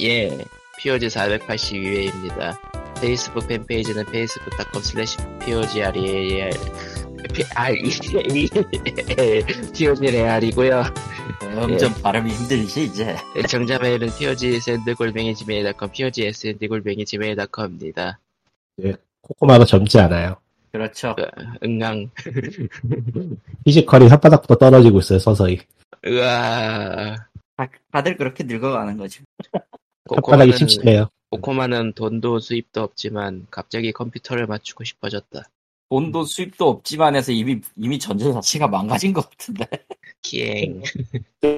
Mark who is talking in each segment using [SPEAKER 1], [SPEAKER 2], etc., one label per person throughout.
[SPEAKER 1] 예, POG 482회입니다. 페이스북 팬페이지는 facebook.com slash POGREAL E POGREAL이고요.
[SPEAKER 2] 점점
[SPEAKER 3] 예.
[SPEAKER 2] 발음이 힘들지 이제
[SPEAKER 1] 정자 메일은 POGSND골뱅이 지메일.com POGSND골뱅이 지메일.com입니다.
[SPEAKER 4] 코코마가 젊지 않아요.
[SPEAKER 2] 그렇죠
[SPEAKER 3] 네.
[SPEAKER 1] 응강,
[SPEAKER 4] 피지컬이 혓바닥부터 떨어지고 있어요, 서서히.
[SPEAKER 1] 으아.
[SPEAKER 2] 다, 다들 그렇게 늙어가는 거지
[SPEAKER 4] 혓바닥이 침침해요.
[SPEAKER 1] 오코마는 돈도 수입도 없지만 갑자기 컴퓨터를 맞추고 싶어졌다.
[SPEAKER 2] 돈도 수입도 없지만 해서 이미 이미 전제 자체가 망가진 것 같은데
[SPEAKER 1] 키엥.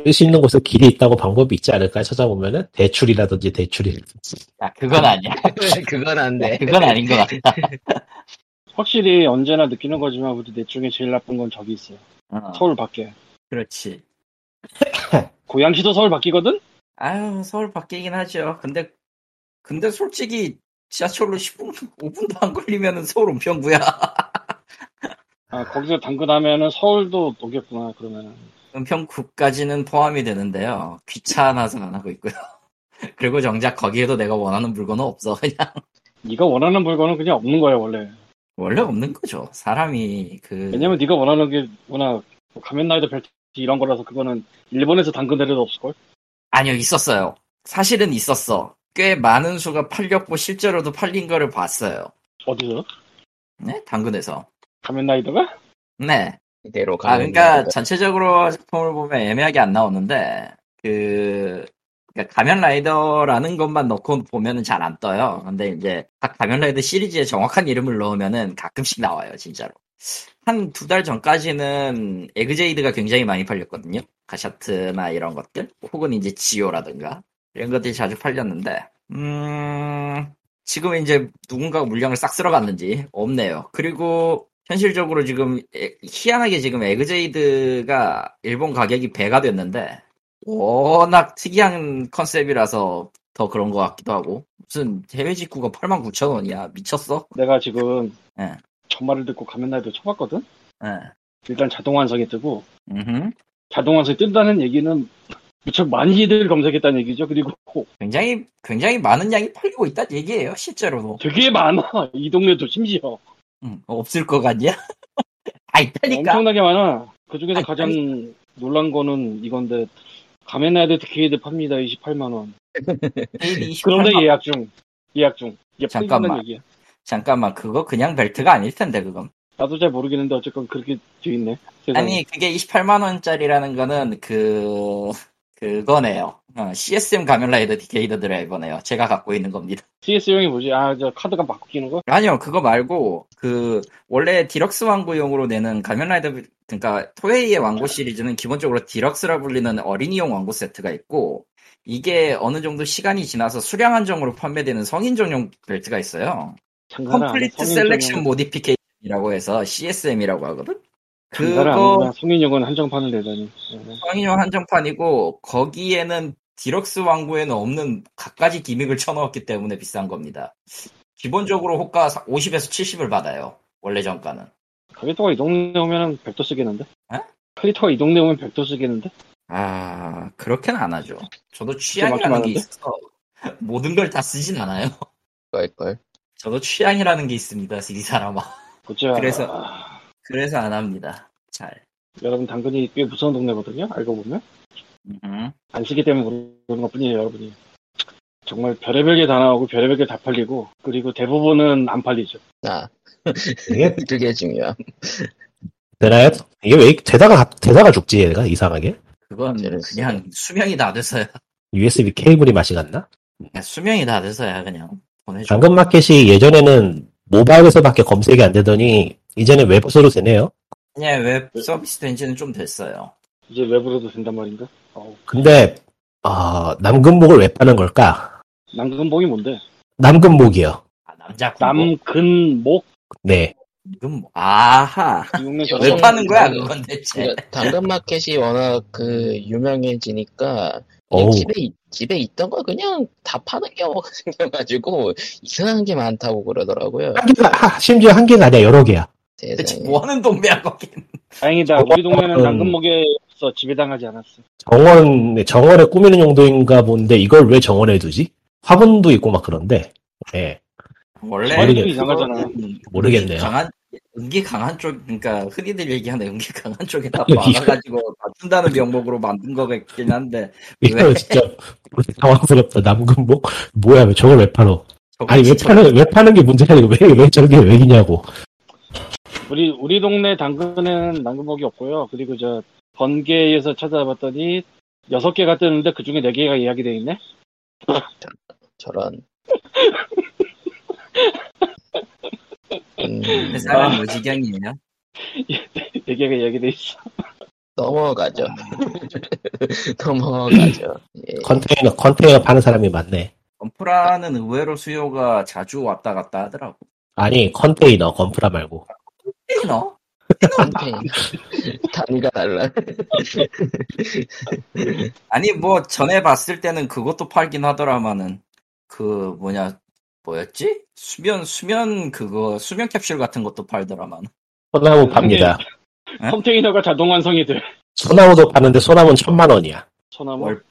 [SPEAKER 4] 쓸 수 있는 곳에 길이 있다고 방법이 있지 않을까 찾아보면은 대출이라든지 대출이라든지.
[SPEAKER 2] 아 그건 아니야
[SPEAKER 1] 그건 안
[SPEAKER 3] 네.
[SPEAKER 1] 돼.
[SPEAKER 2] 그건 아닌 것 같아
[SPEAKER 3] 확실히 언제나 느끼는 거지만 우리 넷 중에 제일 나쁜 건 저기 있어요.
[SPEAKER 2] 어,
[SPEAKER 3] 서울 밖에.
[SPEAKER 2] 그렇지
[SPEAKER 3] 고양시도 서울 밖이거든?
[SPEAKER 2] 아유 서울 바뀌긴 하죠 근데 근데 솔직히 지하철로 10분 5분도 안 걸리면 서울 은평구야
[SPEAKER 3] 아, 거기서 당근하면은 서울도 오겠구나, 그러면은.
[SPEAKER 2] 은평구까지는 포함이 되는데요 귀찮아서 안 하고 있고요 그리고 정작 거기에도 내가 원하는 물건은 없어 그냥
[SPEAKER 3] 네가 원하는 물건은 그냥 없는 거야, 원래.
[SPEAKER 2] 원래 없는 거죠. 사람이 그
[SPEAKER 3] 왜냐면 네가 원하는 게 워낙 뭐 가면라이더 벨트 이런 거라서 그거는 일본에서 당근 내려도 없을걸?
[SPEAKER 2] 아니요 있었어요. 사실은 있었어. 꽤 많은 수가 팔렸고 실제로도 팔린 거를 봤어요.
[SPEAKER 3] 어디서?
[SPEAKER 2] 네 당근에서.
[SPEAKER 3] 가면라이더가?
[SPEAKER 2] 네.
[SPEAKER 1] 이대로
[SPEAKER 2] 아
[SPEAKER 1] 가면
[SPEAKER 2] 그러니까 전체적으로 작품을 보면 애매하게 안 나오는데 그 그러니까 가면 라이더라는 것만 넣고 보면은 잘 안 떠요. 근데 이제 각 가면 라이더 시리즈에 정확한 이름을 넣으면은 가끔씩 나와요 진짜로. 한 두 달 전까지는 에그제이드가 굉장히 많이 팔렸거든요. 가샤트나 이런 것들, 혹은 이제 지오라든가 이런 것들이 자주 팔렸는데, 음, 지금 이제 누군가가 물량을 싹 쓸어갔는지 없네요. 그리고 현실적으로 지금 에- 희한하게 지금 에그제이드가 일본 가격이 배가 됐는데 워낙 특이한 컨셉이라서 더 그런 것 같기도 하고 무슨 해외 직구가 89,000원이야 미쳤어?
[SPEAKER 3] 내가 지금
[SPEAKER 2] 예.
[SPEAKER 3] 전말을 듣고 가면라이더 쳐봤거든?
[SPEAKER 2] 예.
[SPEAKER 3] 일단 자동 완성이 뜨고
[SPEAKER 2] 음흠.
[SPEAKER 3] 자동 완성이 뜬다는 얘기는 무척 많이들 검색했다는 얘기죠. 그리고
[SPEAKER 2] 굉장히 굉장히 많은 양이 팔리고 있다는 얘기예요 실제로도
[SPEAKER 3] 되게 많아. 이 동네도 심지어.
[SPEAKER 2] 음, 없을 것 같냐? 다 있다니까
[SPEAKER 3] 엄청나게 많아. 그 중에서
[SPEAKER 2] 그러니까. 아니,
[SPEAKER 3] 가장 놀란 거는 이건데, 가면라이더 디케이드 팝니다. 28만원.
[SPEAKER 2] AD 28만.
[SPEAKER 3] 그런데 예약 중. 예약 중. 이게
[SPEAKER 2] 잠깐만.
[SPEAKER 3] 팔린다는 얘기야.
[SPEAKER 2] 잠깐만 그거 그냥 벨트가 아닐 텐데 그건
[SPEAKER 3] 나도 잘 모르겠는데, 어쨌건 그렇게 돼 있네. 세상에.
[SPEAKER 2] 아니 그게 28만 원짜리라는 거는 그 그거네요 어, CSM 가면라이더 디케이더 드라이버네요 제가 갖고 있는 겁니다
[SPEAKER 3] CS용이 뭐지? 아, 저 카드가 바뀌는 거?
[SPEAKER 2] 아니요, 그거 말고, 그, 원래 디럭스 왕고용으로 내는 가면라이더, 그러니까 토웨이의 왕고 시리즈는 기본적으로 디럭스라 불리는 어린이용 왕고 세트가 있고, 이게 어느 정도 시간이 지나서 수량 한정으로 판매되는 성인 전용 벨트가 있어요.
[SPEAKER 3] 장난 아니야.
[SPEAKER 2] 컴플리트
[SPEAKER 3] 성인
[SPEAKER 2] 셀렉션 뭐,
[SPEAKER 3] 전용.
[SPEAKER 2] 모디피케이션이라고 해서 CSM이라고 하거든?
[SPEAKER 3] 장난
[SPEAKER 2] 그거
[SPEAKER 3] 아니구나. 성인용은 한정판을 내다니. 네.
[SPEAKER 2] 성인용 한정판이고, 거기에는 디럭스 왕고에는 없는 갖가지 기믹을 쳐넣었기 때문에 비싼 겁니다. 기본적으로 호가 50에서 70을 받아요. 원래 정가는.
[SPEAKER 3] 가게토가 이 동네 오면은 백도 쓰겠는데?
[SPEAKER 2] 에?
[SPEAKER 3] 칼리토가 이 동네 오면 백도 쓰겠는데?
[SPEAKER 2] 아, 그렇게는 안 하죠. 저도 취향이라는 게
[SPEAKER 3] 막히면
[SPEAKER 2] 있어서 모든 걸 다 쓰진 않아요.
[SPEAKER 1] 걸걸.
[SPEAKER 2] 저도 취향이라는 게 있습니다, 이 사람아.
[SPEAKER 3] 어째
[SPEAKER 2] 그래서- 그래서 안 합니다. 잘.
[SPEAKER 3] 여러분 당근이 꽤 무서운 동네거든요. 알고 보면
[SPEAKER 2] 음.
[SPEAKER 3] 안 쓰기 때문에 그런 것 뿐이에요, 여러분이. 정말 별의별 게 다 나오고 별의별 게 다 팔리고 그리고 대부분은 안 팔리죠.
[SPEAKER 1] 아,
[SPEAKER 4] 이게
[SPEAKER 1] 그게 중요함.
[SPEAKER 4] 되나요? 이게 왜 되다가 갑- 되다가 죽지 얘가 이상하게?
[SPEAKER 2] 그건
[SPEAKER 1] 재밌어.
[SPEAKER 2] 그냥 수명이 다 돼서야.
[SPEAKER 4] USB 케이블이 맛이 갔나?
[SPEAKER 2] 그냥 수명이 다 돼서야 그냥 보내줘.
[SPEAKER 4] 당근 마켓이 예전에는 모바일에서밖에 검색이 안 되더니 이제는 웹으로 되네요.
[SPEAKER 2] 그냥 웹 서비스 된 지는 좀 됐어요.
[SPEAKER 3] 이제 웹으로도 된단 말인가? 어우,
[SPEAKER 4] 근데 아, 남근목을 왜 파는 걸까?
[SPEAKER 3] 남근목이 뭔데?
[SPEAKER 4] 남근목이요.
[SPEAKER 2] 아, 남자 군복.
[SPEAKER 3] 남근목
[SPEAKER 4] 네.
[SPEAKER 2] 남... 아하.
[SPEAKER 3] 이용해
[SPEAKER 1] 여-
[SPEAKER 2] 왜
[SPEAKER 1] 그건-
[SPEAKER 2] 파는 거야,
[SPEAKER 1] 그렇죠. 그건-
[SPEAKER 2] 그건 대체.
[SPEAKER 1] 그러니까
[SPEAKER 4] 네.
[SPEAKER 1] 당근마켓이 워낙 그 유명해지니까 그냥
[SPEAKER 4] 어우.
[SPEAKER 1] 집에 있- 집에 있던 거 그냥 다 파는 경우가 생겨가지고 이상한 게 많다고 그러더라고요.
[SPEAKER 4] 한 개가, 하- 심지어 한 개가 아니라 여러 개야.
[SPEAKER 2] 대체
[SPEAKER 4] 뭐.
[SPEAKER 1] 세상에.
[SPEAKER 2] 뭐 하는 동네야, 거긴.
[SPEAKER 3] 다행이다. 우리 동네는
[SPEAKER 4] 음.
[SPEAKER 3] 남근목에 없어. 지배당하지 않았어.
[SPEAKER 4] 정원, 정원에 꾸미는 용도인가 본데 이걸 왜 정원에 두지? 화분도 있고 막 그런데. 예,
[SPEAKER 2] 원래
[SPEAKER 4] 머리가
[SPEAKER 2] 그거는
[SPEAKER 3] 이상하잖아.
[SPEAKER 2] 음,
[SPEAKER 4] 모르겠네요.
[SPEAKER 2] 강한 은기 강한 쪽 그러니까 흔히들 얘기하는 은기 강한 쪽에다
[SPEAKER 4] 여기.
[SPEAKER 2] 막아가지고 다툰다는 명목으로 만든 거긴 한데
[SPEAKER 4] 이거 진짜 당황스럽다. 남근복? 뭐야, 왜 저걸 왜 팔어?
[SPEAKER 2] 저거
[SPEAKER 4] 아니, 왜
[SPEAKER 2] 진짜
[SPEAKER 4] 파는, 왜 파는 게 문제가 아니고 왜, 왜 저게 왜 이냐고.
[SPEAKER 3] 우리 우리 동네 당근은 당근복이 없고요. 그리고 저 번개에서 찾아봤더니 여섯 개가 뜨는데 그 중에 네 개가 예약이 돼 있네.
[SPEAKER 1] 저런. 음,
[SPEAKER 2] 그 회사는 무지경이에요.
[SPEAKER 3] 네 개가 예약이 돼 있어.
[SPEAKER 1] 넘어가죠. 넘어가죠. 예.
[SPEAKER 4] 컨테이너, 컨테이너 파는 사람이 많네.
[SPEAKER 2] 건프라는 의외로 수요가 자주 왔다 갔다 하더라고.
[SPEAKER 4] 아니, 컨테이너, 건프라 말고.
[SPEAKER 2] 테이너?
[SPEAKER 1] 컨테이너. 단위가 달라.
[SPEAKER 2] 아니 뭐 전에 봤을 때는 그것도 팔긴 하더라마는 그 뭐냐 뭐였지? 수면 수면 그거 수면 캡슐 같은 것도 팔더라마는.
[SPEAKER 4] 소나무 팝니다.
[SPEAKER 2] 네?
[SPEAKER 3] 컨테이너가 자동 완성이 돼.
[SPEAKER 4] 소나무도 파는데 소나무는 천만 원이야.
[SPEAKER 3] 소나무.
[SPEAKER 2] 월-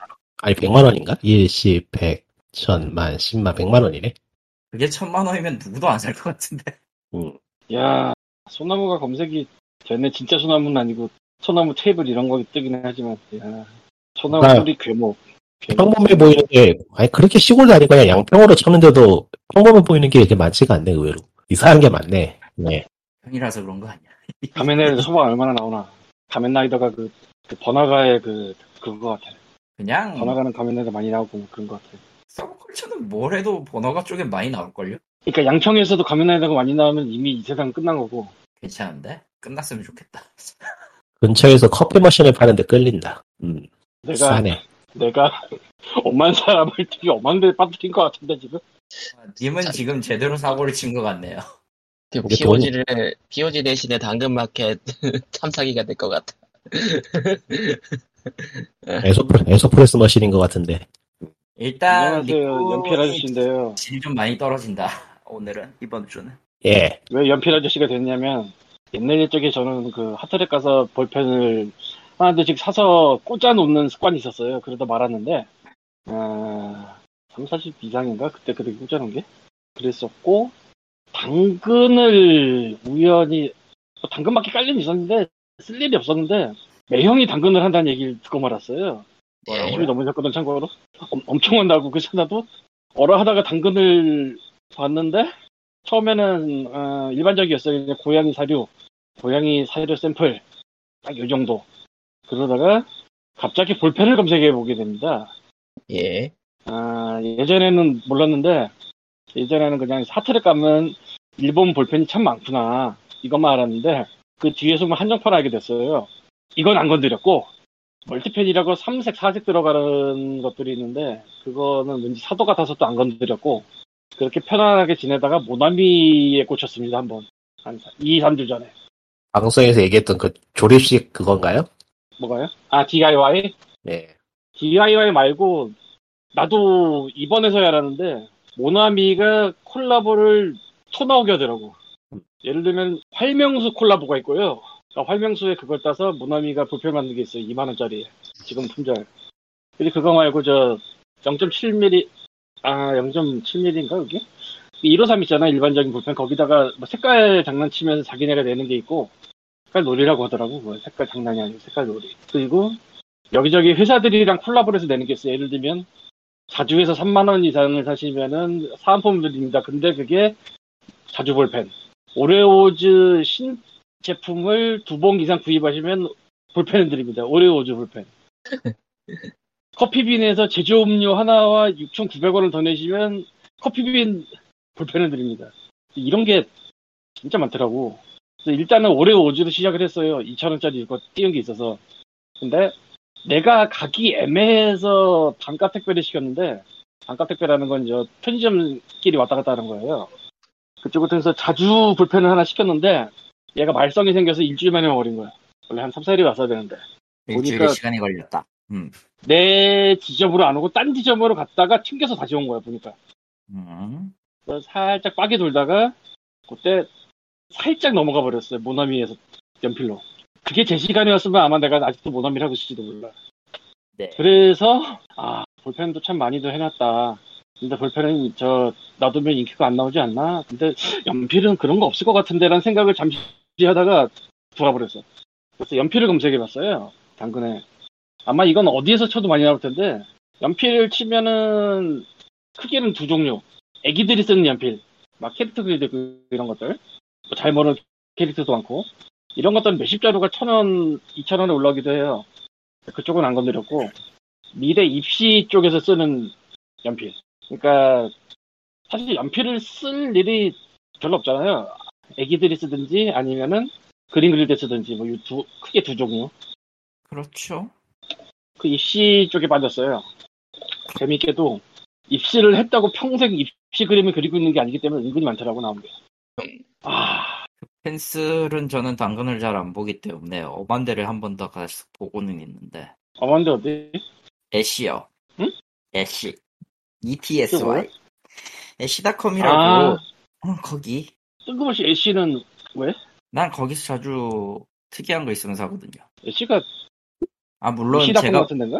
[SPEAKER 4] 아니, 백만 원인가? 일시, 백, 천만, 십만, 백만 원이네.
[SPEAKER 2] 그게 천만 원이면 누구도 안 살 것 같은데.
[SPEAKER 4] 음.
[SPEAKER 3] 야 소나무가 검색이 됐네. 진짜 소나무는 아니고 소나무 테이블 이런 거 뜨긴 하지만 야, 소나무
[SPEAKER 4] 나-
[SPEAKER 3] 소리 괴목. 괴목.
[SPEAKER 4] 평범해 보이는 게, 아니, 그렇게 시골도 아니고 그냥 양평으로 쳤는데도 평범해 보이는 게 이렇게 많지가 않네, 의외로. 이상한 게 많네. 네.
[SPEAKER 2] 형이라서 그런 거 아니야.
[SPEAKER 3] 가면을 소방 얼마나 나오나. 가면라이더가 그, 그 번화가의 그 그거 같아.
[SPEAKER 2] 그냥
[SPEAKER 3] 번화가는 가면라이더 많이 나오고 뭐 그런 거 같아.
[SPEAKER 2] 서브컬처는 뭘 해도 번화가 쪽에 많이 나올걸요?
[SPEAKER 3] 그러니까 양평에서도 가면라이더가 많이 나오면 이미 이 세상 끝난 거고.
[SPEAKER 2] 괜찮은데? 끝났으면 좋겠다.
[SPEAKER 4] 근처에서 커피 머신을 파는데 끌린다. 음,
[SPEAKER 3] 내가
[SPEAKER 4] 싸네.
[SPEAKER 3] 내가 엄한 사람을 되게 엄한 데 빠뜨린 것 같은데 지금
[SPEAKER 2] 아, 님은 지금 제대로 사고를 친 것 같네요.
[SPEAKER 4] 이게
[SPEAKER 1] POG를, POG 대신에 당근마켓 참사기가 될 것 같아.
[SPEAKER 4] 에소프레, 에소프레스 머신인 것 같은데.
[SPEAKER 2] 일단
[SPEAKER 3] 안녕하세요 연필 아저씨인데요
[SPEAKER 2] 질좀 많이 떨어진다. 오늘은 이번 주는
[SPEAKER 4] 예.
[SPEAKER 3] 왜 연필 아저씨가 됐냐면 옛날 옛적에 저는 그 하트렉 가서 볼펜을 하나 둘씩 사서 꽂아 놓는 습관이 있었어요 그러다 말았는데 아, 3, 40 이상인가 그때 그렇게 꽂아 놓은 게 그랬었고 당근을 우연히 뭐 당근밖에 깔리는 있었는데 쓸 일이 없었는데 매형이 당근을 한다는 얘기를 듣고 말았어요
[SPEAKER 1] 예.
[SPEAKER 3] 술이 넘어졌거든 참고로 엄, 엄청 한다고 그 사나도 어라 하다가 당근을 봤는데 처음에는 어, 일반적이었어요 그냥 고양이 사료 고양이 사료 샘플 딱 요 정도 그러다가 갑자기 볼펜을 검색해 보게 됩니다
[SPEAKER 1] 예.
[SPEAKER 3] 아, 예전에는 몰랐는데 예전에는 그냥 사투를 까면 일본 볼펜이 참 많구나 이것만 알았는데 그 뒤에서 뭐 한정판 알게 됐어요. 이건 안 건드렸고 멀티펜이라고 3색, 4색 들어가는 것들이 있는데 그거는 왠지 사도 같아서 또 안 건드렸고 그렇게 편안하게 지내다가 모나미에 꽂혔습니다 한번 한 2, 3주 전에
[SPEAKER 4] 방송에서 얘기했던 그 조립식 그건가요?
[SPEAKER 3] 뭐가요? 아 DIY?
[SPEAKER 4] 예.
[SPEAKER 3] DIY 말고 나도 이번에서야 알았는데 모나미가 콜라보를 토 나오게 하더라고. 예를 들면 활명수 콜라보가 있고요. 그러니까 활명수에 그걸 따서 모나미가 부표 만든 게 있어요. 2만 원짜리. 지금 품절. 근데 그거 말고 저 0.7mm 아 0.7mm인가 여기? 153 있잖아 일반적인 불펜 거기다가 뭐 색깔 장난치면서 자기네가 내는 게 있고 색깔 놀이라고 하더라고 뭐 색깔 장난이 아니고 색깔 놀이 그리고 여기저기 회사들이랑 콜라보를 해서 내는 게 있어요. 예를 들면, 4주에서 3만원 이상을 사시면은 사은품 드립니다. 근데 그게 4주 볼펜. 오레오즈 신제품을 두 봉 이상 구입하시면 볼펜을 드립니다. 오레오즈 볼펜. 커피빈에서 제조음료 하나와 6,900원을 더 내시면 커피빈 볼펜을 드립니다. 이런 게 진짜 많더라고. 그래서 일단은 오레오즈로 시작을 했어요. 2,000원짜리 이거 띄운 게 있어서. 근데 내가 가기 애매해서 단가 택배를 시켰는데 단가 택배라는 건 이제 편의점끼리 왔다 갔다 하는 거예요. 그쪽부터서 자주 불펜을 하나 시켰는데 얘가 말썽이 생겨서 일주일 만에 와버린 거야. 원래 한 3, 4일이 왔어야 되는데
[SPEAKER 2] 일주일의
[SPEAKER 3] 보니까-
[SPEAKER 2] 시간이 걸렸다. 음.
[SPEAKER 3] 내 지점으로 안 오고 딴 지점으로 갔다가 튕겨서 다시 온 거야 보니까
[SPEAKER 2] 음.
[SPEAKER 3] 그래서 살짝 빠게 돌다가 그때 살짝 넘어가 버렸어요 모나미에서 연필로 그게 제 시간에 왔으면 아마 내가 아직도 모나미를 하고 있을지도 몰라.
[SPEAKER 2] 네.
[SPEAKER 3] 그래서 아 볼펜도 참 많이도 해놨다. 근데 볼펜은 저 놔두면 인기가 안 나오지 않나? 근데 연필은 그런 거 없을 것 같은데라는 생각을 잠시 하다가 돌아버렸어. 그래서 연필을 검색해봤어요. 당근에 아마 이건 어디에서 쳐도 많이 나올 텐데 연필을 치면은 크게는 두 종류. 애기들이 쓰는 연필, 막 캐릭터 그리드 그- 이런 것들, 뭐잘 모르는 캐릭터도 많고 이런 것들은 몇십 자루가 천 원, 이천 원에 올라오기도 해요. 그쪽은 안 건드렸고 미래 입시 쪽에서 쓰는 연필. 그러니까 사실 연필을 쓸 일이 별로 없잖아요. 애기들이 쓰든지 아니면은 그림 그릴 때 쓰든지 뭐 이 두 크게 두 종류.
[SPEAKER 2] 그렇죠.
[SPEAKER 3] 그 입시 쪽에 빠졌어요. 재밌게도 입시를 했다고 평생 입시 그림을 그리고 있는 게 아니기 때문에 은근히 많더라고 나온 게. 아,
[SPEAKER 2] 펜슬은 저는 당근을 잘 안 보기 때문에 어반데를 한 번 더 가서 보고는 있는데
[SPEAKER 3] 어머니 어디?
[SPEAKER 2] 애쉬요.
[SPEAKER 3] 응?
[SPEAKER 2] 애쉬. E
[SPEAKER 3] 그게 뭐야?
[SPEAKER 2] ETSY. 애쉬닷컴이라고.
[SPEAKER 3] 아.
[SPEAKER 2] 어, 거기.
[SPEAKER 3] 뜬금없이 애쉬는
[SPEAKER 2] 난 거기서 자주 특이한 거 있으면 사거든요.
[SPEAKER 3] 애쉬가
[SPEAKER 2] 아 물론
[SPEAKER 3] 위시닷컴
[SPEAKER 2] 제가
[SPEAKER 3] 같은 데인가?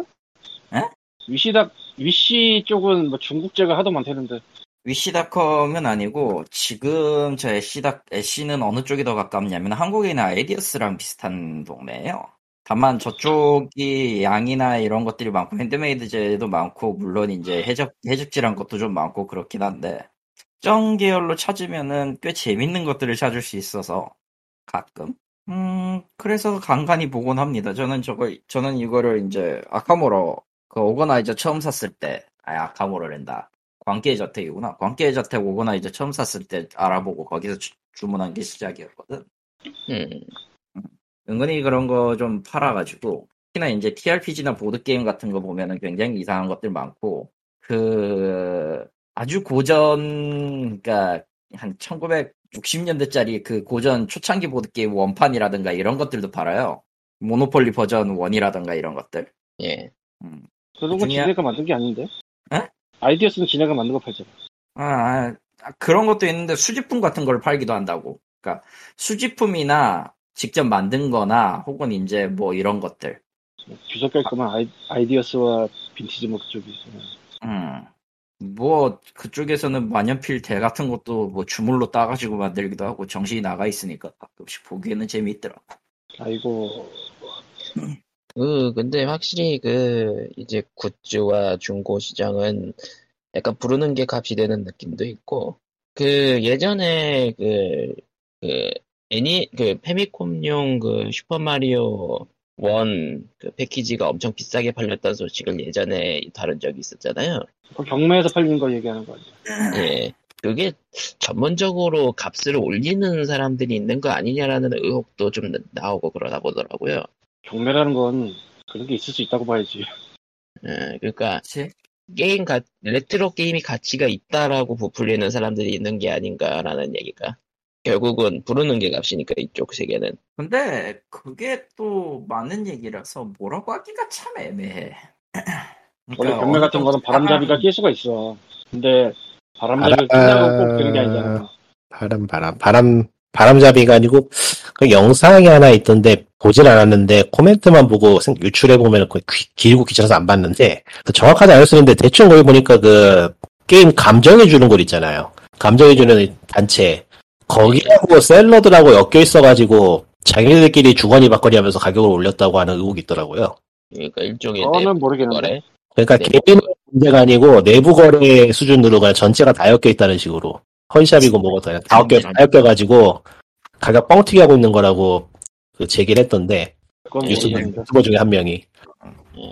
[SPEAKER 2] 에?
[SPEAKER 3] 위시닷 위시 쪽은 뭐 중국제가 하도 많다는데
[SPEAKER 2] 위시닷컴은 아니고 지금 저 애쉬닷 애쉬는 어느 쪽이 더 가깝냐면 한국이나 아이디어스랑 비슷한 동네예요. 다만 저쪽이 양이나 이런 것들이 많고 핸드메이드제도 많고 물론 이제 해적 해적질한 것도 좀 많고 그렇긴 한데 특정 계열로 찾으면은 꽤 재밌는 것들을 찾을 수 있어서 가끔 음 그래서 간간히 보곤 합니다. 저는 저거 저는 이거를 이제 아카모로 그 오거나이저 처음 샀을 때 아, 아카모로랜다. 광기의 저택이구나. 광기의 저택 오거나 이제 처음 샀을 때 알아보고 거기서 주, 주문한 게 시작이었거든.
[SPEAKER 1] 음,
[SPEAKER 2] 은근히 그런 거 좀 팔아가지고 특히나 이제 TRPG나 보드 게임 같은 거 보면은 굉장히 이상한 것들 많고 그 아주 고전 그러니까 한 1960년대짜리 그 고전 초창기 보드 게임 원판이라든가 이런 것들도 팔아요. 모노폴리 버전 1이라든가 이런 것들.
[SPEAKER 1] 예.
[SPEAKER 2] 음.
[SPEAKER 3] 그런 건
[SPEAKER 2] 그중에-
[SPEAKER 3] 지네가 만든 게 아닌데?
[SPEAKER 2] 에?
[SPEAKER 3] 아이디어스는 지네가 만든 거 팔잖아.
[SPEAKER 2] 아, 아, 아, 그런 것도 있는데 수집품 같은 걸 팔기도 한다고. 그러니까 수집품이나 직접 만든 거나 혹은 이제 뭐 이런 것들.
[SPEAKER 3] 주석 깔끔한 아이, 아이디어스와 빈티지 뭐 그쪽이 있어요.
[SPEAKER 2] 음. 뭐 그쪽에서는 만년필 대 같은 것도 뭐 주물로 따가지고 만들기도 하고 정신이 나가 있으니까 가끔씩 보기에는 재미있더라.
[SPEAKER 3] 아이고
[SPEAKER 1] 그, 근데 확실히 그, 이제 굿즈와 중고 시장은 약간 부르는 게 값이 되는 느낌도 있고, 그, 예전에 그, 그, 애니, 그, 페미콤용 그 슈퍼마리오 원 그 패키지가 엄청 비싸게 팔렸다는 소식을 예전에 다룬 적이 있었잖아요.
[SPEAKER 3] 그 경매에서 팔리는 거 얘기하는 거 아니야?
[SPEAKER 1] 예. 그게 전문적으로 값을 올리는 사람들이 있는 거 아니냐라는 의혹도 좀 나오고 그러다 보더라고요.
[SPEAKER 3] 경매라는 건 그런 게 있을 수 있다고 봐야지.
[SPEAKER 1] 예, 그러니까
[SPEAKER 2] 그치?
[SPEAKER 1] 게임 가, 레트로 게임이 가치가 있다라고 부풀리는 사람들이 있는 게 아닌가라는 얘기가 결국은 부르는 게 값이니까 이쪽 세계는
[SPEAKER 2] 근데 그게 또 많은 얘기라서 뭐라고 하기가 참 애매해.
[SPEAKER 3] 원래
[SPEAKER 2] 그러니까
[SPEAKER 3] 경매
[SPEAKER 2] 어느
[SPEAKER 3] 같은 거는
[SPEAKER 2] 정도
[SPEAKER 3] 바람잡이가
[SPEAKER 2] 따라하는
[SPEAKER 3] 낄 수가 있어. 근데 바람잡이가
[SPEAKER 4] 바람-
[SPEAKER 3] 끝나고 꼭 되는 게 아니잖아.
[SPEAKER 4] 바람, 바람, 바람, 바람잡이가 아니고, 그 영상이 하나 있던데, 보질 않았는데, 코멘트만 보고 유출해보면 그 귀- 길고 귀찮아서 안 봤는데, 그 정확하지 않았었는데, 대충 거기 보니까 그, 게임 감정해주는 곳 있잖아요. 감정해주는 단체. 거기하고 샐러드라고 엮여 있어가지고, 자기들끼리 주거니 받거니 하면서 가격을 올렸다고 하는 의혹이 있더라고요.
[SPEAKER 1] 그러니까 일종의
[SPEAKER 3] 그거는 모르겠는데.
[SPEAKER 1] 거래.
[SPEAKER 4] 그러니까
[SPEAKER 1] 네.
[SPEAKER 4] 개인 문제가 아니고, 내부 거래 수준으로 그냥 전체가 다 엮여 있다는 식으로. 헌샵이고 뭐고 다 엮여, 다 엮여가지고, 가격 뻥튀기 하고 있는 거라고 그 제기를 했던데
[SPEAKER 3] 그건
[SPEAKER 1] 예,
[SPEAKER 4] 유튜브,
[SPEAKER 3] 모르겠는데.
[SPEAKER 4] 유튜버 중에 한 명이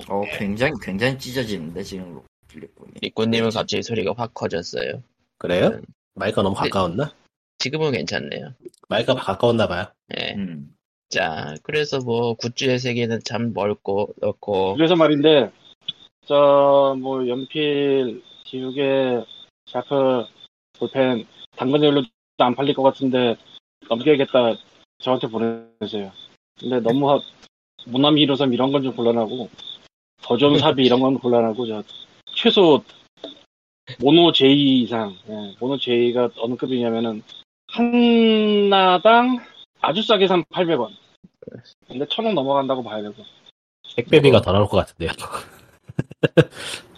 [SPEAKER 2] 어, 굉장히, 굉장히 찢어지는데, 지금 로- 리본이.
[SPEAKER 1] 리꾸님은 갑자기 소리가 확 커졌어요.
[SPEAKER 4] 그래요?
[SPEAKER 1] 음.
[SPEAKER 4] 마이크가 너무
[SPEAKER 1] 네.
[SPEAKER 4] 가까웠나?
[SPEAKER 1] 지금은 괜찮네요.
[SPEAKER 4] 마이크가 가까웠나 봐요.
[SPEAKER 1] 예.
[SPEAKER 2] 음.
[SPEAKER 1] 자, 그래서 뭐 굿즈의 세계는 참 넓고 넓고
[SPEAKER 3] 그래서 말인데 저 뭐 연필, 지우개, 샤프, 볼펜, 당근열로도 안 팔릴 것 같은데 넘겨야겠다. 저한테 보내주세요. 근데 너무 하- 모나미 1호섬 이런 건 좀 곤란하고 더 좋은 삽이 이런 건 곤란하고 저 최소 모노 J 이상 예, 모노 J가 어느 급이냐면은 하나당 아주 싸게 산 800원 근데 천 원 넘어간다고 봐야 되고.
[SPEAKER 4] 택배비가 더 나올 것 같은데요.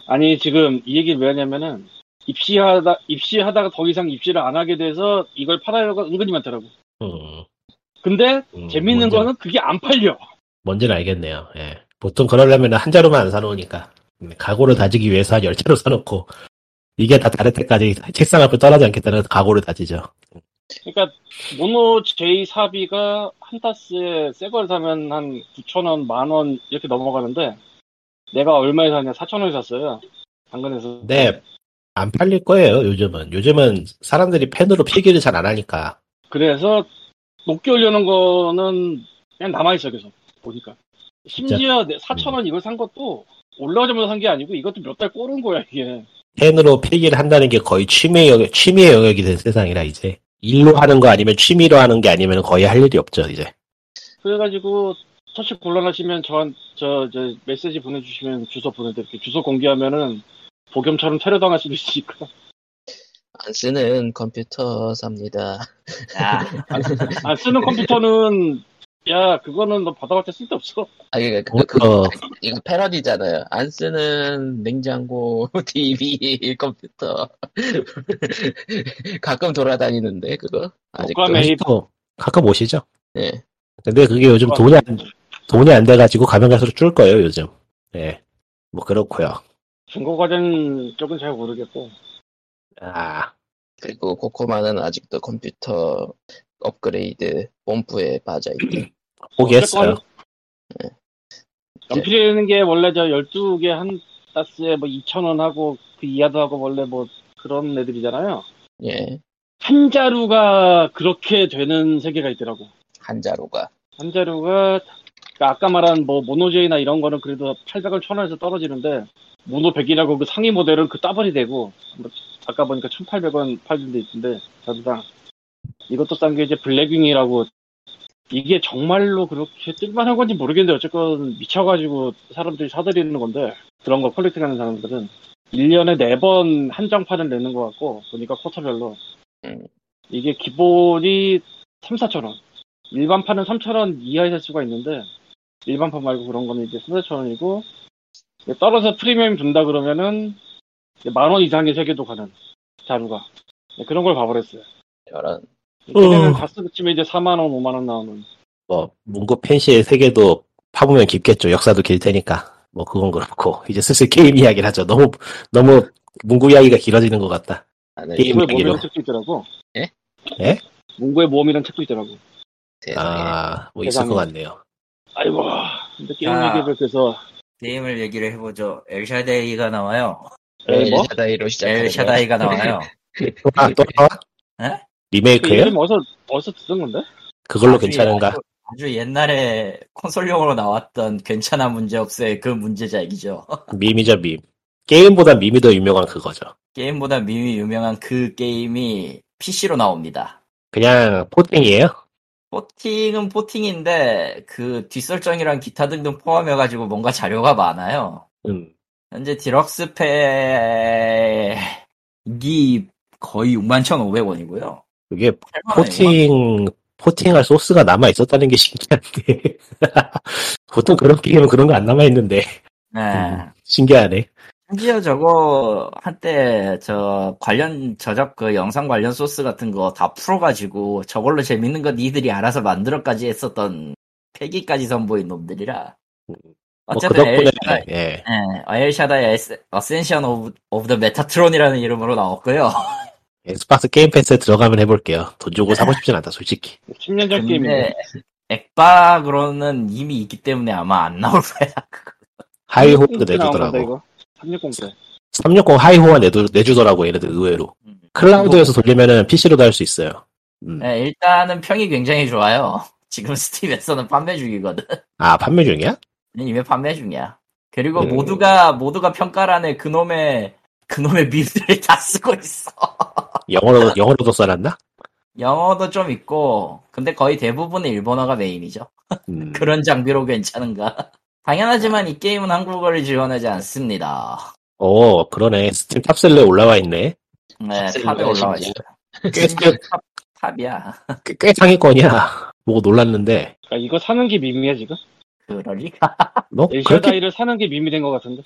[SPEAKER 3] 아니 지금 이 얘기를 왜 하냐면은 입시하다 입시하다가 더 이상 입시를 안 하게 돼서 이걸 팔아요가 은근히 많더라고.
[SPEAKER 4] 음,
[SPEAKER 3] 근데
[SPEAKER 4] 음,
[SPEAKER 3] 재밌는
[SPEAKER 4] 뭔지-
[SPEAKER 3] 거는 그게 안 팔려.
[SPEAKER 4] 뭔지는 알겠네요. 예. 보통 그러려면 한 자루만 안 사놓으니까. 음, 각오를 다지기 위해서 한 열 자루 사놓고, 이게 다 다를 때까지 책상 앞을 떠나지 않겠다는 각오를 다지죠.
[SPEAKER 3] 그러니까 모노 J 사비가 한 타스에 새 걸 사면 한 9천 원, 만 원 이렇게 넘어가는데 내가 얼마에 샀냐 4천 원에 샀어요. 당근에서.
[SPEAKER 4] 근데, 네. 안 팔릴 거예요, 요즘은. 요즘은 사람들이 펜으로 필기를 잘 안 하니까.
[SPEAKER 3] 그래서 높게 올려놓은 거는 그냥 남아있어 계속 보니까 심지어
[SPEAKER 4] 음.
[SPEAKER 3] 4천원 이걸 산 것도 올라오자마자 산 게 아니고 이것도 몇 달 꼬른 거야 이게
[SPEAKER 4] 펜으로 필기를 한다는 게 거의 취미의 영역, 취미의 영역이 된 세상이라, 이제. 일로 하는 거 아니면 취미로 하는 게 아니면 거의 할 일이 없죠, 이제.
[SPEAKER 3] 그래가지고 터치 곤란하시면 저한 저, 저 메시지 보내주시면 주소 보내드릴게요 주소 공개하면은 보겸처럼 테러당할 수도 있으니까
[SPEAKER 1] 안 쓰는 컴퓨터 삽니다.
[SPEAKER 2] 야,
[SPEAKER 3] 안 아, 쓰는 컴퓨터는 야 그거는 너 받아갈 때 쓸데없어
[SPEAKER 1] 아, 이거, 그, 그,
[SPEAKER 4] 어,
[SPEAKER 1] 이거 패러디잖아요. 안 쓰는 냉장고, TV, 컴퓨터. 가끔 돌아다니는데, 그거? 아직도.
[SPEAKER 3] 독감에- 매일-
[SPEAKER 4] 또 가끔 오시죠.
[SPEAKER 1] 예.
[SPEAKER 4] 근데 그게 요즘 돈이 안, 돈이 안 돼가지고 가면 갈수록 줄 거예요, 요즘. 예. 뭐, 그렇고요
[SPEAKER 3] 중고과정 쪽은 잘 모르겠고
[SPEAKER 4] 아,
[SPEAKER 1] 그리고 코코마는 아직도 컴퓨터 업그레이드 뽐뿌에 빠져있대.
[SPEAKER 4] 포기했어요.
[SPEAKER 3] 연필이라는 게 원래 저 12개 한 따스에 뭐 2,000원 하고 그 이하도 하고 원래 뭐 그런 애들이잖아요.
[SPEAKER 1] 예.
[SPEAKER 3] 한 자루가 그렇게 되는 세계가 있더라고.
[SPEAKER 1] 한자로가.
[SPEAKER 3] 한 자루가 그러니까 아까 말한 뭐 모노제이나 이런 거는 그래도 800원 1000원에서 떨어지는데 모노 100이라고 그 상위 모델은 그 따블이 되고 뭐 아까 보니까 1800원 팔린 데 있던데 자주당 이것도 싼 게 이제 블랙윙이라고 이게 정말로 그렇게 뜰만한 건지 모르겠는데 어쨌건 미쳐가지고 사람들이 사들이는 건데 그런 거 컬렉팅하는 사람들은 1년에 4번 한정판을 내는 것 같고 보니까 쿼터별로
[SPEAKER 1] 음.
[SPEAKER 3] 이게 기본이 3, 4천 원 일반판은 3,000원 이하에 살 수가 있는데, 일반판 말고 그런 거는 이제 3,000원이고, 떨어서 프리미엄 준다 그러면은, 만 원 이상의 세계도 가는 자루가. 네, 그런 걸 봐버렸어요.
[SPEAKER 1] 저런.
[SPEAKER 3] 그때는
[SPEAKER 4] 어.
[SPEAKER 3] 가스 붙이면 이제 4만원, 5만원 나오는.
[SPEAKER 4] 뭐, 문구 펜시의 세계도 파보면 깊겠죠. 역사도 길 테니까. 뭐, 그건 그렇고. 이제 슬슬 게임 이야기를 하죠. 너무, 너무 문구 이야기가 길어지는 것 같다.
[SPEAKER 1] 나는
[SPEAKER 4] 게임
[SPEAKER 3] 문구의
[SPEAKER 1] 이거
[SPEAKER 4] 얘기로.
[SPEAKER 3] 모험이라는 책도 있더라고. 네?
[SPEAKER 1] 예?
[SPEAKER 4] 예?
[SPEAKER 3] 문구의 모험이라는 책도 있더라고.
[SPEAKER 1] 세상에.
[SPEAKER 4] 아, 뭐 있을
[SPEAKER 3] 세상에.
[SPEAKER 4] 것 같네요.
[SPEAKER 3] 아이고. 근데 게임
[SPEAKER 2] 아.
[SPEAKER 3] 얘기를 그래서,
[SPEAKER 2] 게임을 얘기를 해보죠. 엘샤데이가 나와요.
[SPEAKER 3] 에, 뭐?
[SPEAKER 1] 예. 엘샤다이로 시작하는
[SPEAKER 2] 엘샤다이가 나와요.
[SPEAKER 4] 또 나, 또 나와?
[SPEAKER 2] 예?
[SPEAKER 3] 그
[SPEAKER 4] 리메이크예요?
[SPEAKER 3] 이름 어디서, 어디서 듣는 건데?
[SPEAKER 4] 그걸로
[SPEAKER 2] 아주
[SPEAKER 4] 괜찮은가?
[SPEAKER 2] 아주- 아주 옛날에 콘솔용으로 나왔던 괜찮아 문제없어의 그 문제작이죠.
[SPEAKER 4] 아, 밈이죠, 밈. 게임보다 밈이 더 유명한 그거죠.
[SPEAKER 2] 게임보다 밈이 유명한 그 게임이 PC로 나옵니다.
[SPEAKER 4] 그냥 포팅이에요?
[SPEAKER 2] 포팅은 포팅인데 그 뒷설정이랑 기타 등등 포함해가지고 뭔가 자료가 많아요.
[SPEAKER 4] 음.
[SPEAKER 2] 현재 디럭스 팩이 거의 61,500원이고요.
[SPEAKER 4] 그게
[SPEAKER 2] 아,
[SPEAKER 4] 포팅, 포팅할 소스가 남아있었다는 게 신기한데. 보통 그런 게임은 그런 거 안 남아있는데.
[SPEAKER 2] 네.
[SPEAKER 4] 신기하네.
[SPEAKER 2] 심지어 저거 한때 저 관련 저작 그 영상 관련 소스 같은 거 다 풀어가지고 저걸로 재밌는 거 니들이 알아서 만들어까지 했었던 패기까지 선보인 놈들이라
[SPEAKER 4] 뭐 그
[SPEAKER 2] 어쨌든
[SPEAKER 4] 덕분에,
[SPEAKER 2] 엘샤다
[SPEAKER 4] 예.
[SPEAKER 2] 엘샤다의 어센션 오브, 오브 더 메타트론이라는 이름으로 나왔고요
[SPEAKER 4] 엑스박스 게임 패스에 들어가면 해볼게요. 돈 주고
[SPEAKER 2] 네.
[SPEAKER 4] 사고 싶진 않다, 솔직히.
[SPEAKER 3] 10년 전
[SPEAKER 2] 근데
[SPEAKER 3] 게임인데.
[SPEAKER 2] 액박으로는 이미 있기 때문에 아마 안 나올 거야
[SPEAKER 4] 하이호도
[SPEAKER 3] 360 음, 나온 건데,
[SPEAKER 4] 내주더라고.
[SPEAKER 3] 이거? 그러니까 360 때.
[SPEAKER 4] 360 하이호가 내주, 내주더라고, 얘네들 의외로. 클라우드에서
[SPEAKER 2] 뭐-
[SPEAKER 4] 돌리면은 PC로도 할 수 있어요. 음.
[SPEAKER 2] 네, 일단은 평이 굉장히 좋아요 지금 스팀에서는 판매 중이거든
[SPEAKER 4] 아, 판매 중이야?
[SPEAKER 2] 이미 판매 중이야. 그리고
[SPEAKER 4] 음.
[SPEAKER 2] 모두가 모두가 평가란에 그놈의 그놈의 밈들을 다 쓰고 있어.
[SPEAKER 4] 영어로, 영어로도 써놨나?
[SPEAKER 2] 영어도 좀 있고, 근데 거의 대부분의 일본어가 메인이죠.
[SPEAKER 4] 음.
[SPEAKER 2] 그런 장비로 괜찮은가? 당연하지만 이 게임은 한국어를 지원하지 않습니다.
[SPEAKER 4] 오, 어, 그러네. 스팀 탑셀러에 올라와 있네.
[SPEAKER 2] 네,
[SPEAKER 1] 탑셀러가
[SPEAKER 2] 탑에 올라와
[SPEAKER 1] 심지어.
[SPEAKER 2] 있어요.
[SPEAKER 4] 꽤,
[SPEAKER 2] 심지어 탑, 탑이야.
[SPEAKER 4] 꽤, 꽤 상위권이야. 보고 놀랐는데
[SPEAKER 3] 그러니까 이거 사는 게 밈이야 지금?
[SPEAKER 2] 그러니까
[SPEAKER 4] 뭐 그렇게
[SPEAKER 3] 네, 엘샤다이를 사는 게 밈이 된 것 같은데.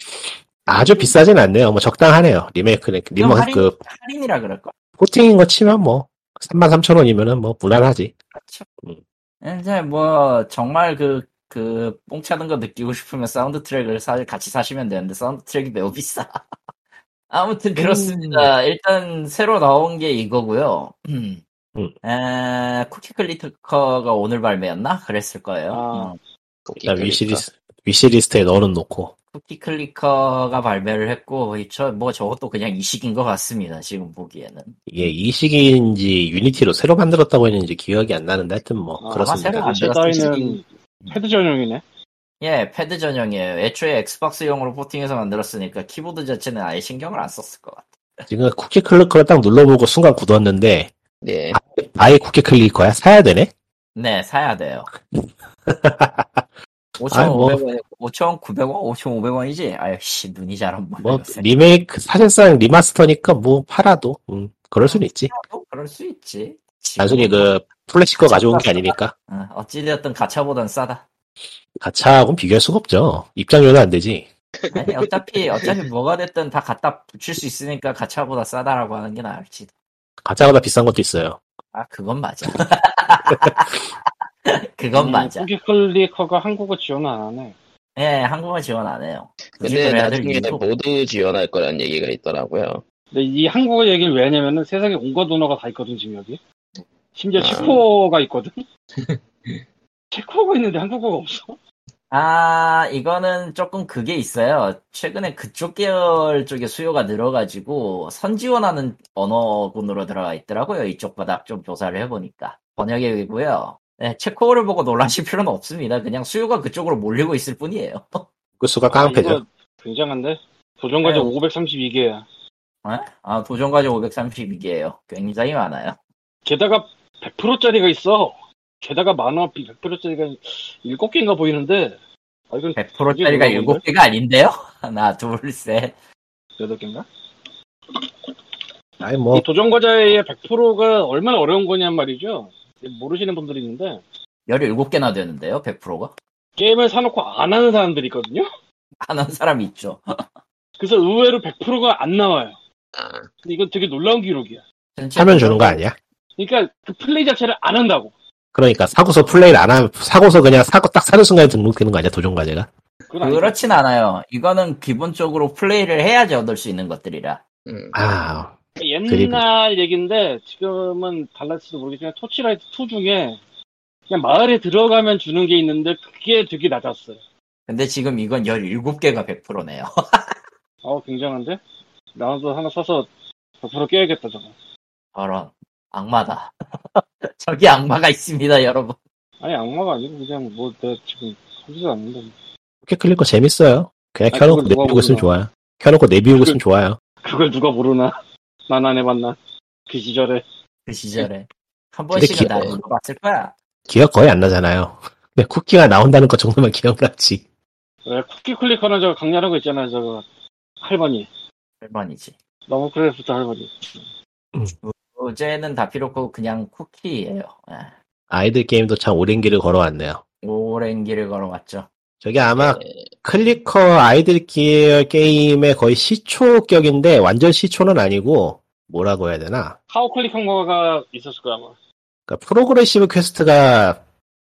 [SPEAKER 4] 아주 비싸진 않네요. 뭐 적당하네요. 리메이크
[SPEAKER 2] 뭐 그럼
[SPEAKER 4] 리메이크 그
[SPEAKER 2] 할인이라 그럴 거.
[SPEAKER 4] 코팅인 거 치면 뭐 33,000원이면은 뭐 무난하지.
[SPEAKER 2] 이제 뭐 정말 그 그 뽕차는 거 느끼고 싶으면 사운드 트랙을 사, 같이 사시면 되는데 사운드 트랙이 매우 비싸. 아무튼 그렇습니다. 일단 새로 나온 게 이거고요. 음.
[SPEAKER 4] 음.
[SPEAKER 2] 에, 쿠키 클리터가 오늘 발매였나? 그랬을 거예요.
[SPEAKER 3] 아.
[SPEAKER 2] 음.
[SPEAKER 4] 일단 위시리스 위시리스트에 넣어놓고
[SPEAKER 2] 쿠키 클리커가 발매를 했고 이 저, 뭐 저것도 그냥 이식인 것 같습니다. 지금 보기에는
[SPEAKER 4] 이게 이 시기인지 유니티로 새로 만들었다고 했는지 기억이 안 나는데 하여튼 뭐
[SPEAKER 3] 아,
[SPEAKER 4] 그렇습니다.
[SPEAKER 2] 아마 새로
[SPEAKER 3] 엘샤다이는 패드 전용이네.
[SPEAKER 2] 예 패드 전용이에요. 애초에 엑스박스용으로 포팅해서 만들었으니까 키보드 자체는 아예 신경을 안 썼을 것 같아.
[SPEAKER 4] 지금 쿠키 클리커를 딱 눌러보고 순간 굳었는데
[SPEAKER 1] 예.
[SPEAKER 4] 아예 쿠키 클리커야 사야 되네.
[SPEAKER 2] 네 사야 돼요.
[SPEAKER 4] 아이, 뭐.
[SPEAKER 2] 5,500원, 5,900원, 5,500원이지? 아이씨, 눈이 잘안 보여.
[SPEAKER 3] 네,
[SPEAKER 4] 뭐
[SPEAKER 2] 요새.
[SPEAKER 4] 리메이크 사실상 리마스터니까 뭐 팔아도 음, 그럴
[SPEAKER 3] 네.
[SPEAKER 4] 수는 있지.
[SPEAKER 2] 뭐, 그럴 수 있지. 지금
[SPEAKER 4] 나중에 그 플래시 거 가져온 게 아니니까
[SPEAKER 2] 어, 어찌되었든 가차보단 싸다.
[SPEAKER 4] 가차하고는 비교할 수가 없죠. 입장료는 안 되지.
[SPEAKER 2] 아니, 어차피, 어차피 뭐가 됐든 다 갖다 붙일 수 있으니까 가차보다 싸다라고 하는 게 나을지.
[SPEAKER 4] 가차보다 비싼 것도 있어요.
[SPEAKER 2] 아, 그건 맞아. 그건
[SPEAKER 1] 음.
[SPEAKER 2] 맞아.
[SPEAKER 3] 쿠키 음, 클리커가 한국어 지원 안 하네.
[SPEAKER 2] 예, 한국어 지원 안 해요.
[SPEAKER 1] 근데
[SPEAKER 2] 그래야 될
[SPEAKER 1] 나중에는 뭐
[SPEAKER 2] 이유도-
[SPEAKER 1] 모두 지원할 거란 얘기가 있더라고요.
[SPEAKER 3] 근데 이 한국어 얘기를 왜 하냐면은 세상에 온갖 언어가 다 있거든 지금 여기. 심지어
[SPEAKER 1] 아.
[SPEAKER 3] 체코어가 있거든. 체코어가 있는데 한국어가 없어.
[SPEAKER 2] 아, 이거는 조금 그게 있어요. 최근에 그쪽 계열 쪽에 수요가 늘어가지고 선지원하는 언어군으로 들어가 있더라고요. 이쪽 바닥 좀 조사를 해보니까. 번역이고요. 네, 체코어를 보고 놀라실 필요는 없습니다. 그냥 수요가 그쪽으로 몰리고 있을 뿐이에요.
[SPEAKER 4] 그 수가 깡패죠.
[SPEAKER 3] 아, 이거 굉장한데. 도전 과제
[SPEAKER 2] 네.
[SPEAKER 3] 532개야.
[SPEAKER 2] 어? 아, 도전과제 532개예요. 굉장히 많아요.
[SPEAKER 3] 게다가 100%짜리가 있어. 게다가 만화 100%짜리가 7개인가 보이는데. 아, 이건
[SPEAKER 2] 100%짜리가
[SPEAKER 3] 이게 뭐야,
[SPEAKER 2] 7개가 아닌데요? 하나, 둘, 셋.
[SPEAKER 3] 8개인가?
[SPEAKER 4] 아니 뭐
[SPEAKER 3] 이 도전 과제의 100%가 얼마나 어려운 거냔 말이죠. 모르시는 분들이 있는데
[SPEAKER 2] 17개나 되는데요, 100%가?
[SPEAKER 3] 게임을 사놓고 안 하는 사람들이 있거든요.
[SPEAKER 2] 안 하는 사람이 있죠.
[SPEAKER 3] 그래서 의외로 100%가 안 나와요.
[SPEAKER 1] 아,
[SPEAKER 3] 근데 이건 되게 놀라운 기록이야.
[SPEAKER 4] 사면 주는 거 아니야?
[SPEAKER 3] 그러니까 그 플레이 자체를 안 한다고.
[SPEAKER 4] 그러니까 사고서 플레이를 안 하면 사고서 그냥 사고 딱 사는 순간에 등록되는 거 아니야 도전 과제가?
[SPEAKER 3] 그건 아니고.
[SPEAKER 2] 그렇진 않아요. 이거는 기본적으로 플레이를 해야지 얻을 수 있는 것들이라.
[SPEAKER 1] 음.
[SPEAKER 4] 아
[SPEAKER 3] 옛날 얘기인데 지금은 달라질지도 모르겠지만 토치라이트 2 중에 그냥 마을에 들어가면 주는 게 있는데 그게 되게 낮았어요.
[SPEAKER 2] 근데 지금 이건 17개가 100%네요.
[SPEAKER 3] 어 굉장한데? 나도 하나 사서 100% 깨야겠다 저거.
[SPEAKER 2] 저런, 악마다. 저기 악마가 있습니다, 여러분.
[SPEAKER 3] 아니 악마가 아니고 그냥 뭐 내가 지금 하지도 않는데
[SPEAKER 4] 쿠키 클리커 재밌어요. 그냥
[SPEAKER 3] 아,
[SPEAKER 4] 켜놓고
[SPEAKER 3] 그건 누가
[SPEAKER 4] 내비우고 있으면
[SPEAKER 3] 보나.
[SPEAKER 4] 좋아요. 켜놓고 내비우고
[SPEAKER 3] 그-
[SPEAKER 4] 있으면 좋아요.
[SPEAKER 3] 그걸 누가 모르나? 난 안 해봤나? 그 시절에
[SPEAKER 2] 그 시절에. 한
[SPEAKER 4] 근데
[SPEAKER 2] 번씩은
[SPEAKER 4] 기-
[SPEAKER 2] 나 물어봤을 거야.
[SPEAKER 4] 기억 거의 안 나잖아요. 그냥 쿠키가 나온다는 것 정도만 기억나지.
[SPEAKER 3] 왜 쿠키 클리커는 저 강렬한 거 있잖아요 저거 할머니
[SPEAKER 2] 할머니지.
[SPEAKER 3] 너무 크래프트 할머니
[SPEAKER 2] 어제는 다 필요 없고 그냥 쿠키예요. 예.
[SPEAKER 4] 아이들 게임도 참 오랜 길을 걸어왔네요.
[SPEAKER 2] 오랜 길을 걸어왔죠.
[SPEAKER 4] 저게 아마
[SPEAKER 3] 네.
[SPEAKER 1] 예.
[SPEAKER 4] 클리커 아이들 기- 게임의 거의 시초격인데 완전 시초는 아니고 뭐라고 해야 되나?
[SPEAKER 3] 카오 클릭한 거가 있었을 거야 아마
[SPEAKER 4] 그러니까 프로그레시브 퀘스트가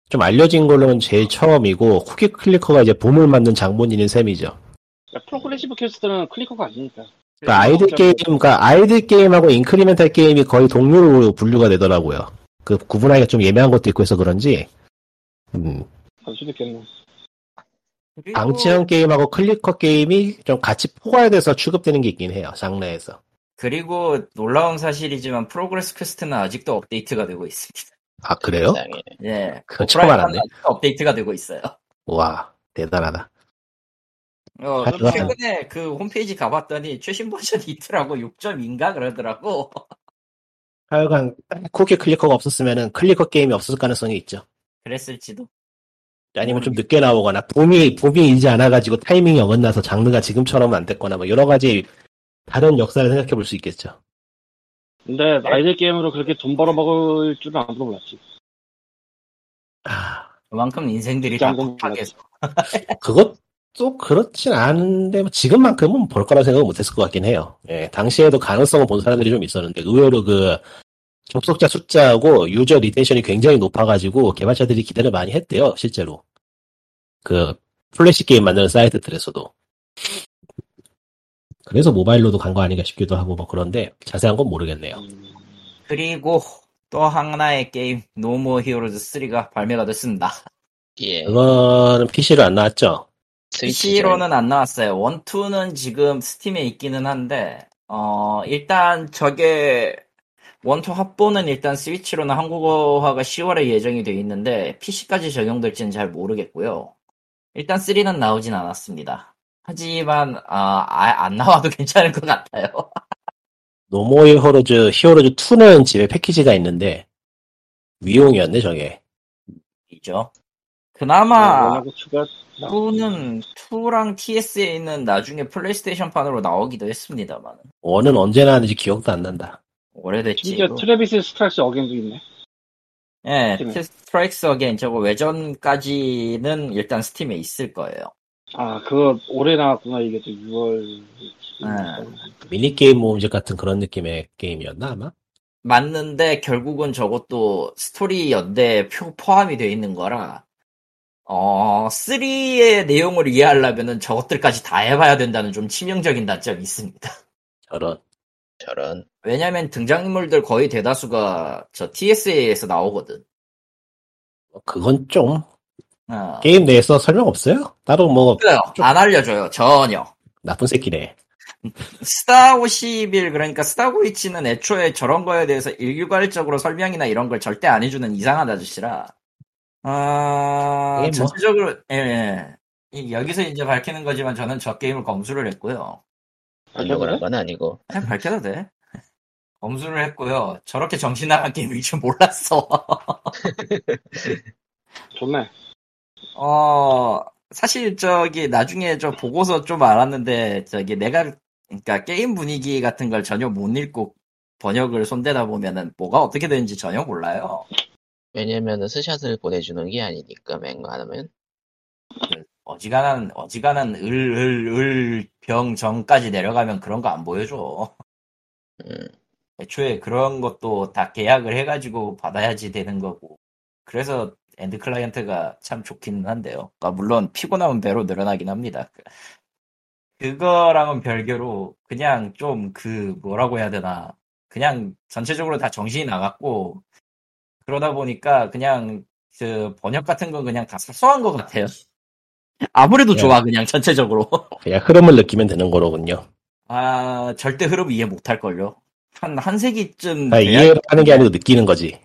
[SPEAKER 4] 좀 알려진 걸로는 제일 처음이고 쿠키 클리커가 이제 봄을 맞는 장본인인 셈이죠.
[SPEAKER 3] 그러니까 프로그레시브 퀘스트는 클리커가 아니니까
[SPEAKER 4] 그러니까 아이들 게임, 그러니까 아이들 게임하고 인크리멘탈 게임이 거의 동료로 분류가 되더라고요. 그 구분하기가 좀 애매한 것도 있고 해서 그런지 음,
[SPEAKER 3] 알 수도 있겠네
[SPEAKER 2] 그리고
[SPEAKER 4] 방치형 게임하고 클리커 게임이 좀 같이 포괄돼서 취급되는 게 있긴 해요 장르에서.
[SPEAKER 2] 그리고 놀라운 사실이지만 프로그레스 퀘스트는 아직도 업데이트가 되고 있습니다.
[SPEAKER 4] 아 그래요?
[SPEAKER 1] 세상에.
[SPEAKER 2] 예.
[SPEAKER 4] 그건 처음 알았네.
[SPEAKER 2] 아직도 업데이트가 되고 있어요.
[SPEAKER 4] 와 대단하다.
[SPEAKER 2] 어,
[SPEAKER 4] 하지만-
[SPEAKER 2] 최근에 그 홈페이지 가봤더니 최신 버전이 있더라고. 6.2인가 그러더라고.
[SPEAKER 4] 하여간 쿠키 클리커가 없었으면은 클리커 게임이 없었을 가능성이 있죠.
[SPEAKER 2] 그랬을지도.
[SPEAKER 4] 아니면 좀 늦게 나오거나 봄이 봄이 이제 안 와가지고 타이밍이 어긋나서 장르가 지금처럼 안 됐거나 뭐 여러 가지 다른 역사를 생각해 볼 수 있겠죠.
[SPEAKER 3] 근데 아이들 게임으로 그렇게 돈 벌어먹을 줄은 아무도 몰랐지
[SPEAKER 4] 아,
[SPEAKER 2] 그만큼 인생들이 다
[SPEAKER 3] 양궁
[SPEAKER 2] 팍팍해서
[SPEAKER 4] 그것도 그렇진 않은데, 뭐 지금만큼은 볼 거라 생각은 못 했을 것 같긴 해요. 예, 당시에도 가능성을 본 사람들이 좀 있었는데, 의외로 그, 접속자 숫자하고 유저 리텐션이 굉장히 높아가지고, 개발자들이 기대를 많이 했대요, 실제로. 그, 플래시 게임 만드는 사이트들에서도. 그래서 모바일로도 간 거 아닌가 싶기도 하고, 뭐 그런데, 자세한 건 모르겠네요.
[SPEAKER 3] 음,
[SPEAKER 2] 그리고 또 하나의 게임 노모 히어로즈 3가 발매가 됐습니다.
[SPEAKER 1] 예.
[SPEAKER 4] 그거는 PC로 안 나왔죠?
[SPEAKER 2] PC로는 안 나왔어요. 원투는 지금 스팀에 있기는 한데 어 일단 저게 원투 확보는 일단 스위치로는 한국어화가 10월에 예정이 돼 있는데 PC까지 적용될지는 잘 모르겠고요. 일단 3는 나오진 않았습니다. 하지만 아, 아, 안 나와도 괜찮을 것 같아요.
[SPEAKER 4] 노모의 히어로즈, 히어로즈 2는 집에 패키지가 있는데, 위용이었네, 저게.
[SPEAKER 2] 이죠. 그나마
[SPEAKER 3] 원하고 추가 나오고.
[SPEAKER 2] 2는 2랑 TS에 있는 나중에 플레이스테이션판으로 나오기도 했습니다만
[SPEAKER 4] 원은 언제 나왔는지 기억도 안 난다.
[SPEAKER 2] 오래됐지.
[SPEAKER 3] 심지어
[SPEAKER 2] 이거.
[SPEAKER 3] 트래비스 스트라이스 어겐도 있네.
[SPEAKER 2] 예,
[SPEAKER 3] 스팀에.
[SPEAKER 2] 스트라이크스 어게인 저거 외전까지는 일단 스팀에 있을 거예요.
[SPEAKER 3] 아 그거 올해 나왔구나 이게 또 6월.
[SPEAKER 4] 미니게임 모음집 같은 그런 느낌의 게임이었나, 아마?
[SPEAKER 2] 맞는데 결국은 저것도 스토리 연대 표 포함이 되어 있는 거라 어 3의 내용을 이해하려면은 저것들까지 다 해봐야 된다는 좀 치명적인 단점이 있습니다.
[SPEAKER 4] 저런.
[SPEAKER 1] 저런.
[SPEAKER 2] 왜냐면 등장인물들 거의 대다수가 저 TSA에서 나오거든.
[SPEAKER 4] 뭐 그건 좀,
[SPEAKER 2] 어.
[SPEAKER 4] 게임 내에서 설명 없어요? 따로 뭐,
[SPEAKER 2] 없어요. 안 알려줘요. 전혀.
[SPEAKER 4] 나쁜 새끼네.
[SPEAKER 2] 스타 51 그러니까 스타고이치는 애초에 저런 거에 대해서 일괄적으로 설명이나 이런 걸 절대 안 해주는 이상한 아저씨라 아
[SPEAKER 4] 예, 뭐.
[SPEAKER 2] 전체적으로 예, 예. 이- 여기서 이제 밝히는 거지만 저는 저 게임을 검수를 했고요
[SPEAKER 1] 알려고 한건 아니고.
[SPEAKER 2] 아, 그냥 밝혀도 돼 검수를 했고요 저렇게 정신 나간 게임인 줄 몰랐어
[SPEAKER 3] 좋네.
[SPEAKER 2] 어, 사실 저기 나중에 저 보고서 좀 알았는데 저기 내가 그러니까 게임 분위기 같은 걸 전혀 못 읽고 번역을 손대다 보면은 뭐가 어떻게 되는지 전혀 몰라요.
[SPEAKER 1] 왜냐면은 스샷을 보내주는 게 아니니까 맹가하면.
[SPEAKER 2] 어지간한 어지간한 을 을 을 병정까지 내려가면 그런 거 안 보여줘.
[SPEAKER 1] 음.
[SPEAKER 2] 애초에 그런 것도 다 계약을 해가지고 받아야지 되는 거고. 그래서 엔드 클라이언트가 참 좋기는 한데요. 아, 물론 피곤하면 배로 늘어나긴 합니다. 그거랑은 별개로 그냥 좀 그 뭐라고 해야 되나. 그냥 전체적으로 다 정신이 나갔고 그러다 보니까 그냥 그 번역 같은 건 그냥 다 사소한 것 같아요. 아무래도
[SPEAKER 4] 예.
[SPEAKER 2] 좋아 그냥 전체적으로.
[SPEAKER 4] 그냥 흐름을 느끼면 되는 거로군요.
[SPEAKER 2] 아 절대 흐름 이해 못할걸요. 한 한 세기쯤
[SPEAKER 4] 아,
[SPEAKER 2] 돼야
[SPEAKER 4] 이해를 하는 게 아니고 느끼는 거지.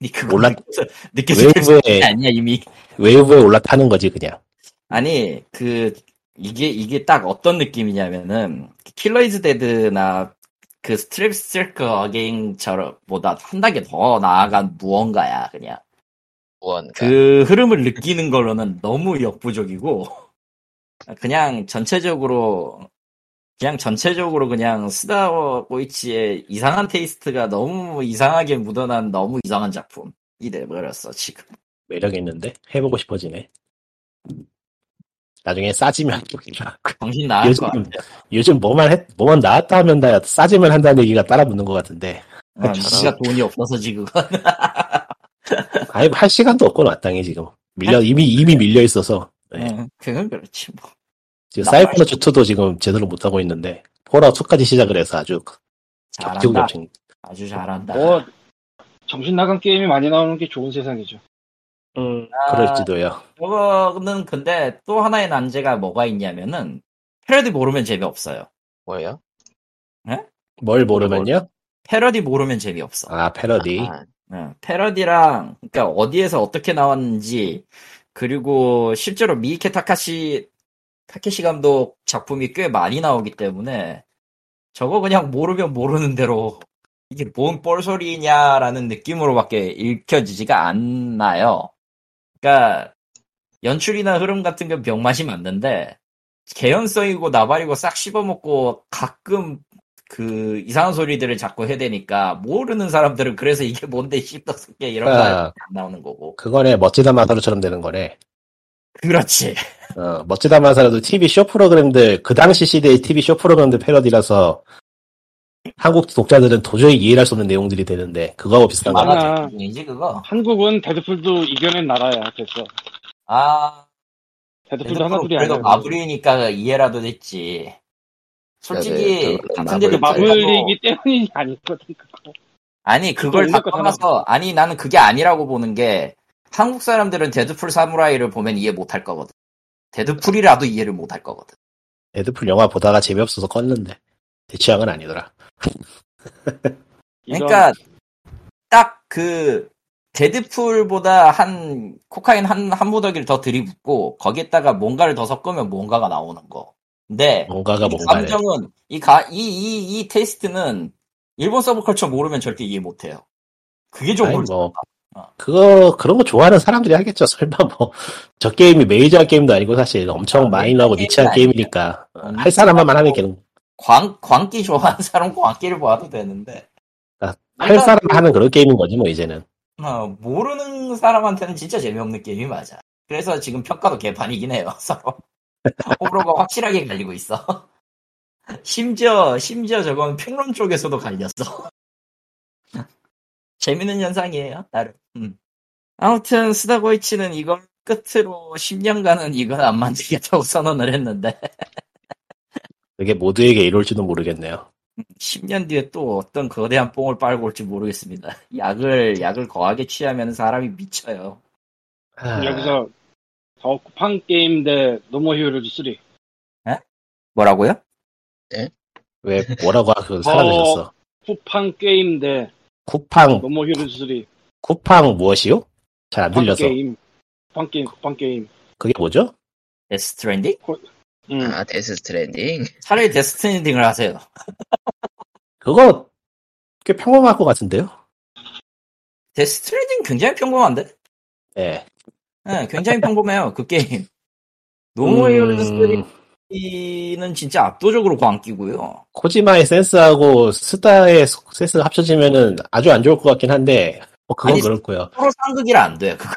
[SPEAKER 2] 니 그거
[SPEAKER 4] 몰라-
[SPEAKER 2] 느껴서- 느껴질
[SPEAKER 4] 왜-
[SPEAKER 2] 수
[SPEAKER 4] 왜-
[SPEAKER 2] 아니야 이미
[SPEAKER 4] 웨이브에 올라타는 거지, 그냥.
[SPEAKER 2] 아니 그 이게 이게 딱 어떤 느낌이냐면은 킬러 이즈 데드나 그 스트랩 스트레이크 어게인처럼보다 한 단계 더 나아간 무언가야 그냥
[SPEAKER 1] 무언가.
[SPEAKER 2] 그
[SPEAKER 4] 그러니까.
[SPEAKER 2] 흐름을 느끼는 걸로는 너무 역부족이고 그냥 전체적으로 그냥 전체적으로 그냥 스다고이치의 이상한 테이스트가 너무 이상하게 묻어난 너무 이상한 작품이 돼버렸어 지금
[SPEAKER 4] 매력 있는데? 해보고 싶어지네. 나중에 싸지면 좋겠다.
[SPEAKER 2] 정신 나갈
[SPEAKER 4] 요즘
[SPEAKER 2] 것 같아요.
[SPEAKER 4] 요즘 뭐만 했, 뭐만 나왔다 하면 다 싸지면 한다는 얘기가 따라 붙는 것 같은데.
[SPEAKER 2] 어,
[SPEAKER 4] 저런.
[SPEAKER 2] 씨가 돈이 없어서 지금
[SPEAKER 4] 아니, 할 시간도 없고, 마땅해, 지금. 밀려, 이미, 이미 밀려 있어서. 네.
[SPEAKER 2] 응, 그건 그렇지 뭐.
[SPEAKER 4] 지금
[SPEAKER 2] 나
[SPEAKER 4] 사이코노츠 2도 지금 제대로 못하고 있는데, 폴아웃 2까지 시작을 해서 아주 그 겹치고
[SPEAKER 2] 잘한다.
[SPEAKER 4] 겹친.
[SPEAKER 2] 아주 잘한다.
[SPEAKER 3] 뭐 정신 나간 게임이 많이 나오는 게 좋은 세상이죠.
[SPEAKER 4] 음,
[SPEAKER 2] 아,
[SPEAKER 4] 그럴지도요.
[SPEAKER 2] 저거는 근데 또 하나의 난제가 뭐가 있냐면은 패러디 모르면 재미없어요.
[SPEAKER 1] 뭐예요?
[SPEAKER 4] 뭘 모르면요?
[SPEAKER 2] 패러디 모르면 재미없어.
[SPEAKER 4] 아, 패러디.
[SPEAKER 1] 아,
[SPEAKER 2] 응, 패러디랑 그러니까 어디에서 어떻게 나왔는지 그리고 실제로 미이케 타카시 타케시 감독 작품이 꽤 많이 나오기 때문에 저거 그냥 모르면 모르는 대로 이게 뭔 뻘소리냐라는 느낌으로밖에 읽혀지지가 않나요. 그러니까 연출이나 흐름 같은 건 병맛이 맞는데 개연성이고 나발이고 싹 씹어먹고 가끔 그 이상한 소리들을 자꾸 해대니까 모르는 사람들은 그래서 이게 뭔데 씹더게 이런 거
[SPEAKER 4] 아.
[SPEAKER 2] 안 나오는 거고.
[SPEAKER 4] 그거네 멋지다 마사로처럼 되는 거네.
[SPEAKER 2] 그렇지.
[SPEAKER 4] 어, 멋지다 마사로도 TV 쇼 프로그램들 그 당시 시대의 TV 쇼 프로그램들 패러디라서 한국 독자들은 도저히 이해할 수 없는 내용들이 되는데 그거하고 비슷한 거.
[SPEAKER 3] 맞아.
[SPEAKER 2] 만화 제목이지 그거.
[SPEAKER 3] 한국은 데드풀도 이겨낸 나라야 됐어.
[SPEAKER 2] 아
[SPEAKER 3] 데드풀도
[SPEAKER 2] 그래도
[SPEAKER 3] 하나둘이 아니야.
[SPEAKER 2] 그래도 마블이니까 이해라도 됐지. 솔직히
[SPEAKER 1] 네, 그거는
[SPEAKER 2] 같은 데도
[SPEAKER 1] 마블-
[SPEAKER 3] 마블이기 때문이 아니거든. 그거.
[SPEAKER 2] 아니 그걸 다
[SPEAKER 3] 그거 올릴 것
[SPEAKER 2] 떠나서 아니 나는 그게 아니라고 보는 게 한국 사람들은 데드풀 사무라이를 보면 이해 못할 거거든. 데드풀이라도 이해를 못할 거거든.
[SPEAKER 4] 데드풀 영화 보다가 재미없어서 껐는데 제 취향은 아니더라.
[SPEAKER 3] 이건
[SPEAKER 2] 그러니까 딱 그 데드풀보다 한 코카인 한, 한 무더기를 더 들이붓고 거기에다가 뭔가를 더 섞으면 뭔가가 나오는 거. 근데
[SPEAKER 4] 뭔가가
[SPEAKER 2] 이
[SPEAKER 4] 뭔가를
[SPEAKER 2] 감정은 이가이이이 테스트는 일본 서브컬처 모르면 절대 이해 못해요. 그게 좀
[SPEAKER 4] 아니,
[SPEAKER 2] 골치
[SPEAKER 4] 뭐,
[SPEAKER 2] 어.
[SPEAKER 4] 그거, 그런 거 좋아하는 사람들이 하겠죠. 설마 뭐, 저 게임이 메이저한 게임도 아니고 사실 엄청
[SPEAKER 2] 아,
[SPEAKER 4] 마이너하고
[SPEAKER 2] 메이저
[SPEAKER 4] 니치한
[SPEAKER 2] 게임은
[SPEAKER 4] 게임이니까. 어,
[SPEAKER 2] 음,
[SPEAKER 4] 할 사람만 하면 되는,
[SPEAKER 2] 광, 광기 좋아하는 사람 광기를 모아도 되는데,
[SPEAKER 4] 할
[SPEAKER 2] 내가
[SPEAKER 4] 사람 하는 그런 게임인 거지 뭐, 이제는.
[SPEAKER 2] 어, 모르는 사람한테는 진짜 재미없는 게임이 맞아. 그래서 지금 평가도 개판이긴 해요, 서로. 호불호가 확실하게 갈리고 있어. 심지어, 심지어 저건 평론 쪽에서도 갈렸어. 재밌는 현상이에요, 나름. 음. 아무튼, 스다고이치는 이걸 끝으로 10년간은 이건 안 만들겠다고 선언을 했는데,
[SPEAKER 4] 그게 모두에게 이럴지도 모르겠네요.
[SPEAKER 2] 10년 뒤에 또 어떤 거대한 뽕을 빨고 올지 모르겠습니다. 약을, 약을 거하게 취하면 사람이 미쳐요.
[SPEAKER 4] 아,
[SPEAKER 3] 여기서 더 쿠팡 게임 대 노모 히어로즈 3.
[SPEAKER 2] 뭐라고요?
[SPEAKER 4] 왜, 뭐라고 그 사라지셨어.
[SPEAKER 3] 쿠팡 게임 대
[SPEAKER 4] 쿠팡,
[SPEAKER 3] 노모 히어로즈 3.
[SPEAKER 4] 쿠팡 무엇이요? 잘 안
[SPEAKER 3] 쿠팡
[SPEAKER 4] 들려서.
[SPEAKER 3] 게임. 쿠팡 게임, 쿠팡 게임.
[SPEAKER 4] 그게 뭐죠?
[SPEAKER 2] 데스 트랜딩?
[SPEAKER 3] 음.
[SPEAKER 1] 아, 데스 스트랜딩.
[SPEAKER 2] 차라리 데스 트랜딩을 하세요.
[SPEAKER 4] 그거 꽤 평범할 것 같은데요?
[SPEAKER 2] 데스 트랜딩 굉장히 평범한데?
[SPEAKER 4] 예.
[SPEAKER 2] 네, 굉장히 평범해요, 그 게임. 노모 히어로즈
[SPEAKER 4] 음,
[SPEAKER 2] 3는 진짜 압도적으로 광기고요.
[SPEAKER 4] 코지마의 센스하고 스다의 센스가 합쳐지면은 아주 안 좋을 것 같긴 한데, 뭐 그건
[SPEAKER 2] 아니,
[SPEAKER 4] 그렇고요.
[SPEAKER 2] 서로 상극이라 안 돼, 그거.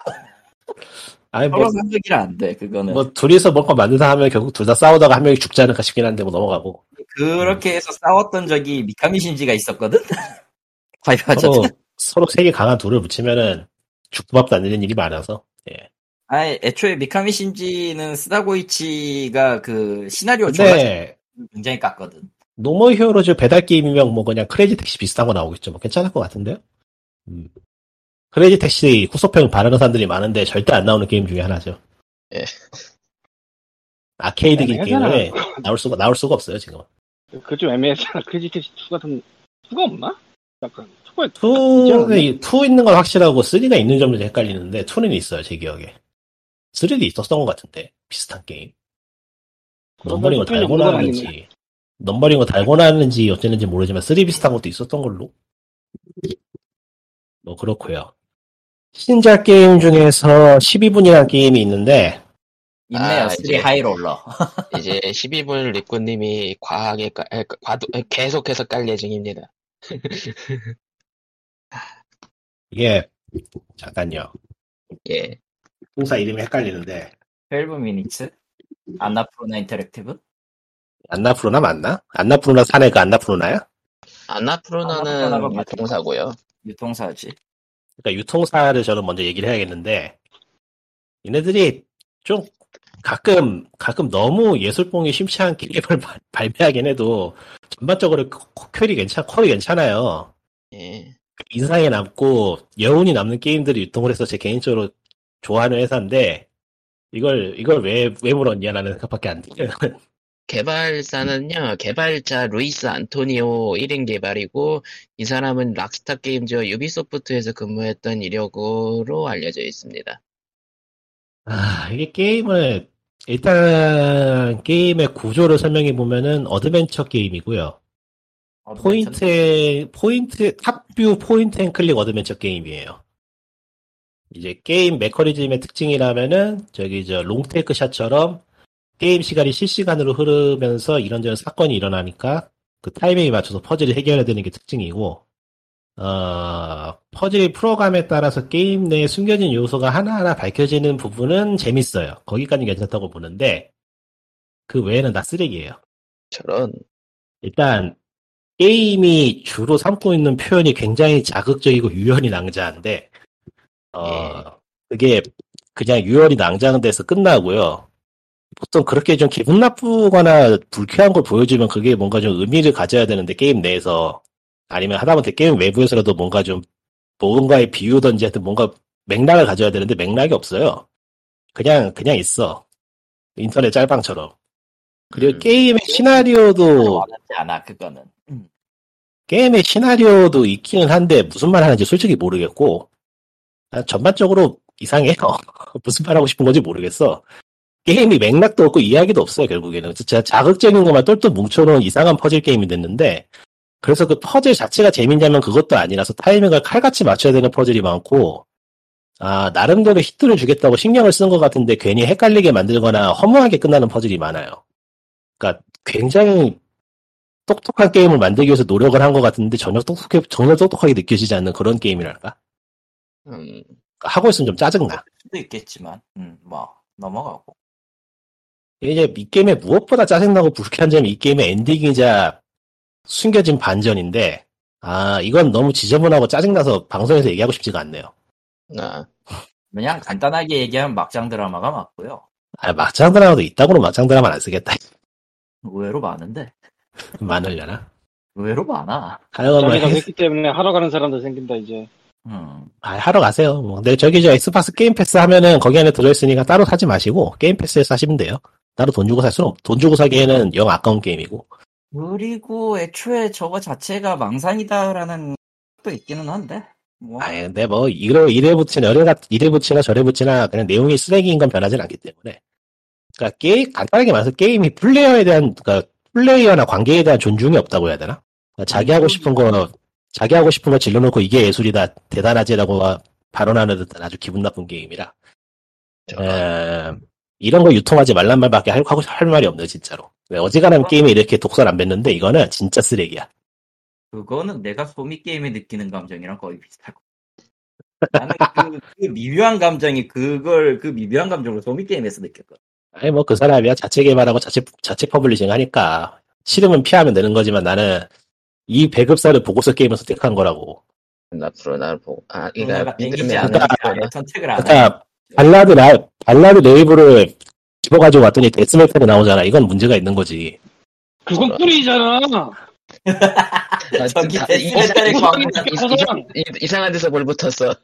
[SPEAKER 4] 아니, 뭐,
[SPEAKER 2] 서로 상극이라 안 돼, 그거는.
[SPEAKER 4] 뭐 둘이서 뭔가 만든다 하면 결국 둘 다 싸우다가 한 명이 죽지 않을까 싶긴 한데 뭐 넘어가고.
[SPEAKER 2] 그렇게 해서 싸웠던 적이 미카미 신지가 있었거든? 과연
[SPEAKER 4] 서로
[SPEAKER 2] 어쨌든.
[SPEAKER 4] 서로 세계 강한 둘을 붙이면은 죽도밥도 안 되는 일이 많아서. 예.
[SPEAKER 2] 아니, 애초에 미카미 신지는 스다고이치가 그 시나리오 졸라
[SPEAKER 4] 근데
[SPEAKER 2] 굉장히 깠거든.
[SPEAKER 4] 노멀 히어로즈 배달 게임이면 뭐 그냥 크레이지 택시 비슷한 거 나오겠죠. 뭐 괜찮을 것 같은데요. 음. 크레이지 택시 후속편 바라는 사람들이 많은데 절대 안 나오는 게임 중에 하나죠.
[SPEAKER 1] 예.
[SPEAKER 4] 아케이드
[SPEAKER 3] 아니,
[SPEAKER 4] 게임에 나올 수가 나올 수가 없어요 지금.
[SPEAKER 3] 그거 좀 애매했잖아. 크리지텍스 2 같은, 2가 없나? 약간, 2가,
[SPEAKER 4] 2, 투 있는 건 확실하고 3가 있는 점도 좀 헷갈리는데 2는 있어요 제 기억에 3도 있었던 것 같은데 비슷한 게임 넘버링을
[SPEAKER 3] 그건
[SPEAKER 4] 달고
[SPEAKER 3] 연구가
[SPEAKER 4] 나왔는지 넘버링을 달고 나왔는지 어쨌는지 모르지만 3 비슷한 것도 있었던 걸로 뭐 그렇고요 신작 게임 중에서 12분이라는 게임이 있는데
[SPEAKER 2] 있네요,
[SPEAKER 1] 아,
[SPEAKER 2] 3
[SPEAKER 1] 이제.
[SPEAKER 2] 하이롤러.
[SPEAKER 1] 이제 12불 리꾸님이 과하게, 깔- 에, 그, 과도, 에, 계속해서 깔 예정입니다.
[SPEAKER 4] 이게 잠깐요
[SPEAKER 1] 예.
[SPEAKER 4] 회사 이름이 헷갈리는데
[SPEAKER 2] 12 미니츠? 안나프로나 인터랙티브?
[SPEAKER 4] 안나프로나 맞나? 안나프로나 사내가 안나프로나야?
[SPEAKER 1] 아나프로나는
[SPEAKER 2] 아나프로나가 맞죠.
[SPEAKER 1] 유통사고요.
[SPEAKER 2] 유통사지.
[SPEAKER 4] 그러니까 유통사를 저는 먼저 얘기를 해야겠는데 얘네들이 좀 가끔 가끔 너무 예술봉이 심치 않게 게임을 발- 발매하긴 해도 전반적으로 코- 코- 퀄이 괜찮 퀄이 괜찮아요.
[SPEAKER 1] 예.
[SPEAKER 4] 인상에 남고 여운이 남는 게임들을 유통을 해서 제 개인적으로 좋아하는 회사인데 이걸 이걸 왜왜 물었냐라는 생각밖에 안 들어요.
[SPEAKER 1] 개발사는요, 개발자 루이스 안토니오 1인 개발이고, 이 사람은 락스타 게임즈와 유비소프트에서 근무했던 이력으로 알려져 있습니다.
[SPEAKER 4] 아, 이게 게임을, 일단, 게임의 구조를 설명해 보면은, 어드벤처 게임이고요.
[SPEAKER 2] 어, 네,
[SPEAKER 4] 포인트, 포인트, 탑뷰 포인트 앤 클릭 어드벤처 게임이에요. 이제 게임 메커니즘의 특징이라면은, 저기, 저, 롱테이크 샷처럼, 게임 시간이 실시간으로 흐르면서 이런저런 사건이 일어나니까, 그 타이밍에 맞춰서 퍼즐이 해결해야 되는 게 특징이고, 어, 퍼즐이 풀어감에 따라서 게임 내에 숨겨진 요소가 하나하나 밝혀지는 부분은 재밌어요. 거기까지는 괜찮다고 보는데, 그 외에는 다 쓰레기예요.
[SPEAKER 1] 저런
[SPEAKER 4] 일단, 게임이 주로 삼고 있는 표현이 굉장히 자극적이고 유연이 낭자한데, 어, 그게 그냥 유연이 낭자한 데서 끝나고요. 보통 그렇게 좀 기분 나쁘거나 불쾌한 걸 보여주면 그게 뭔가 좀 의미를 가져야 되는데, 게임 내에서. 아니면 하다못해 게임 외부에서라도 뭔가 좀, 뭔가에 비유든지 하여튼 뭔가 맥락을 가져야 되는데 맥락이 없어요. 그냥, 그냥 있어. 인터넷 짤방처럼. 그리고
[SPEAKER 1] 음.
[SPEAKER 4] 게임의 시나리오도
[SPEAKER 2] 원하지 않아 그거는. 음.
[SPEAKER 4] 게임의 시나리오도 있기는 한데 무슨 말 하는지 솔직히 모르겠고 아, 전반적으로 이상해요. 무슨 말 하고 싶은 건지 모르겠어. 게임이 맥락도 없고 이야기도 없어요 결국에는 진짜 자극적인 것만 똘똘 뭉쳐놓은 이상한 퍼즐 게임이 됐는데 그래서 그 퍼즐 자체가 재밌냐면 그것도 아니라서 타이밍을 칼같이 맞춰야 되는 퍼즐이 많고 아 나름대로 히트를 주겠다고 신경을 쓴 것 같은데 괜히 헷갈리게 만들거나 허무하게 끝나는 퍼즐이 많아요. 그러니까 굉장히 똑똑한 게임을 만들기 위해서 노력을 한 것 같은데 전혀 똑똑해 전혀 똑똑하게 느껴지지 않는 그런 게임이랄까
[SPEAKER 1] 음,
[SPEAKER 4] 하고 있으면 좀 짜증나
[SPEAKER 2] 수도 있겠지만, 음, 뭐 넘어가고.
[SPEAKER 4] 이제 이 게임에 무엇보다 짜증나고 불쾌한 점이 이 게임의 엔딩이자 숨겨진 반전인데 아 이건 너무 지저분하고 짜증나서 방송에서 얘기하고 싶지가 않네요
[SPEAKER 1] 아,
[SPEAKER 2] 그냥 간단하게 얘기하면 막장 드라마가 맞고요.
[SPEAKER 4] 아 막장 드라마도 이따구로 막장 드라마는 안 쓰겠다
[SPEAKER 2] 의외로 많은데,
[SPEAKER 4] 많으려나
[SPEAKER 2] 의외로 많아.
[SPEAKER 4] 하여간 뭐
[SPEAKER 3] 자기가
[SPEAKER 4] 해-
[SPEAKER 3] 했기 때문에 하러 가는 사람도 생긴다 이제.
[SPEAKER 2] 음,
[SPEAKER 4] 아, 하러 가세요 뭐 근데 저기 저 엑스박스 게임 패스 하면은 거기 안에 들어있으니까 따로 사지 마시고 게임 패스에서 사시면 돼요 따로 돈 주고 살 수는 없, 돈 주고 사기에는 영 아까운 게임이고
[SPEAKER 2] 그리고 애초에 저거 자체가 망상이다라는 것도 있기는 한데, 뭐
[SPEAKER 4] 아니, 근데 뭐, 이거, 이래 붙이나, 저래, 같- 이래 붙이나, 저래 붙이나, 그냥 내용이 쓰레기인 건 변하진 않기 때문에. 그니까, 게임, 간단하게 말해서 게임이 플레이어에 대한, 그니까, 플레이어나 관계에 대한 존중이 없다고 해야 되나? 그러니까 자기 하고 싶은 거, 자기 하고 싶은 거 질러놓고 이게 예술이다, 대단하지라고 발언하는 듯한 아주 기분 나쁜 게임이라.
[SPEAKER 1] 저런
[SPEAKER 4] 에, 이런 거 유통하지 말란 말밖에 할, 하고, 할 말이 없네, 진짜로. 왜 어지간하면 게임에 이렇게 독설 안 뱉는데, 이거는 진짜 쓰레기야.
[SPEAKER 2] 그거는 내가 소미 게임에 느끼는 감정이랑 거의 비슷하고. 나는 그, 그 미묘한 감정이 그걸 그 미묘한 감정을 소미 게임에서 느꼈거든.
[SPEAKER 4] 아니 뭐 그 사람이야 자체 개발하고 자체 자체 퍼블리싱 하니까 싫으면 피하면 되는 거지만 나는 이 배급사를 보고서 게임을 선택한 거라고.
[SPEAKER 1] 앞으로 나를 보고 아
[SPEAKER 2] 내가
[SPEAKER 1] 그러니까
[SPEAKER 2] 땡기지
[SPEAKER 1] 믿음이 안
[SPEAKER 2] 않으니까 아예
[SPEAKER 1] 가는구나.
[SPEAKER 2] 선택을 안 해.
[SPEAKER 4] 그러니까 발라드 라 발라드 레이블을 집어가지고 왔더니 데스메탈이 나오잖아. 이건 문제가 있는 거지.
[SPEAKER 3] 그건 뿌리잖아.
[SPEAKER 1] 아,
[SPEAKER 2] 저기
[SPEAKER 1] 다- 이-
[SPEAKER 2] 데스메탈의
[SPEAKER 3] 네,
[SPEAKER 1] 이상한 데서
[SPEAKER 2] 광고
[SPEAKER 1] 볼-
[SPEAKER 3] 같은
[SPEAKER 1] 이-
[SPEAKER 3] 뭐 거잖아.
[SPEAKER 1] 이- 이상한 데서 볼 붙었어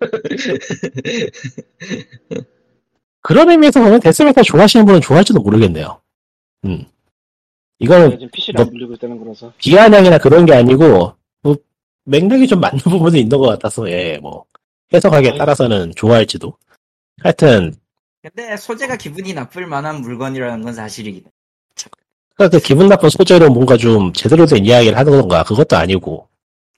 [SPEAKER 4] 그런 의미에서 보면 데스메탈 좋아하시는 분은 좋아할지도 모르겠네요. 음, 이거는
[SPEAKER 3] 네, 지금 PC를 안
[SPEAKER 4] 뭐-
[SPEAKER 3] 돌리고 있다는 거라서.
[SPEAKER 4] 비아냥이나 그런 게 아니고 뭐 맥락이 좀 맞는 부분도 있는 것 같아서 예, 뭐 해석하기에 따라서는 좋아할지도. 하여튼
[SPEAKER 2] 근데 소재가 기분이 나쁠 만한 물건이라는 건 사실이긴 해.
[SPEAKER 4] 그러니까 그 기분 나쁜 소재로 뭔가 좀 제대로 된 이야기를 하던가 그것도 아니고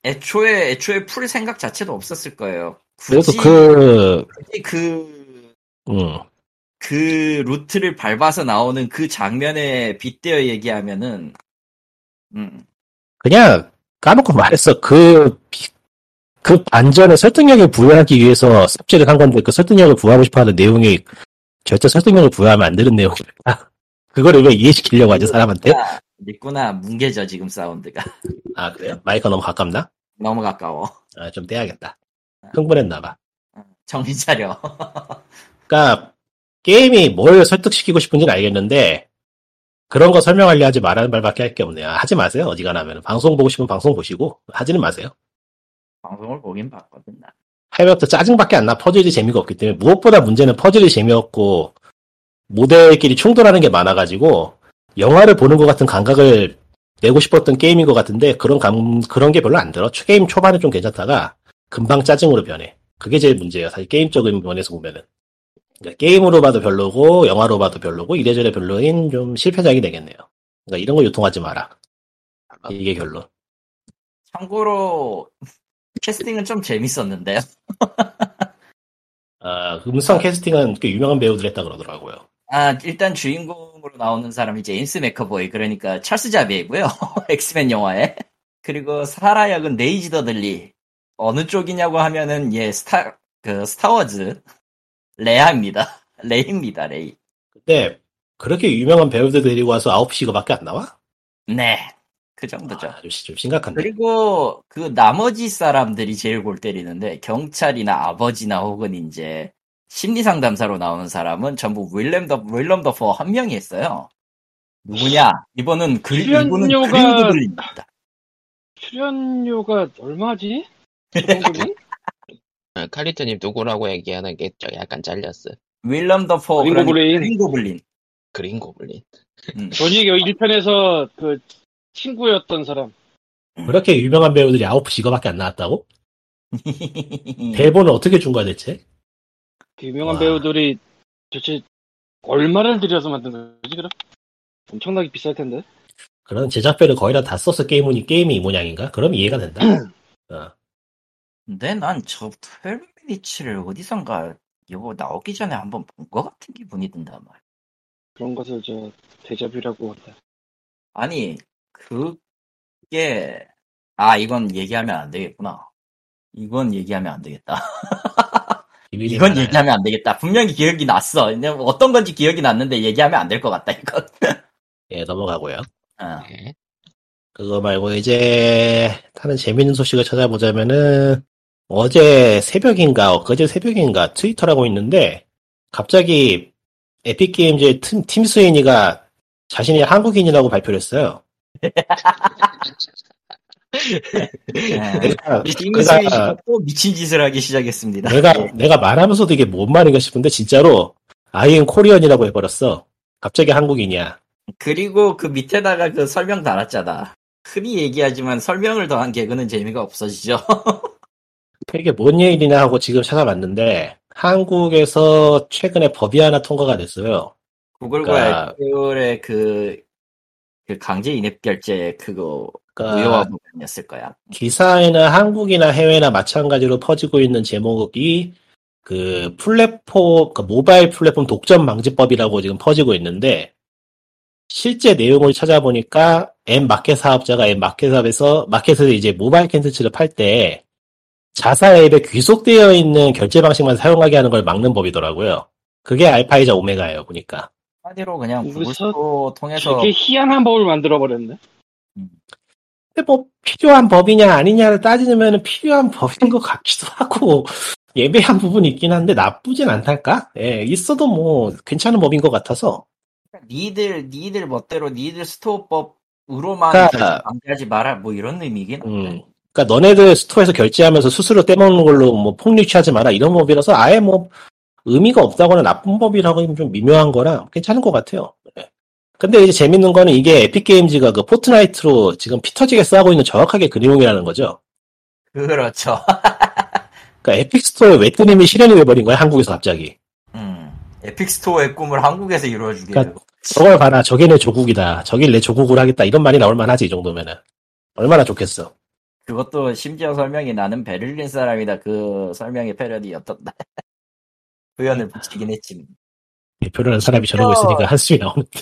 [SPEAKER 2] 애초에 애초에 풀 생각 자체도 없었을 거예요.
[SPEAKER 4] 그래서
[SPEAKER 2] 굳이
[SPEAKER 4] 그
[SPEAKER 2] 굳이 그
[SPEAKER 4] 음,
[SPEAKER 2] 그 루트를 밟아서 나오는 그 장면에 빗대어 얘기하면은 음
[SPEAKER 4] 그냥 까놓고 말했어 그 그 반전의 설득력을 부여하기 위해서 삽질을 한 건데 그 설득력을 부여하고 싶어하는 내용이 절대 설득력을 부여하면 안 되는 내용이다. 그거를 왜 이해시키려고 하지 사람한테?
[SPEAKER 2] 야, 믿구나 뭉개져 지금 사운드가
[SPEAKER 4] 아 그래요? 마이크가 너무 가깝나?
[SPEAKER 2] 너무 가까워
[SPEAKER 4] 아, 좀 떼야겠다. 흥분했나봐.
[SPEAKER 2] 정신 차려
[SPEAKER 4] 그러니까 게임이 뭘 설득시키고 싶은지는 알겠는데 그런 거 설명하려 하지 말라는 말밖에 할 게 없네요. 하지 마세요. 어지간하면 방송 보고 싶으면 방송 보시고 하지는 마세요.
[SPEAKER 2] 방송을 보긴 봤거든 나
[SPEAKER 4] 하이버트 짜증밖에 안 나. 퍼즐이 재미가 없기 때문에 무엇보다 문제는 퍼즐이 재미없고 모델끼리 충돌하는 게 많아가지고 영화를 보는 것 같은 감각을 내고 싶었던 게임인 것 같은데 그런 감 그런 게 별로 안 들어. 추- 게임 초반에 좀 괜찮다가 금방 짜증으로 변해. 그게 제일 문제예요. 사실 게임적인 면에서 보면은 그러니까 게임으로 봐도 별로고 영화로 봐도 별로고 이래저래 별로인 좀 실패작이 되겠네요. 그러니까 이런 거 유통하지 마라. 이게 결론.
[SPEAKER 2] 참고로 캐스팅은 좀 재밌었는데요
[SPEAKER 4] 아, 음성 캐스팅은 꽤 유명한 배우들 했다 그러더라고요.
[SPEAKER 2] 아, 일단 주인공으로 나오는 사람이 제임스 맥커보이, 그러니까 찰스 자비이고요. 엑스맨 영화에. 그리고 사라 역은 레이지 더들리. 어느 쪽이냐고 하면은, 예, 스타, 그, 스타워즈. 레아입니다. 레이입니다, 레이.
[SPEAKER 4] 근데 네. 그렇게 유명한 배우들 데리고 와서 9시 이거밖에 안 나와?
[SPEAKER 2] 네. 그 정도죠.
[SPEAKER 4] 아, 좀, 시- 좀 심각한데.
[SPEAKER 2] 그리고 그 나머지 사람들이 제일 골 때리는데 경찰이나 아버지나 혹은 이제 심리 상담사로 나오는 사람은 전부 윌렘 더 윌럼 더퍼 한 명이 있어요. 누구냐? 이번은 그 이분은
[SPEAKER 3] 출연료가-
[SPEAKER 2] 그린드 글린입니다.
[SPEAKER 3] 출연료가 얼마지? 그 정도면?
[SPEAKER 1] 아, 칼리트님 누구라고 얘기하는 게 저- 약간 잘렸어.
[SPEAKER 2] 윌럼 더퍼
[SPEAKER 3] 그린 고블린.
[SPEAKER 2] 그린 고블린.
[SPEAKER 1] 그린 고블린.
[SPEAKER 2] 음.
[SPEAKER 3] 조직 여기 1편에서 그 친구였던 사람.
[SPEAKER 4] 그렇게 유명한 배우들이 9시 이거밖에 안 나왔다고?
[SPEAKER 2] 음.
[SPEAKER 4] 대본을 어떻게 준 거야 대체?
[SPEAKER 3] 그 유명한
[SPEAKER 4] 와.
[SPEAKER 3] 배우들이 도대체 얼마를 들여서 만든 거지, 그럼? 엄청나게 비쌀 텐데.
[SPEAKER 4] 그런 제작비를 거의 다 다 써서 게임이 게임이 이 모양인가? 그럼 이해가 된다. 어.
[SPEAKER 2] 근데 난저 12미니치를 어디선가 이거 나오기 전에 한번 본 것 같은 기분이 든단 말이야.
[SPEAKER 3] 그런 것을 저 대자뷰라고 한다.
[SPEAKER 2] 아니, 그게, 아, 이건 얘기하면 안 되겠구나. 이건 얘기하면 안 되겠다.
[SPEAKER 4] 비밀이
[SPEAKER 2] 이건
[SPEAKER 4] 많아요.
[SPEAKER 2] 얘기하면 안 되겠다. 분명히 기억이 났어. 왜냐면 어떤 건지 기억이 났는데 얘기하면 안 될 것 같다, 이건.
[SPEAKER 4] 예 넘어가고요.
[SPEAKER 2] 어.
[SPEAKER 1] 네.
[SPEAKER 4] 그거 말고 이제 다른 재밌는 소식을 찾아보자면은 어제 새벽인가 엊그제 새벽인가 트위터라고 있는데 갑자기 에픽게임즈의 팀, 팀 스웨인이가 자신이 한국인이라고 발표를 했어요.
[SPEAKER 2] 예.
[SPEAKER 4] 내가,
[SPEAKER 2] 이미 스위치가 또 미친 짓을 하기 시작했습니다. 네.
[SPEAKER 4] 내가, 내가 말하면서도 이게 뭔 말인가 싶은데 진짜로 아이엔 코리언이라고 해버렸어. 갑자기 한국인이야.
[SPEAKER 2] 그리고 그 밑에다가 그 설명 달았잖아. 흔히 얘기하지만 설명을 더한 개그는 재미가 없어지죠.
[SPEAKER 4] 이게 뭔 일이냐 하고 지금 찾아봤는데 한국에서 최근에 법이 하나 통과가 됐어요.
[SPEAKER 2] 구글과
[SPEAKER 4] 그러니까-
[SPEAKER 2] 애플의 그, 그 강제 인앱 결제 그거
[SPEAKER 4] 그러니까
[SPEAKER 2] 무효화 부분이었을 거야.
[SPEAKER 4] 기사에는 한국이나 해외나 마찬가지로 퍼지고 있는 제목이 그 플랫폼, 그 모바일 플랫폼 독점 방지법이라고 지금 퍼지고 있는데 실제 내용을 찾아보니까 앱 마켓 사업자가 앱 마켓 사업에서 마켓에서 이제 모바일 콘텐츠를 팔 때 자사 앱에 귀속되어 있는 결제 방식만 사용하게 하는 걸 막는 법이더라고요. 그게 알파이자 오메가예요, 보니까.
[SPEAKER 2] 한마디로 그냥
[SPEAKER 3] 우리
[SPEAKER 2] 구글
[SPEAKER 3] 서-
[SPEAKER 2] 스토어 통해서
[SPEAKER 3] 되게 희한한 법을 만들어버렸네.
[SPEAKER 4] 근데 뭐 필요한 법이냐 아니냐를 따지면 필요한 법인 것 같기도 하고 예배한 부분이 있긴 한데 나쁘진 않달까? 예, 있어도 뭐 괜찮은 법인 것 같아서
[SPEAKER 2] 니들 니들 멋대로 니들 스토어법으로만
[SPEAKER 4] 그러니까-
[SPEAKER 2] 결제 방지하지 마라 뭐 이런 의미긴 한데
[SPEAKER 4] 음. 그러니까 너네들 스토어에서 결제하면서 수수료 떼먹는 걸로 뭐 폭리취하지 마라 이런 법이라서 아예 뭐 의미가 없다거나 나쁜 법이라고 하면 좀 미묘한 거라 괜찮은 것 같아요. 예. 근데 이제 재밌는 거는 이게 에픽게임즈가 그 포트나이트로 지금 피터지게 싸고 있는 정확하게 그 내용이라는 거죠.
[SPEAKER 2] 그렇죠.
[SPEAKER 4] 그러니까 에픽스토어의 웹드림이 실현이 돼버린 거야 한국에서 갑자기.
[SPEAKER 2] 음. 에픽 스토어의 꿈을 한국에서 이루어주게. 요
[SPEAKER 4] 그러니까- 저걸 봐라, 저게 내 조국이다. 저길 내 조국으로 하겠다. 이런 말이 나올 만하지, 이 정도면은. 얼마나 좋겠어.
[SPEAKER 2] 그것도 심지어 설명이 나는 베를린 사람이다 그 설명의 패러디였던다.
[SPEAKER 4] 음.
[SPEAKER 2] 표현을 붙이긴 했지만.
[SPEAKER 4] 대표라는 사람이 저러고 있으니까 한숨이 나오는데.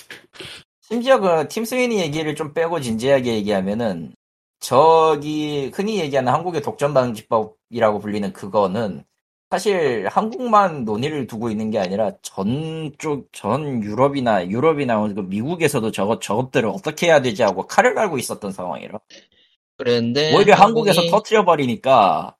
[SPEAKER 2] 심지어 그 팀스윈이 얘기를 좀 빼고 진지하게 얘기하면은 저기 흔히 얘기하는 한국의 독점방지법이라고 불리는 그거는 사실 한국만 논의를 두고 있는 게 아니라 전쪽 전 유럽이나 유럽이나 그 미국에서도 저것 저것들을 어떻게 해야 되지 하고 칼을 갈고 있었던 상황이라
[SPEAKER 1] 네, 그런데
[SPEAKER 2] 오히려 한국에서
[SPEAKER 1] 한국이-
[SPEAKER 2] 터트려 버리니까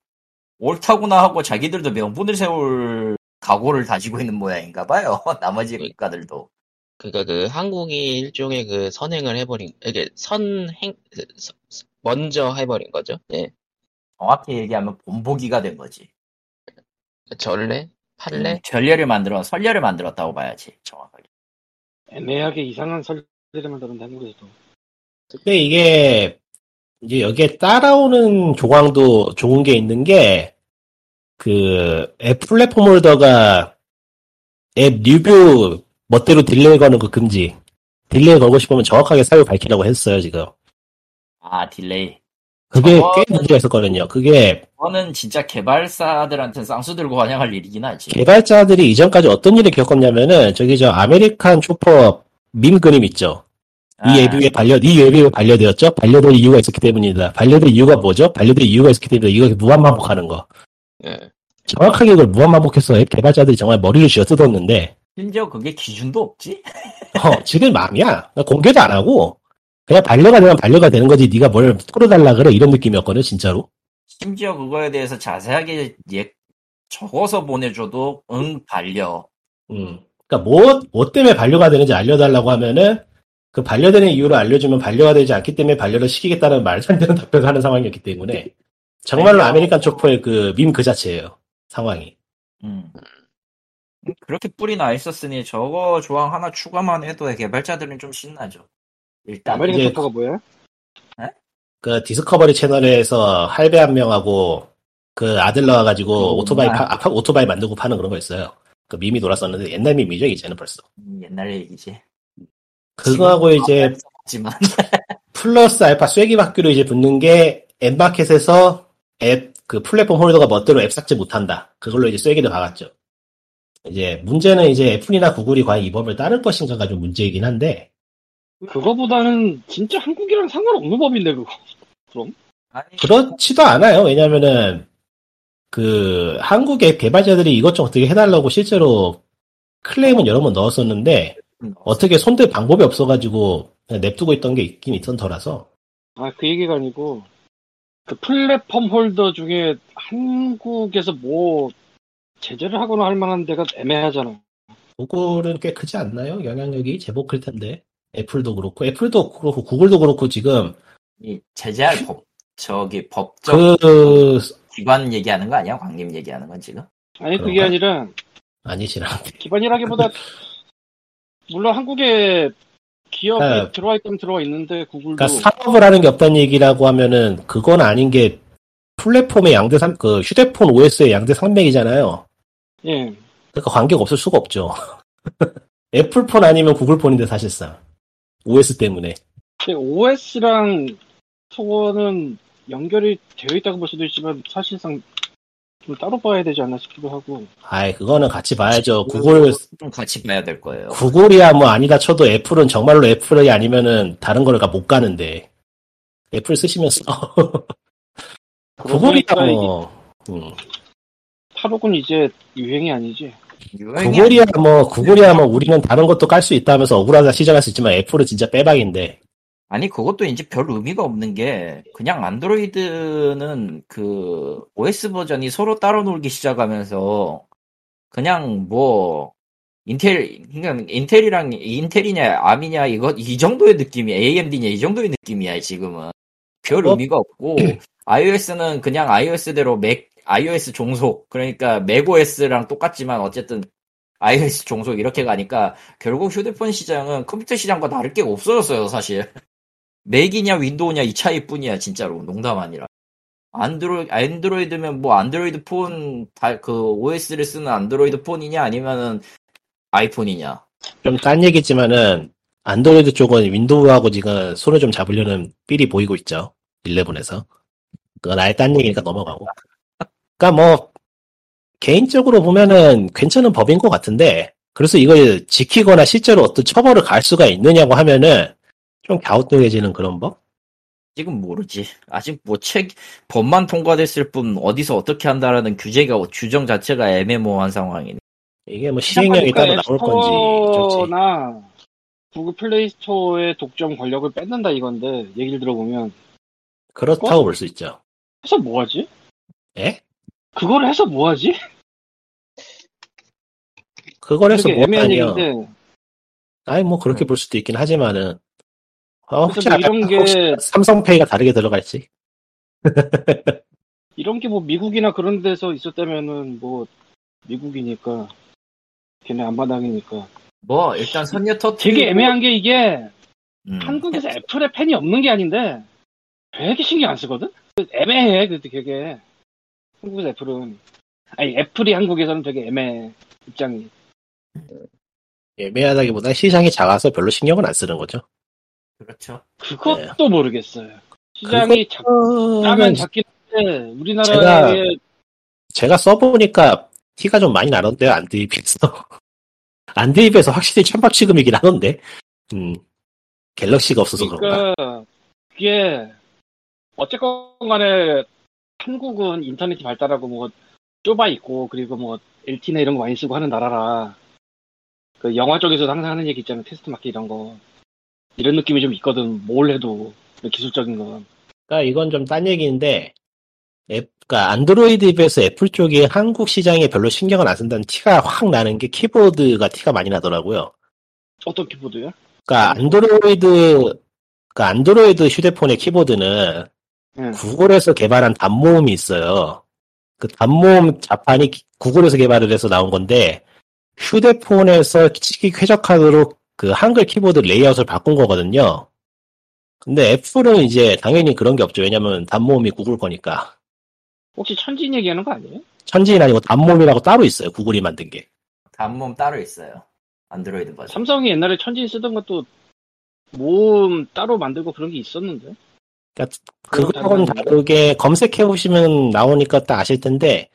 [SPEAKER 2] 옳다구나 하고 자기들도 명분을 세울 각오를 다지고 있는 모양인가 봐요 나머지 국가들도
[SPEAKER 1] 그러니까 그 한국이 일종의 그 선행을 해버린 이게 선행 그 서- 먼저 해버린 거죠. 예,
[SPEAKER 2] 정확히 얘기하면 본보기가 된 거지.
[SPEAKER 1] 전례, 판례.
[SPEAKER 2] 음, 전례를 만들어 선례를 만들었다고 봐야지 정확하게.
[SPEAKER 3] 애매하게 이상한 설계를 만드는데, 한국에서도.
[SPEAKER 4] 근데 이게, 이제 여기에 따라오는 조항도 좋은 게 있는 게, 그, 앱 플랫폼 홀더가 앱 리뷰 멋대로 딜레이 거는 그 금지. 딜레이 걸고 싶으면 정확하게 사유 밝히라고 했어요, 지금.
[SPEAKER 2] 아 딜레이.
[SPEAKER 4] 그게
[SPEAKER 2] 저거는-
[SPEAKER 4] 꽤 문제가 있었거든요. 그게
[SPEAKER 2] 그거는 진짜 개발사들한테 쌍수 들고 환영할 일이긴 하지.
[SPEAKER 4] 개발자들이 이전까지 어떤 일을 겪었냐면은 저기 저 아메리칸 초퍼 밈 그림 있죠.
[SPEAKER 2] 아,
[SPEAKER 4] 이 앱이 반려 이 앱이 반려되었죠. 반려될 이유가 있었기 때문이다. 반려될 이유가 뭐죠? 반려될 이유가 있었기 때문에 이거 무한 반복하는 거.
[SPEAKER 1] 예.
[SPEAKER 4] 정확하게 이걸 무한 반복해서 앱 개발자들이 정말 머리를 쥐어 뜯었는데
[SPEAKER 2] 심지어 그게 기준도 없지?
[SPEAKER 4] 어, 지들 마음이야. 공개도 안 하고 그냥 반려가 되면 반려가 되는 거지. 네가 뭘 끌어달라 그래 이런 느낌이었거든 진짜로.
[SPEAKER 2] 심지어 그거에 대해서 자세하게 예, 적어서 보내줘도 응 반려.
[SPEAKER 4] 음. 그러니까 뭐, 뭐 때문에 반려가 되는지 알려달라고 하면은 그 반려되는 이유를 알려주면 반려가 되지 않기 때문에 반려를 시키겠다는 말도 안 되는 답변을 하는 상황이었기 때문에 정말로 아메리칸 초포의 그 밈 그 자체예요 상황이.
[SPEAKER 2] 음. 그렇게 뿌리 나 있었으니 저거 조항 하나 추가만 해도 개발자들은 좀 신나죠. 일단
[SPEAKER 3] 아메리칸
[SPEAKER 4] 이게-
[SPEAKER 3] 초파가 뭐야?
[SPEAKER 4] 그 디스커버리 채널에서 할배 한 명하고 그 아들 나와가지고
[SPEAKER 2] 음,
[SPEAKER 4] 오토바이
[SPEAKER 2] 아.
[SPEAKER 4] 파- 아, 파- 오토바이 만들고 파는 그런 거 있어요. 그 밈이 돌았었는데 옛날 밈이죠 이제는 벌써.
[SPEAKER 2] 음, 옛날 얘기지.
[SPEAKER 4] 그거하고
[SPEAKER 2] 지금은
[SPEAKER 4] 이제
[SPEAKER 2] 아무것도 없지만
[SPEAKER 4] 플러스 알파 쐐기 바퀴로 이제 붙는 게 앱마켓에서 앱 그 플랫폼 홀더가 멋대로 앱 삭제 못한다. 그걸로 이제 쐐기를 박았죠. 이제 문제는 이제 애플이나 구글이 과연 이 법을 따를 것인가가 좀 문제이긴 한데
[SPEAKER 3] 그거보다는 진짜 한국이랑 상관없는 법인데 그거.
[SPEAKER 2] 아니,
[SPEAKER 4] 그렇지도 않아요. 왜냐면은 그 한국의 개발자들이 이것저것 어떻게 해달라고 실제로 클레임은 여러 번 넣었었는데 어떻게 손댈 방법이 없어가지고 그냥 냅두고 있던 게 있긴 있던 터라서
[SPEAKER 3] 아, 그 얘기가 아니고, 그 플랫폼 홀더 중에 한국에서 뭐, 제재를 하거나 할 만한 데가 애매하잖아.
[SPEAKER 4] 구글은 꽤 크지 않나요? 영향력이 제법 클 텐데. 애플도 그렇고, 애플도 그렇고, 구글도 그렇고, 지금,
[SPEAKER 2] 이 제재할 법 저기 법적
[SPEAKER 4] 그,
[SPEAKER 2] 기관 얘기하는 거 아니야? 광님 얘기하는 건 지금?
[SPEAKER 3] 아니, 그게
[SPEAKER 4] 그런가?
[SPEAKER 3] 아니라,
[SPEAKER 4] 아니시라.
[SPEAKER 3] 기반이라기보다, 물론 한국에 기업이
[SPEAKER 4] 네.
[SPEAKER 3] 들어와 있다면 들어와 있는데, 구글도.
[SPEAKER 4] 그러니까 사업을 하는 게 없다는 얘기라고 하면은, 그건 아닌 게, 플랫폼의 양대 삼, 그, 휴대폰 OS의 양대 산맥이잖아요.
[SPEAKER 3] 예.
[SPEAKER 4] 그러니까 관계가 없을 수가 없죠. 애플폰 아니면 구글폰인데, 사실상. OS 때문에.
[SPEAKER 3] 근데 OS랑 소원은 연결이 되어 있다고 볼 수도 있지만, 사실상 좀 따로 봐야 되지 않나 싶기도 하고,
[SPEAKER 4] 아이, 어, 그거는 같이 봐야죠. 구글,
[SPEAKER 2] 좀 같이 봐야 될 거예요.
[SPEAKER 4] 구글이야 뭐 아니다 쳐도 애플은 정말로 애플이 아니면은 다른 거를 가- 못 가는데 애플 쓰시면 써 구글이야
[SPEAKER 3] 보니까
[SPEAKER 4] 뭐 음.
[SPEAKER 3] 탈옥은 이제 유행이 아니지. 그러니까
[SPEAKER 2] 유행이
[SPEAKER 4] 구글이야 뭐 구글이야 뭐 우리는 다른 것도 깔 수 있다 하면서 억울하다 시작할 수 있지만 애플은 진짜 빼박인데
[SPEAKER 2] 아니 그것도 이제 별 의미가 없는 게 그냥 안드로이드는 그 OS 버전이 서로 따로 놀기 시작하면서 그냥 뭐 인텔 그냥 인텔이랑 인텔이냐 아미냐 이거 이 정도의 느낌이 AMD냐 이 정도의 느낌이야 지금은 별
[SPEAKER 4] 어?
[SPEAKER 2] 의미가 없고 iOS는 그냥 iOS대로 맥 iOS 종속 그러니까 맥OS랑 똑같지만 어쨌든 iOS 종속 이렇게 가니까 결국 휴대폰 시장은 컴퓨터 시장과 다를 게 없어졌어요, 사실. 맥이냐 윈도우냐 이 차이뿐이야, 진짜로. 농담 아니라. 안드로이, 안드로이드면 뭐 안드로이드 폰, 다, 그 OS를 쓰는 안드로이드 폰이냐 아니면은 아이폰이냐.
[SPEAKER 4] 좀 딴 얘기지만은 안드로이드 쪽은 윈도우하고 지금 손을 좀 잡으려는 삘이 보이고 있죠 11에서 그건 아예 딴 얘기니까 넘어가고 그러니까 뭐 개인적으로 보면은 괜찮은 법인 것 같은데 그래서 이걸 지키거나 실제로 어떤 처벌을 가할 수가 있느냐고 하면은 좀 갸우뚱해지는 그런 법?
[SPEAKER 2] 지금 모르지. 아직 뭐 책, 법만 통과됐을 뿐 어디서 어떻게 한다라는 규제가, 규정 자체가 애매모호한 상황이네.
[SPEAKER 4] 이게 뭐 시행령이 따로 나올 건지 저
[SPEAKER 3] 나 구글 플레이 스토어의 독점 권력을 뺏는다 이건데 얘기를 들어보면
[SPEAKER 4] 그렇다고 볼 수 있죠
[SPEAKER 3] 해서 뭐하지?
[SPEAKER 4] 예?
[SPEAKER 3] 그걸 해서 뭐하지?
[SPEAKER 4] 그걸 해서 뭐
[SPEAKER 3] 되게 애매한
[SPEAKER 4] 못하냐
[SPEAKER 3] 얘기인데
[SPEAKER 4] 아니 뭐 그렇게 볼 수도 있긴 하지만은 어, 혹시,
[SPEAKER 3] 그래서 네. 뭐 이런 게-
[SPEAKER 4] 혹시 삼성페이가 다르게 들어갈지
[SPEAKER 3] 이런 게 뭐 미국이나 그런 데서 있었다면은 뭐 미국이니까 걔네 앞마당이니까
[SPEAKER 2] 뭐, 일단 선녀 음, 터트
[SPEAKER 3] 되게 애매한 게 이게 한국에서 애플의 팬이 없는 게 아닌데 되게 신경 안 쓰거든? 애매해 그래도 되게 한국에서 애플은 아니 애플이 한국에서는 되게 애매해 입장이
[SPEAKER 4] 애매하다기보다 시장이 작아서 별로 신경은 안 쓰는 거죠
[SPEAKER 2] 그렇죠.
[SPEAKER 3] 그것도 모르겠어요 시장이 작, 짜면
[SPEAKER 4] 그거는
[SPEAKER 3] 작긴 한데
[SPEAKER 4] 제가-
[SPEAKER 3] 우리나라의
[SPEAKER 4] 그러니까 제가 써보니까 티가 좀 많이 나던데요, 안 드립에서. 안 드립에서 확실히 천박지금이긴 하던데. 음, 갤럭시가 없어서 그런가
[SPEAKER 3] 그러니까 그게 어쨌건 간에 한국은 인터넷이 발달하고 뭐 좁아 있고 그리고 뭐 LT나 이런 거 많이 쓰고 하는 나라라 그 영화 쪽에서도 항상 하는 얘기 있잖아요 테스트 마켓 이런 거 이런 느낌이 좀 있거든 뭘 해도 기술적인 건
[SPEAKER 4] 그러니까 이건 좀 딴 얘기인데, 앱, 그러니까 안드로이드에 비해서 애플 쪽이 한국 시장에 별로 신경을 안 쓴다는 티가 확 나는 게 키보드가 티가 많이 나더라고요.
[SPEAKER 3] 어떤 키보드야?
[SPEAKER 4] 그러니까 안드로이드, 그러니까 안드로이드 휴대폰의 키보드는
[SPEAKER 3] 응.
[SPEAKER 4] 구글에서 개발한 단모음이 있어요. 그 단모음 자판이 기- 구글에서 개발을 해서 나온 건데 휴대폰에서 치기 쾌적하도록 그 한글 키보드 레이아웃을 바꾼 거거든요. 근데 애플은 이제 당연히 그런 게 없죠. 왜냐면 단모음이 구글 거니까.
[SPEAKER 3] 혹시 천진 얘기하는 거 아니에요?
[SPEAKER 4] 천지인 아니고 단모음이라고 따로 있어요. 구글이 만든 게.
[SPEAKER 2] 단몸 따로 있어요. 안드로이드 버전.
[SPEAKER 3] 삼성이 옛날에 천진 쓰던 것도 모음 따로 만들고 그런 게 있었는데
[SPEAKER 4] 그거하고는
[SPEAKER 3] 다른
[SPEAKER 4] 다르게 검색해 보시면 나오니까 딱 아실 텐데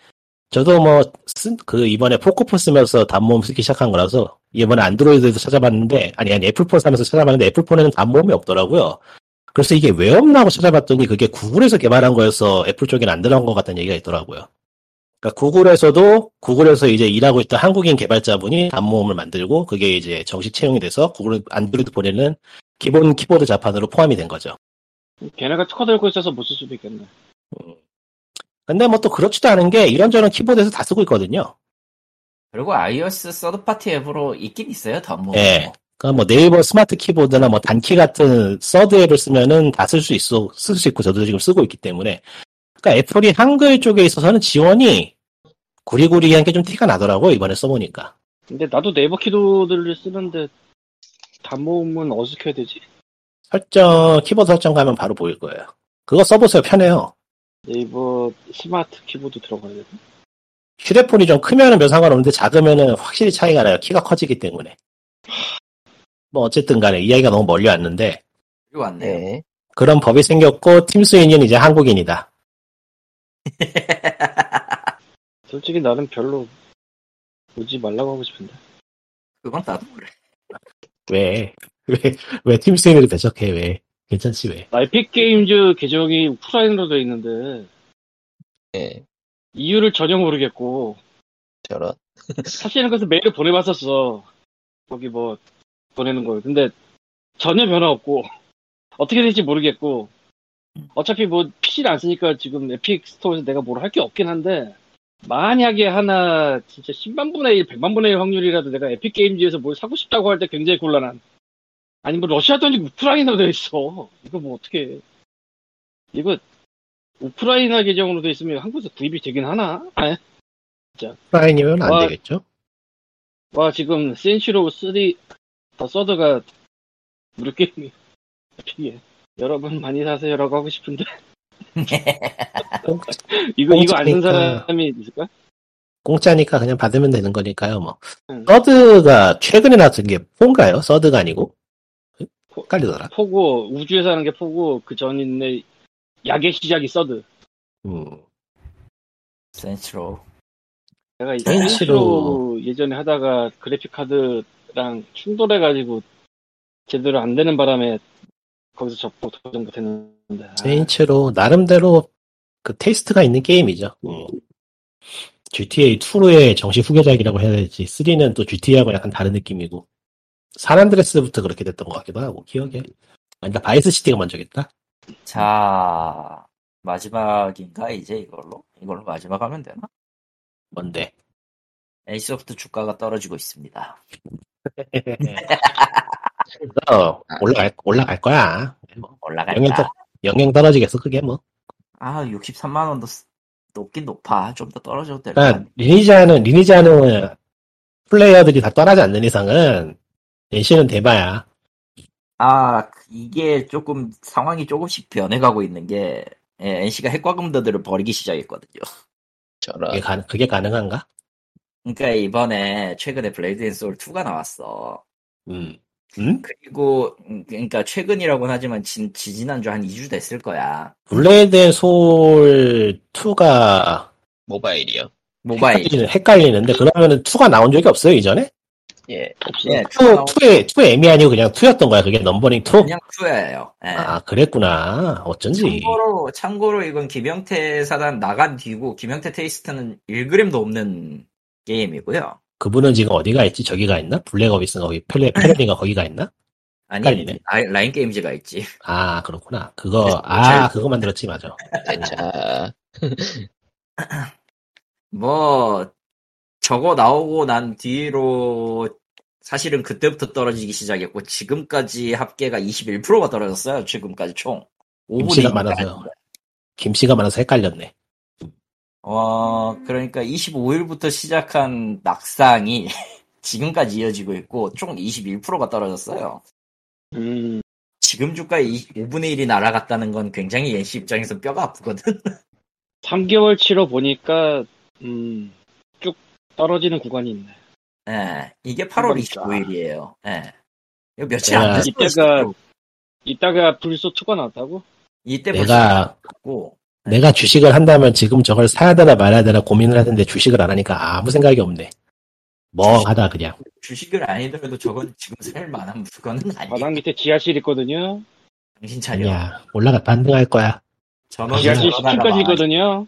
[SPEAKER 4] 저도 뭐 쓴 그 이번에 포코폰 쓰면서 단모음 쓰기 시작한 거라서 이번에 안드로이드에도 찾아봤는데 아니 아니 애플폰 사면서 찾아봤는데 애플폰에는 단모음이 없더라고요. 그래서 이게 왜 없나 고 찾아봤더니 그게 구글에서 개발한 거여서 애플 쪽엔 안 들어간 것 같다는 얘기가 있더라고요. 그러니까 구글에서도 구글에서 이제 일하고 있던 한국인 개발자분이 단모음을 만들고 그게 이제 정식 채용이 돼서 구글 안드로이드 폰에는 기본 키보드 자판으로 포함이 된 거죠.
[SPEAKER 3] 걔네가 특허 들고 있어서 못 쓸 수도 있겠네
[SPEAKER 4] 근데 뭐 또 그렇지도 않은 게 이런저런 키보드에서 다 쓰고 있거든요.
[SPEAKER 2] 그리고 iOS 서드파티 앱으로 있긴 있어요, 단몸.
[SPEAKER 4] 예. 그러니까 뭐 네이버 스마트 키보드나 뭐 단키 같은 서드 앱을 쓰면은 다 쓸 수 있어, 쓸 수 있고 저도 지금 쓰고 있기 때문에. 그러니까 애플이 한글 쪽에 있어서는 지원이 구리구리한 게 좀 티가 나더라고요, 이번에 써보니까.
[SPEAKER 3] 근데 나도 네이버 키보드를 쓰는데 단모음은 어떻게 해야 되지?
[SPEAKER 4] 설정, 키보드 설정 가면 바로 보일 거예요. 그거 써보세요, 편해요.
[SPEAKER 3] 네이버 스마트 키보드 들어가야 돼.
[SPEAKER 4] 휴대폰이 좀 크면은 별 상관없는데 작으면은 확실히 차이가 나요. 키가 커지기 때문에. 뭐 어쨌든 간에 이야기가 너무 멀리 왔는데.
[SPEAKER 2] 이거 왔네요.
[SPEAKER 1] 네.
[SPEAKER 4] 그런 법이 생겼고 팀스윈은 이제 한국인이다.
[SPEAKER 3] 솔직히 나는 별로 오지 말라고 하고 싶은데.
[SPEAKER 2] 그건 나도 그래.
[SPEAKER 4] 왜? 왜? 왜 팀스윈을 배척해? 왜? 괜찮지 왜?
[SPEAKER 3] 나 에픽 게임즈 계정이 오프라인으로 돼 있는데
[SPEAKER 1] 예.
[SPEAKER 3] 이유를 전혀 모르겠고
[SPEAKER 1] 저런.
[SPEAKER 3] 사실은 그래서 메일을 보내봤었어. 거기 뭐 보내는 걸. 근데 전혀 변화 없고 어떻게 될지 모르겠고 어차피 뭐 PC를 안 쓰니까 지금 에픽 스토어에서 내가 뭘 할 게 없긴 한데 만약에 하나 진짜 10만 분의 1, 100만 분의 1 확률이라도 내가 에픽 게임즈에서 뭘 사고 싶다고 할 때 굉장히 곤란한. 아니 뭐 러시아 돈이 우크라이나로 돼 있어. 이거 뭐 어떻게? 해. 이거 우크라이나 계정으로 돼 있으면 한국에서 구입이 되긴 하나? 에?
[SPEAKER 4] 프라이님은 안
[SPEAKER 3] 와.
[SPEAKER 4] 되겠죠?
[SPEAKER 3] 와 지금 센시로 3 더 서드가 무료 게임이 피해 여러분 많이 사세요라고 하고 싶은데 이거 이거 안 쓴
[SPEAKER 4] 공짜니까.
[SPEAKER 3] 사람이 있을까?
[SPEAKER 4] 공짜니까 그냥 받으면 되는 거니까요. 뭐
[SPEAKER 3] 응.
[SPEAKER 4] 서드가 최근에 나왔던 게 폰가요? 서드가 아니고
[SPEAKER 3] 포-
[SPEAKER 4] 헷갈리더라.
[SPEAKER 3] 포고 우주에 사는 게 포고 그 전에 약의 시작이 서드
[SPEAKER 4] 음.
[SPEAKER 2] 센치로.
[SPEAKER 3] 내가 이제
[SPEAKER 4] 센시로.
[SPEAKER 3] 센시로 예전에 하다가 그래픽 카드랑 충돌해가지고 제대로 안 되는 바람에 거기서 접고 도전 못했는데 아,
[SPEAKER 4] 세인츠로 나름대로 그 테이스트가 있는 게임이죠. 음. GTA 2로의 정식 후계작이라고 해야 될지 3는 또 GTA하고 약간 다른 느낌이고 산안드레스부터 그렇게 됐던 것 같기도 하고 기억에 아니다 바이스 시티가 먼저겠다.
[SPEAKER 2] 자, 마지막인가, 이제 이걸로? 이걸로 마지막 하면 되나?
[SPEAKER 4] 뭔데?
[SPEAKER 2] 에이소프트 주가가 떨어지고 있습니다. 네.
[SPEAKER 4] 어,
[SPEAKER 2] 아.
[SPEAKER 4] 올라갈 올라갈 거야. 뭐, 영향
[SPEAKER 2] 올라갈까?
[SPEAKER 4] 떨 영향 떨어지겠어 그게 뭐.
[SPEAKER 2] 아, 63만원도 높긴 높아. 좀 더 떨어져도 될 것 같아.
[SPEAKER 4] 그러니까 리니지하는 리니지하는 플레이어들이 다 떠나지 않는 이상은 NC는 대바야.
[SPEAKER 2] 아, 그- 이게 조금 상황이 조금씩 변해가고 있는 게 예, NC가 핵과금들을 버리기 시작했거든요.
[SPEAKER 1] 저런.
[SPEAKER 4] 그게,
[SPEAKER 1] 예.
[SPEAKER 4] 가, 그게 가능한가?
[SPEAKER 2] 그러니까 이번에 최근에 블레이드 앤 소울 2가 나왔어.
[SPEAKER 4] 음. 음?
[SPEAKER 2] 그리고 음, 그러니까 최근이라고는 하지만 진, 지난주 한 2주 됐을 거야.
[SPEAKER 4] 블레이드 앤 소울 2가
[SPEAKER 1] 모바일이요.
[SPEAKER 4] 아,
[SPEAKER 2] 모바일.
[SPEAKER 4] 헷갈리는데 그러면은 2가 나온 적이 없어요 이전에?
[SPEAKER 1] 예.
[SPEAKER 2] 예,
[SPEAKER 4] 2, 2의 2의 애미 아니고 그냥 2였던 거야 그게 넘버링 2?
[SPEAKER 2] 그냥 투예요. 예.
[SPEAKER 4] 아 그랬구나 어쩐지
[SPEAKER 2] 참고로 참고로 이건 김영태 사단 나간 뒤고 김영태 테이스트는 1그램도 없는 게임이고요.
[SPEAKER 4] 그분은 지금 어디가 있지 저기가 있나? 블랙어비스가 거기 펠레, 페레니가 거기가 있나?
[SPEAKER 2] 아니
[SPEAKER 4] 헷갈리네.
[SPEAKER 2] 라인, 라인 게임즈가 있지.
[SPEAKER 4] 아 그렇구나 그거
[SPEAKER 2] 그래서
[SPEAKER 4] 아
[SPEAKER 2] 잘-
[SPEAKER 4] 그거 만들었지 맞아
[SPEAKER 1] 자,
[SPEAKER 2] 뭐 저거 나오고 난 뒤로 사실은 그때부터 떨어지기 시작했고 지금까지 합계가 21%가 떨어졌어요. 지금까지 총 5분의
[SPEAKER 4] 김씨가 많아서요 김씨가 많아서 헷갈렸네
[SPEAKER 2] 어 그러니까 25일부터 시작한 낙상이 지금까지 이어지고 있고 총 21%가 떨어졌어요.
[SPEAKER 3] 음,
[SPEAKER 2] 지금 주가 5분의 1이 날아갔다는 건 굉장히 NC 입장에서 뼈가 아프거든.
[SPEAKER 3] 3개월치로 보니까 음, 쭉 떨어지는 구간이 있네.
[SPEAKER 2] 예, 이게 8월
[SPEAKER 3] 대박이다.
[SPEAKER 2] 25일이에요. 예. 이거 며칠 안
[SPEAKER 4] 야,
[SPEAKER 2] 됐어요.
[SPEAKER 3] 이때가- 이따가 불소 2가 나왔다고?
[SPEAKER 2] 이때 벌써
[SPEAKER 4] 내가
[SPEAKER 2] 고
[SPEAKER 4] 내가 주식을 한다면 지금 저걸 사야 되나 말아야 되나 고민을 하는데 주식을 안 하니까 아무 생각이 없네 멍하다 그냥
[SPEAKER 2] 주식을 아니더라도 저건 지금 살 만한 물건은 아니야.
[SPEAKER 3] 바닥 밑에 지하실 있거든요.
[SPEAKER 2] 정신 차려.
[SPEAKER 4] 아니야 올라가 반등할 거야
[SPEAKER 2] 전원이
[SPEAKER 3] 지하실
[SPEAKER 2] 전화가
[SPEAKER 3] 10층까지 있거든요.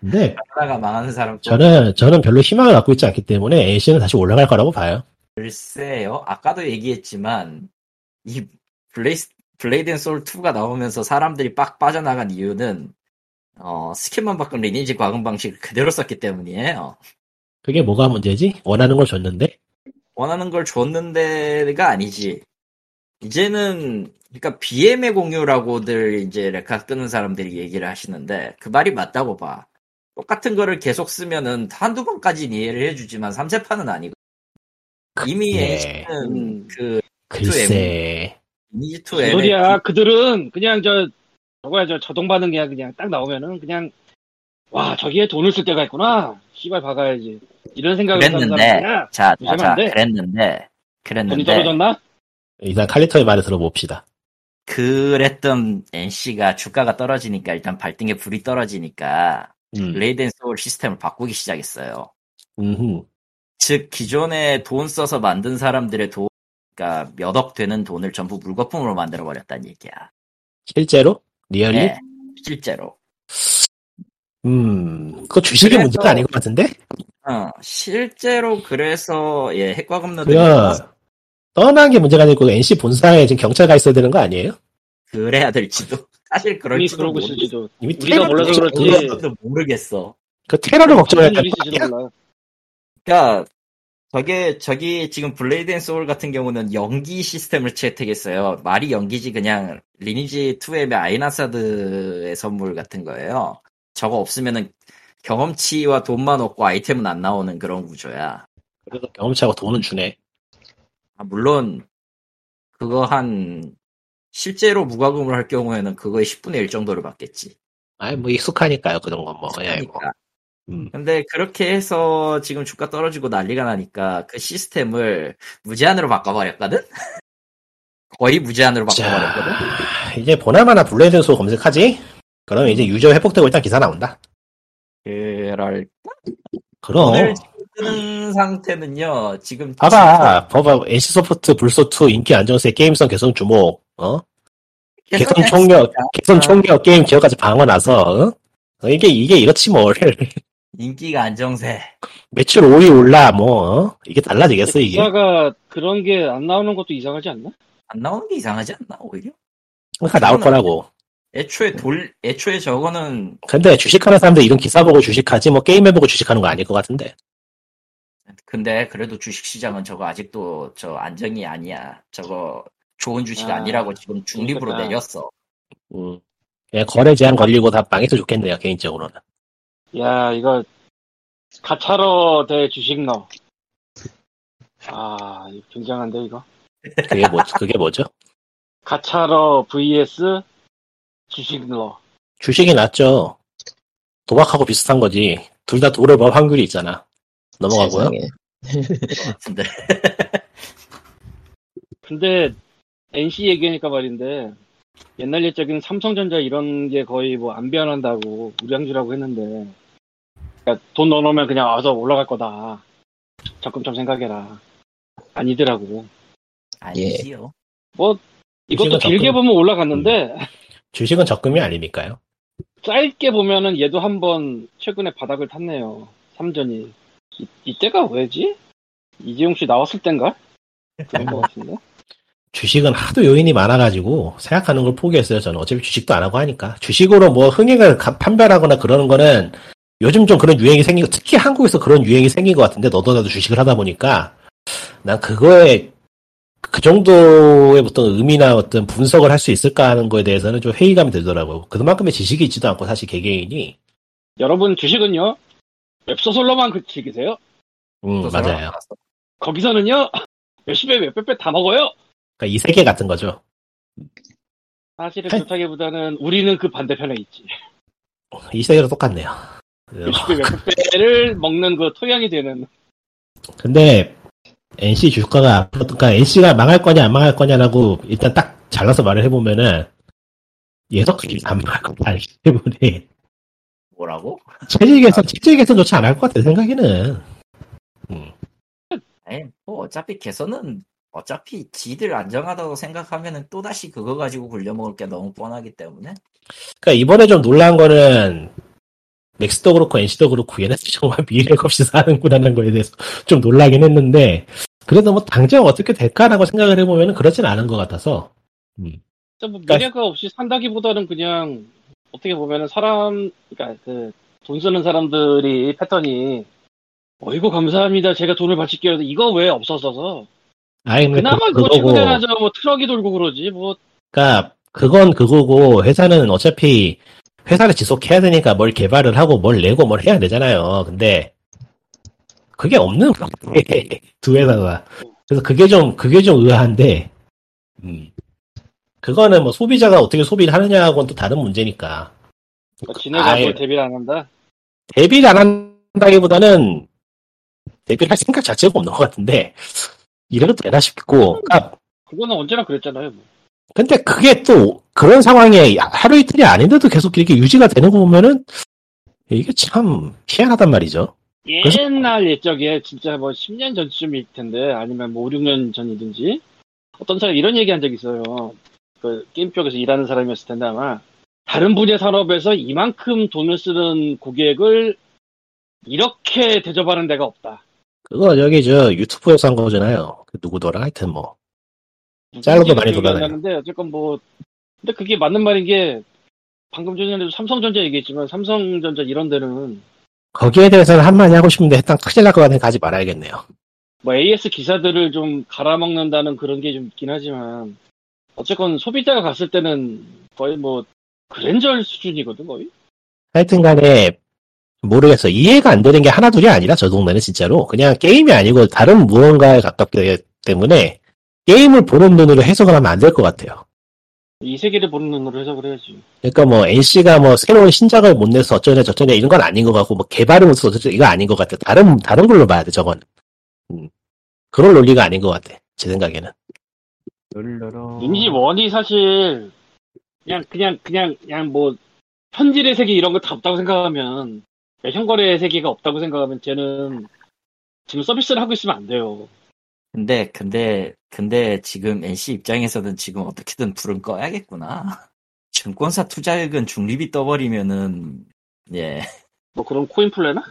[SPEAKER 4] 근데
[SPEAKER 2] 망하다가 망하는 사람 좀
[SPEAKER 4] 저는 저는 별로 희망을 갖고 있지 않기 때문에 NC는 다시 올라갈 거라고 봐요
[SPEAKER 2] 글쎄요. 아까도 얘기했지만 이 블레이스 블레이드 앤 소울 2가 나오면서 사람들이 빡 빠져나간 이유는 어, 스킨만 바꾼 리니지 과금 방식을 그대로 썼기 때문이에요.
[SPEAKER 4] 그게 뭐가 문제지? 원하는 걸 줬는데
[SPEAKER 2] 원하는 걸 줬는데가 아니지. 이제는 그러니까 BM의 공유라고들 이제 레카 끄는 사람들이 얘기를 하시는데 그 말이 맞다고 봐. 똑같은 거를 계속 쓰면은 한두 번까지는 이해를 해주지만 3세판은 아니고 이미
[SPEAKER 4] 예.
[SPEAKER 2] NC는 그
[SPEAKER 4] 글쎄
[SPEAKER 2] 니지2
[SPEAKER 3] 그
[SPEAKER 2] m
[SPEAKER 3] 음. 소리야. 그들은 그냥 저 저거야 저 자동 반응이야 그냥 딱 나오면은 그냥 와 저기에 돈을 쓸 때가 있구나. 씨발 박아야지. 이런 생각을 하는
[SPEAKER 2] 그랬는데.
[SPEAKER 3] 사람이야.
[SPEAKER 2] 자, 자,
[SPEAKER 3] 요즘
[SPEAKER 2] 자,
[SPEAKER 3] 안 돼.
[SPEAKER 2] 그랬는데
[SPEAKER 3] 돈이
[SPEAKER 2] 그랬는데
[SPEAKER 3] 떨어졌나?
[SPEAKER 4] 일단 칼리터의 말을 들어봅시다
[SPEAKER 2] 그랬던 NC가 주가가 떨어지니까 일단 발등에 불이 떨어지니까
[SPEAKER 4] 음.
[SPEAKER 2] 레이덴 소울 시스템을 바꾸기 시작했어요.
[SPEAKER 4] 음흠.
[SPEAKER 2] 즉 기존에 돈 써서 만든 사람들의 돈, 그러니까 몇 억 되는 돈을 전부 물거품으로 만들어 버렸다는 얘기야.
[SPEAKER 4] 실제로? 리얼리?
[SPEAKER 2] 예, 실제로.
[SPEAKER 4] 음, 그거 주식의
[SPEAKER 2] 그래서-
[SPEAKER 4] 문제가 아닌 것 같은데?
[SPEAKER 2] 어, 실제로 그래서 예, 핵과금론을
[SPEAKER 4] 그야 떠난 게 문제가 아니고 NC 본사에 지금 경찰가 있어야 되는 거 아니에요?
[SPEAKER 2] 그래야 될지도 사실
[SPEAKER 3] 돈이
[SPEAKER 2] 그럴지도
[SPEAKER 3] 그러고
[SPEAKER 2] 모르-
[SPEAKER 3] 있을지도.
[SPEAKER 4] 이미
[SPEAKER 3] 우리가
[SPEAKER 4] 테러를
[SPEAKER 3] 몰라서
[SPEAKER 4] 걱정-
[SPEAKER 3] 그렇지.
[SPEAKER 4] 그거-
[SPEAKER 2] 그럴지도 모르겠어.
[SPEAKER 4] 그 테러를 걱정해야
[SPEAKER 3] 돈이
[SPEAKER 4] 될거
[SPEAKER 3] 있을지도
[SPEAKER 4] 아니야?
[SPEAKER 3] 몰라.
[SPEAKER 2] 그러니까 저게 저기 지금 블레이드 앤 소울 같은 경우는 연기 시스템을 채택했어요. 말이 연기지 그냥 리니지 2의 아이나사드의 선물 같은 거예요. 저거 없으면은 경험치와 돈만 얻고 아이템은 안 나오는 그런 구조야.
[SPEAKER 4] 그래서 경험치하고 돈은 주네.
[SPEAKER 2] 아, 물론 그거 한 실제로 무과금을 할 경우에는 그거의 10분의 1 정도를 받겠지.
[SPEAKER 4] 아이, 뭐 익숙하니까요, 그런 건 뭐. 예, 뭐.
[SPEAKER 2] 그러니까.
[SPEAKER 4] 음.
[SPEAKER 2] 근데 그렇게 해서 지금 주가 떨어지고 난리가 나니까 그 시스템을 무제한으로 바꿔버렸거든? 거의 무제한으로 바꿔버렸거든?
[SPEAKER 4] 자, 이제 보나마나 블레이드 소 검색하지? 그럼 이제 유저 회복되고 일단 기사 나온다.
[SPEAKER 2] 그럴,
[SPEAKER 4] 그럼.
[SPEAKER 2] 오늘 지금 뜨는 상태는요, 지금.
[SPEAKER 4] 어? 봐봐, 봐봐, NC 소프트 불소2 인기 안정세 게임성 개선 주목, 어?
[SPEAKER 2] 계속
[SPEAKER 4] 개선 총력,
[SPEAKER 2] 했으니까.
[SPEAKER 4] 개선 총력 게임 기업까지 방어 나서, 어? 이게, 이게 이렇지 뭘.
[SPEAKER 2] 인기가 안정세.
[SPEAKER 4] 매출 5위 올라, 뭐, 어? 이게 달라지겠어, 이게.
[SPEAKER 3] 기사가 그런 게 안 나오는 것도 이상하지 않나?
[SPEAKER 2] 안 나오는 게 이상하지 않나, 오히려?
[SPEAKER 4] 그러니까 나올 거라고.
[SPEAKER 2] 애초에 돌, 애초에 저거는,
[SPEAKER 4] 근데 주식하는 사람들 이런 기사 보고 주식하지, 뭐 게임 해보고 주식하는 거 아닐 것 같은데.
[SPEAKER 2] 근데 그래도 주식시장은 저거 아직도 저 안정이 아니야. 저거 좋은 주식
[SPEAKER 3] 아,
[SPEAKER 2] 아니라고 지금 중립으로
[SPEAKER 3] 그렇구나.
[SPEAKER 2] 내렸어.
[SPEAKER 4] 음. 예, 거래 제한 걸리고 다 망해서 좋겠네요, 개인적으로는.
[SPEAKER 3] 야 이거 가차로 대 주식 넣어. 아 이거 굉장한데 이거.
[SPEAKER 4] 그게 뭐, 그게 뭐죠?
[SPEAKER 3] 가차로 vs 주식 넣어.
[SPEAKER 4] 주식이 낫죠. 도박하고 비슷한 거지. 둘 다 도를 법 확률이 있잖아. 넘어가고요.
[SPEAKER 1] 세상에.
[SPEAKER 2] 것 같은데.
[SPEAKER 3] 근데 NC 얘기하니까 말인데 옛날 옛적인 삼성전자 이런 게 거의 뭐 안 변한다고 우량주라고 했는데 그러니까 돈 넣어놓으면 그냥 와서 올라갈 거다 적금 좀 생각해라 아니더라고
[SPEAKER 2] 아니지요.
[SPEAKER 3] 이것도
[SPEAKER 4] 적금. 음.
[SPEAKER 3] 길게 보면 올라갔는데
[SPEAKER 4] 주식은 적금이 아니니까요.
[SPEAKER 3] 짧게 보면은 얘도 한번 최근에 바닥을 탔네요. 삼전이. 이, 이때가 왜지? 이재용 씨 나왔을 땐가? 그런 것 같은데?
[SPEAKER 4] 주식은 하도 요인이 많아가지고 생각하는 걸 포기했어요. 저는 어차피 주식도 안 하고 하니까 주식으로 뭐 흥행을 가- 판별하거나 그러는 거는 요즘 좀 그런 유행이 생기고 특히 한국에서 그런 유행이 생긴 것 같은데 너도 나도 주식을 하다 보니까 난 그거에 그 정도의 어떤 의미나 어떤 분석을 할 수 있을까 하는 거에 대해서는 좀 회의감이 들더라고요. 그만큼의 지식이 있지도 않고 사실 개개인이
[SPEAKER 3] 여러분 주식은요? 웹소설로만 그 즐기세요?
[SPEAKER 4] 음,
[SPEAKER 2] 또 사람
[SPEAKER 4] 맞아요.
[SPEAKER 2] 알았어.
[SPEAKER 3] 거기서는요? 몇십 배, 몇백 배 다 먹어요?
[SPEAKER 4] 그러니까 이 세계 같은 거죠.
[SPEAKER 3] 사실은
[SPEAKER 4] 한-
[SPEAKER 3] 그렇다기보다는 우리는 그 반대편에 있지.
[SPEAKER 4] 이 세계랑 똑같네요. 음.
[SPEAKER 3] 몇십 배, 몇백 배를 먹는 그 토양이 되는.
[SPEAKER 4] 근데 NC 주가가 그러니까 NC가 망할 거냐 안 망할 거냐라고 일단 딱 잘라서 말을 해보면은 예석이 안 망할 것 같기 때문에
[SPEAKER 2] 뭐라고?
[SPEAKER 4] 체질 개선 체질 개선조차 안 할 것 같아 내 생각에는
[SPEAKER 2] 아니 뭐 어차피 개선은 어차피 지들 안정하다고 생각하면은 또 다시 그거 가지고 굴려먹을 게 너무 뻔하기 때문에
[SPEAKER 4] 그러니까 이번에 좀 놀란 거는 맥스도 그렇고 NC도 그렇고 얘네들 정말 미래가 없이 사는구나라는 거에 대해서 좀 놀라긴 했는데 그래도 뭐 당장 어떻게 될까라고 생각을 해보면 그렇진 않은 것 같아서
[SPEAKER 3] 진짜 뭐
[SPEAKER 4] 그러니까
[SPEAKER 3] 미래가 없이 산다기보다는 그냥 어떻게 보면은 사람, 그러니까 그 돈 쓰는 사람들이 패턴이 어이구 감사합니다. 제가 돈을 바칠게요. 이거 왜 없었어서
[SPEAKER 4] 아예 근데
[SPEAKER 3] 그나마
[SPEAKER 4] 그-
[SPEAKER 3] 그거 출근해야죠. 뭐 트럭이 돌고 그러지. 뭐
[SPEAKER 4] 그러니까 그건 그거고 회사는 어차피 회사를 지속해야 되니까 뭘 개발을 하고 뭘 내고 뭘 해야 되잖아요. 근데 그게 없는 것 같아. 두 회사가. 그래서 그게 좀 그게 좀 의아한데. 음. 그거는 뭐 소비자가 어떻게 소비를 하느냐하고는 또 다른 문제니까.
[SPEAKER 3] 지네가
[SPEAKER 4] 그 아예.
[SPEAKER 3] 뭘 대비를 안 한다.
[SPEAKER 4] 대비를 안 한다기보다는 대비를 할 생각 자체가 없는 것 같은데 이래도 되나 싶고. 그러니까
[SPEAKER 3] 그거는 언제나 그랬잖아요. 뭐.
[SPEAKER 4] 근데 그게 또 그런 상황에 하루 이틀이 아닌데도 계속 이렇게 유지가 되는 거 보면은 이게 참 희한하단 말이죠. 그래서-
[SPEAKER 3] 예, 옛날 옛적에 진짜 뭐 10년 전쯤일 텐데 아니면 뭐 5, 6년 전이든지 어떤 사람이 이런 얘기 한 적이 있어요. 그 게임 쪽에서 일하는 사람이었을 텐데 아마 다른 분야 산업에서 이만큼 돈을 쓰는 고객을 이렇게 대접하는 데가 없다.
[SPEAKER 4] 그거 여기 저 유튜브에서 한 거잖아요. 그 누구더라 하여튼 뭐 짤로도 많이 돌아다녀요.
[SPEAKER 3] 는데 어쨌건 뭐 근데 그게 맞는 말인 게 방금 전에도 삼성전자 얘기했지만 삼성전자 이런 데는
[SPEAKER 4] 거기에 대해서는 한마디 하고 싶은데 일단 큰일 날것 같으니 가지 말아야겠네요.
[SPEAKER 3] 뭐 AS 기사들을 좀 갈아먹는다는 그런 게 좀 있긴 하지만 어쨌건 소비자가 갔을 때는 거의 뭐 그랜절 수준이거든 거의
[SPEAKER 4] 하여튼간에 모르겠어 이해가 안 되는 게 하나 둘이 아니라 저 동네는 진짜로 그냥 게임이 아니고 다른 무언가에 가깝기 때문에 게임을 보는 눈으로 해석을 하면 안 될 것 같아요.
[SPEAKER 3] 이 세계를 보는 눈으로 해석을 해야지
[SPEAKER 4] 그러니까 뭐 NC가 뭐 새로운 신작을 못 내서 어쩌냐 저쩌냐 이런 건 아닌 것 같고 뭐 개발을 못해서 어쩌냐 이거 아닌 것 같아. 다른 다른 걸로 봐야 돼 저건. 음. 그런 논리가 아닌 것 같아. 제 생각에는.
[SPEAKER 1] 어.
[SPEAKER 2] 룰루루
[SPEAKER 3] 이미지 원이 사실 그냥 그냥 그냥 그냥 뭐 현질의 세계 이런 거 다 없다고 생각하면 그러니까 현거래의 세계가 없다고 생각하면 쟤는 지금 서비스를 하고 있으면 안 돼요
[SPEAKER 2] 근데 근데 근데 지금 NC 입장에서는 지금 어떻게든 불은 꺼야겠구나 증권사 투자액은 중립이 떠버리면은 예
[SPEAKER 3] 뭐 그런 코인플레나?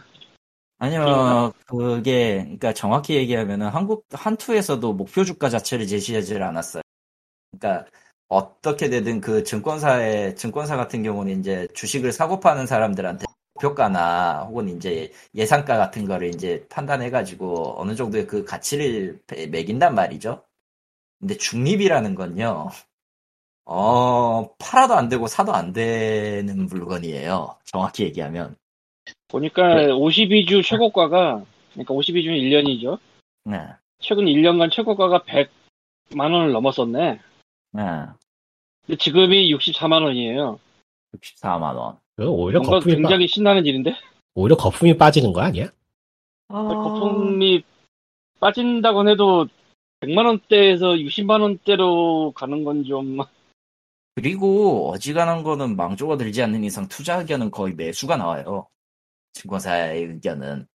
[SPEAKER 2] 아니요, 그게, 그러니까 정확히 얘기하면은 한국, 한투에서도 목표 주가 자체를 제시하지 않았어요. 그러니까 어떻게 되든 그 증권사의, 증권사 같은 경우는 이제 주식을 사고 파는 사람들한테 목표가나 혹은 이제 예상가 같은 거를 이제 판단해가지고 어느 정도의 그 가치를 배- 매긴단 말이죠. 근데 중립이라는 건요, 어, 팔아도 안 되고 사도 안 되는 물건이에요. 정확히 얘기하면.
[SPEAKER 3] 보니까 52주 최고가가 그러니까 52주는 1년이죠
[SPEAKER 2] 네.
[SPEAKER 3] 최근 1년간 최고가가 100만 원을 넘었었네.
[SPEAKER 2] 네.
[SPEAKER 3] 근데 지금이 64만 원이에요.
[SPEAKER 2] 64만 원.
[SPEAKER 4] 그거 오히려
[SPEAKER 3] 뭔가
[SPEAKER 4] 거품이 빠,
[SPEAKER 3] 굉장히 신나는 일인데
[SPEAKER 4] 오히려 거품이 빠지는 거 아니야?
[SPEAKER 3] 거품이 빠진다고 해도 100만원대에서 60만원대로 가는 건 좀
[SPEAKER 2] 그리고 어지간한 거는 망조가 들지 않는 이상 투자 의견은 거의 매수가 나와요. 증권사의 의견은.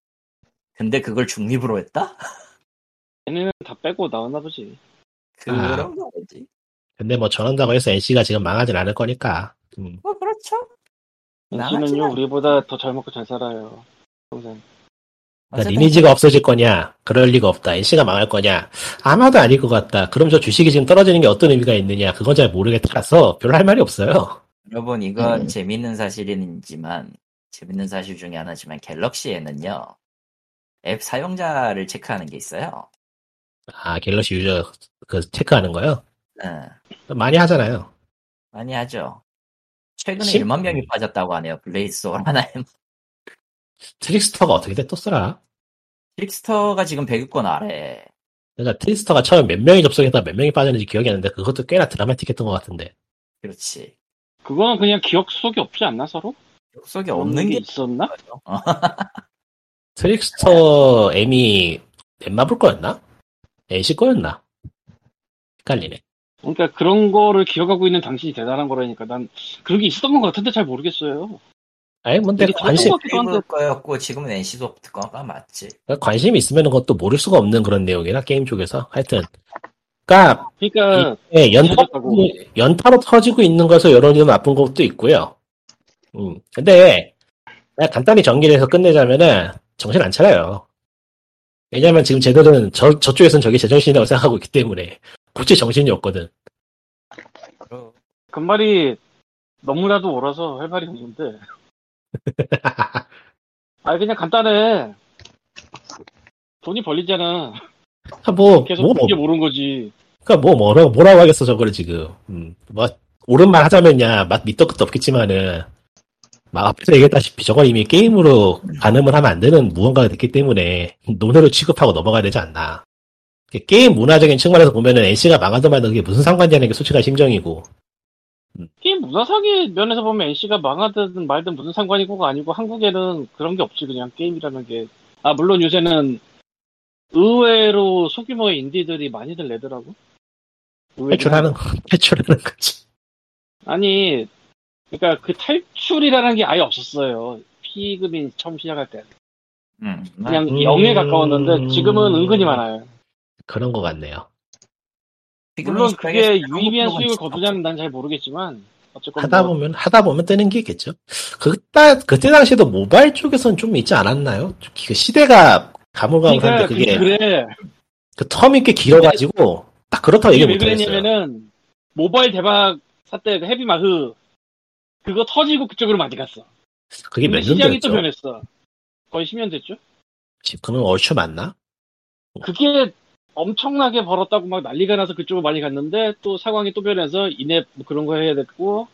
[SPEAKER 2] 근데 그걸 중립으로 했다?
[SPEAKER 3] 얘네는 다 빼고 나왔나 보지
[SPEAKER 2] 그런 거지.
[SPEAKER 4] 근데 뭐 저런다고 해서 NC가 지금 망하진 않을 거니까. 음.
[SPEAKER 2] 뭐 그렇죠. 나가진
[SPEAKER 3] NC는요
[SPEAKER 2] 않-
[SPEAKER 3] 우리보다 더 잘 먹고 잘 살아요 평생
[SPEAKER 4] 그러니까
[SPEAKER 2] 어쨌든
[SPEAKER 4] 리니지가 없어질 거냐? 그럴 리가 없다. NC가 망할 거냐? 아마도 아닐 것 같다. 그럼 저 주식이 지금 떨어지는 게 어떤 의미가 있느냐? 그건 잘 모르겠다서 별로 할 말이 없어요.
[SPEAKER 2] 여러분 이건
[SPEAKER 1] 음.
[SPEAKER 2] 재밌는 사실이지만 재밌는 사실 중에 하나지만 갤럭시에는요 앱 사용자를 체크하는 게 있어요.
[SPEAKER 4] 아, 갤럭시 유저 그 체크하는 거요?
[SPEAKER 2] 응,
[SPEAKER 4] 많이 하잖아요.
[SPEAKER 2] 예, 많이 하죠. 최근에
[SPEAKER 4] 심-
[SPEAKER 2] 1만 명이 빠졌다고 하네요. 플레이스토어 하나에
[SPEAKER 4] 트릭스터가 어떻게 돼? 또 쓰라?
[SPEAKER 2] 릭스터가 지금 100위권 아래.
[SPEAKER 4] 그러니까 트릭스터가 처음 몇 명이 접속했다 몇 명이 빠졌는지 기억이 안 나는데 그것도 꽤나 드라마틱했던 것 같은데.
[SPEAKER 2] 그렇지.
[SPEAKER 3] 그거는 그냥 기억 속에 없지 않나 서로?
[SPEAKER 2] 속에 없는 게
[SPEAKER 3] 있었나?
[SPEAKER 4] 트릭스터 M이 넷마블 거였나? NC 거였나? 헷갈리네.
[SPEAKER 3] 그러니까 그런 거를 기억하고 있는 당신이 대단한 거라니까 난 그런 게 있었던 것 같은데 잘 모르겠어요
[SPEAKER 4] 아니, 뭔데
[SPEAKER 3] 되게
[SPEAKER 4] 관심,
[SPEAKER 3] 똑똑한 것 같기도
[SPEAKER 2] 피부
[SPEAKER 3] 한데
[SPEAKER 2] 거였고 지금은 NC 소프트 거가 맞지.
[SPEAKER 3] 뭐
[SPEAKER 4] 관심이 있으면 그것도 모를 수가 없는 그런 내용이라 게임 쪽에서. 하여튼. 그니까,
[SPEAKER 3] 그러니까
[SPEAKER 4] 예, 연타,
[SPEAKER 3] 찾아가고.
[SPEAKER 4] 연타로 터지고 있는 거에서 여론이 나쁜 것도 있고요. 음, 근데, 그냥 간단히 정리를 해서 끝내자면은, 정신 안 차려요. 왜냐면 지금 쟤들은 저, 저쪽에선 저게 제정신이라고 생각하고 있기 때문에, 굳이 정신이 없거든.
[SPEAKER 3] 그 말이 너무나도 옳아서 할 말이 없는데 아니 그냥 간단해 돈이 벌리잖아
[SPEAKER 4] 아, 뭐,
[SPEAKER 3] 계속
[SPEAKER 4] 뭐,
[SPEAKER 3] 그게 모르는 거지
[SPEAKER 4] 그니까 뭐, 뭐라고, 뭐라고 하겠어, 저거를 지금. 음, 뭐, 옳은 말 하자면야, 맛 밑도 끝도 없겠지만은, 막 앞에서 얘기했다시피 저건 이미 게임으로 가늠을 하면 안 되는 무언가가 됐기 때문에, 논외로 취급하고 넘어가야 되지 않나. 이게 게임 문화적인 측면에서 보면은 NC가 망하든 말든 그게 무슨 상관이냐는 게 솔직한 심정이고,
[SPEAKER 3] 게임 문화상의 면에서 보면 NC가 망하든 말든 무슨 상관이고가 아니고 한국에는 그런 게 없지 그냥 게임이라는 게 아 물론 요새는 의외로 소규모의 인디들이 많이들 내더라고 의외로.
[SPEAKER 4] 퇴출하는, 퇴출하는 거지.
[SPEAKER 3] 아니 그러니까 그 탈출이라는 게 아예 없었어요 피그민이 처음 시작할 때
[SPEAKER 2] 음,
[SPEAKER 3] 그냥
[SPEAKER 4] 음.
[SPEAKER 3] 영에 가까웠는데 지금은 은근히 많아요
[SPEAKER 4] 그런 것 같네요.
[SPEAKER 3] 물론 그게 유의미한 수익을 거두냐는 난 잘 모르겠지만 어쨌건
[SPEAKER 4] 하다
[SPEAKER 3] 뭐
[SPEAKER 4] 보면, 하다 보면 뜨는 게 있겠죠. 그때, 그때 당시에도 모바일 쪽에선 좀 있지 않았나요? 그 시대가 가물가물한데
[SPEAKER 3] 그러니까
[SPEAKER 4] 그게.
[SPEAKER 3] 그- 그래
[SPEAKER 4] 그 텀이 꽤 길어가지고 딱 그렇다고
[SPEAKER 3] 이게
[SPEAKER 4] 얘기
[SPEAKER 3] 왜
[SPEAKER 4] 못하겠어요.
[SPEAKER 3] 그랬냐면은 모바일 대박 사태 그 헤비마흐 그거 터지고 그쪽으로 많이 갔어
[SPEAKER 4] 그게 몇
[SPEAKER 3] 시장이 또
[SPEAKER 4] 년도였죠?
[SPEAKER 3] 변했어 거의 10년 됐죠
[SPEAKER 4] 그러면 얼추 맞나?
[SPEAKER 3] 그게 엄청나게 벌었다고 막 난리가 나서 그쪽으로 많이 갔는데 또 상황이 또 변해서 이내 뭐 그런 거 해야 됐고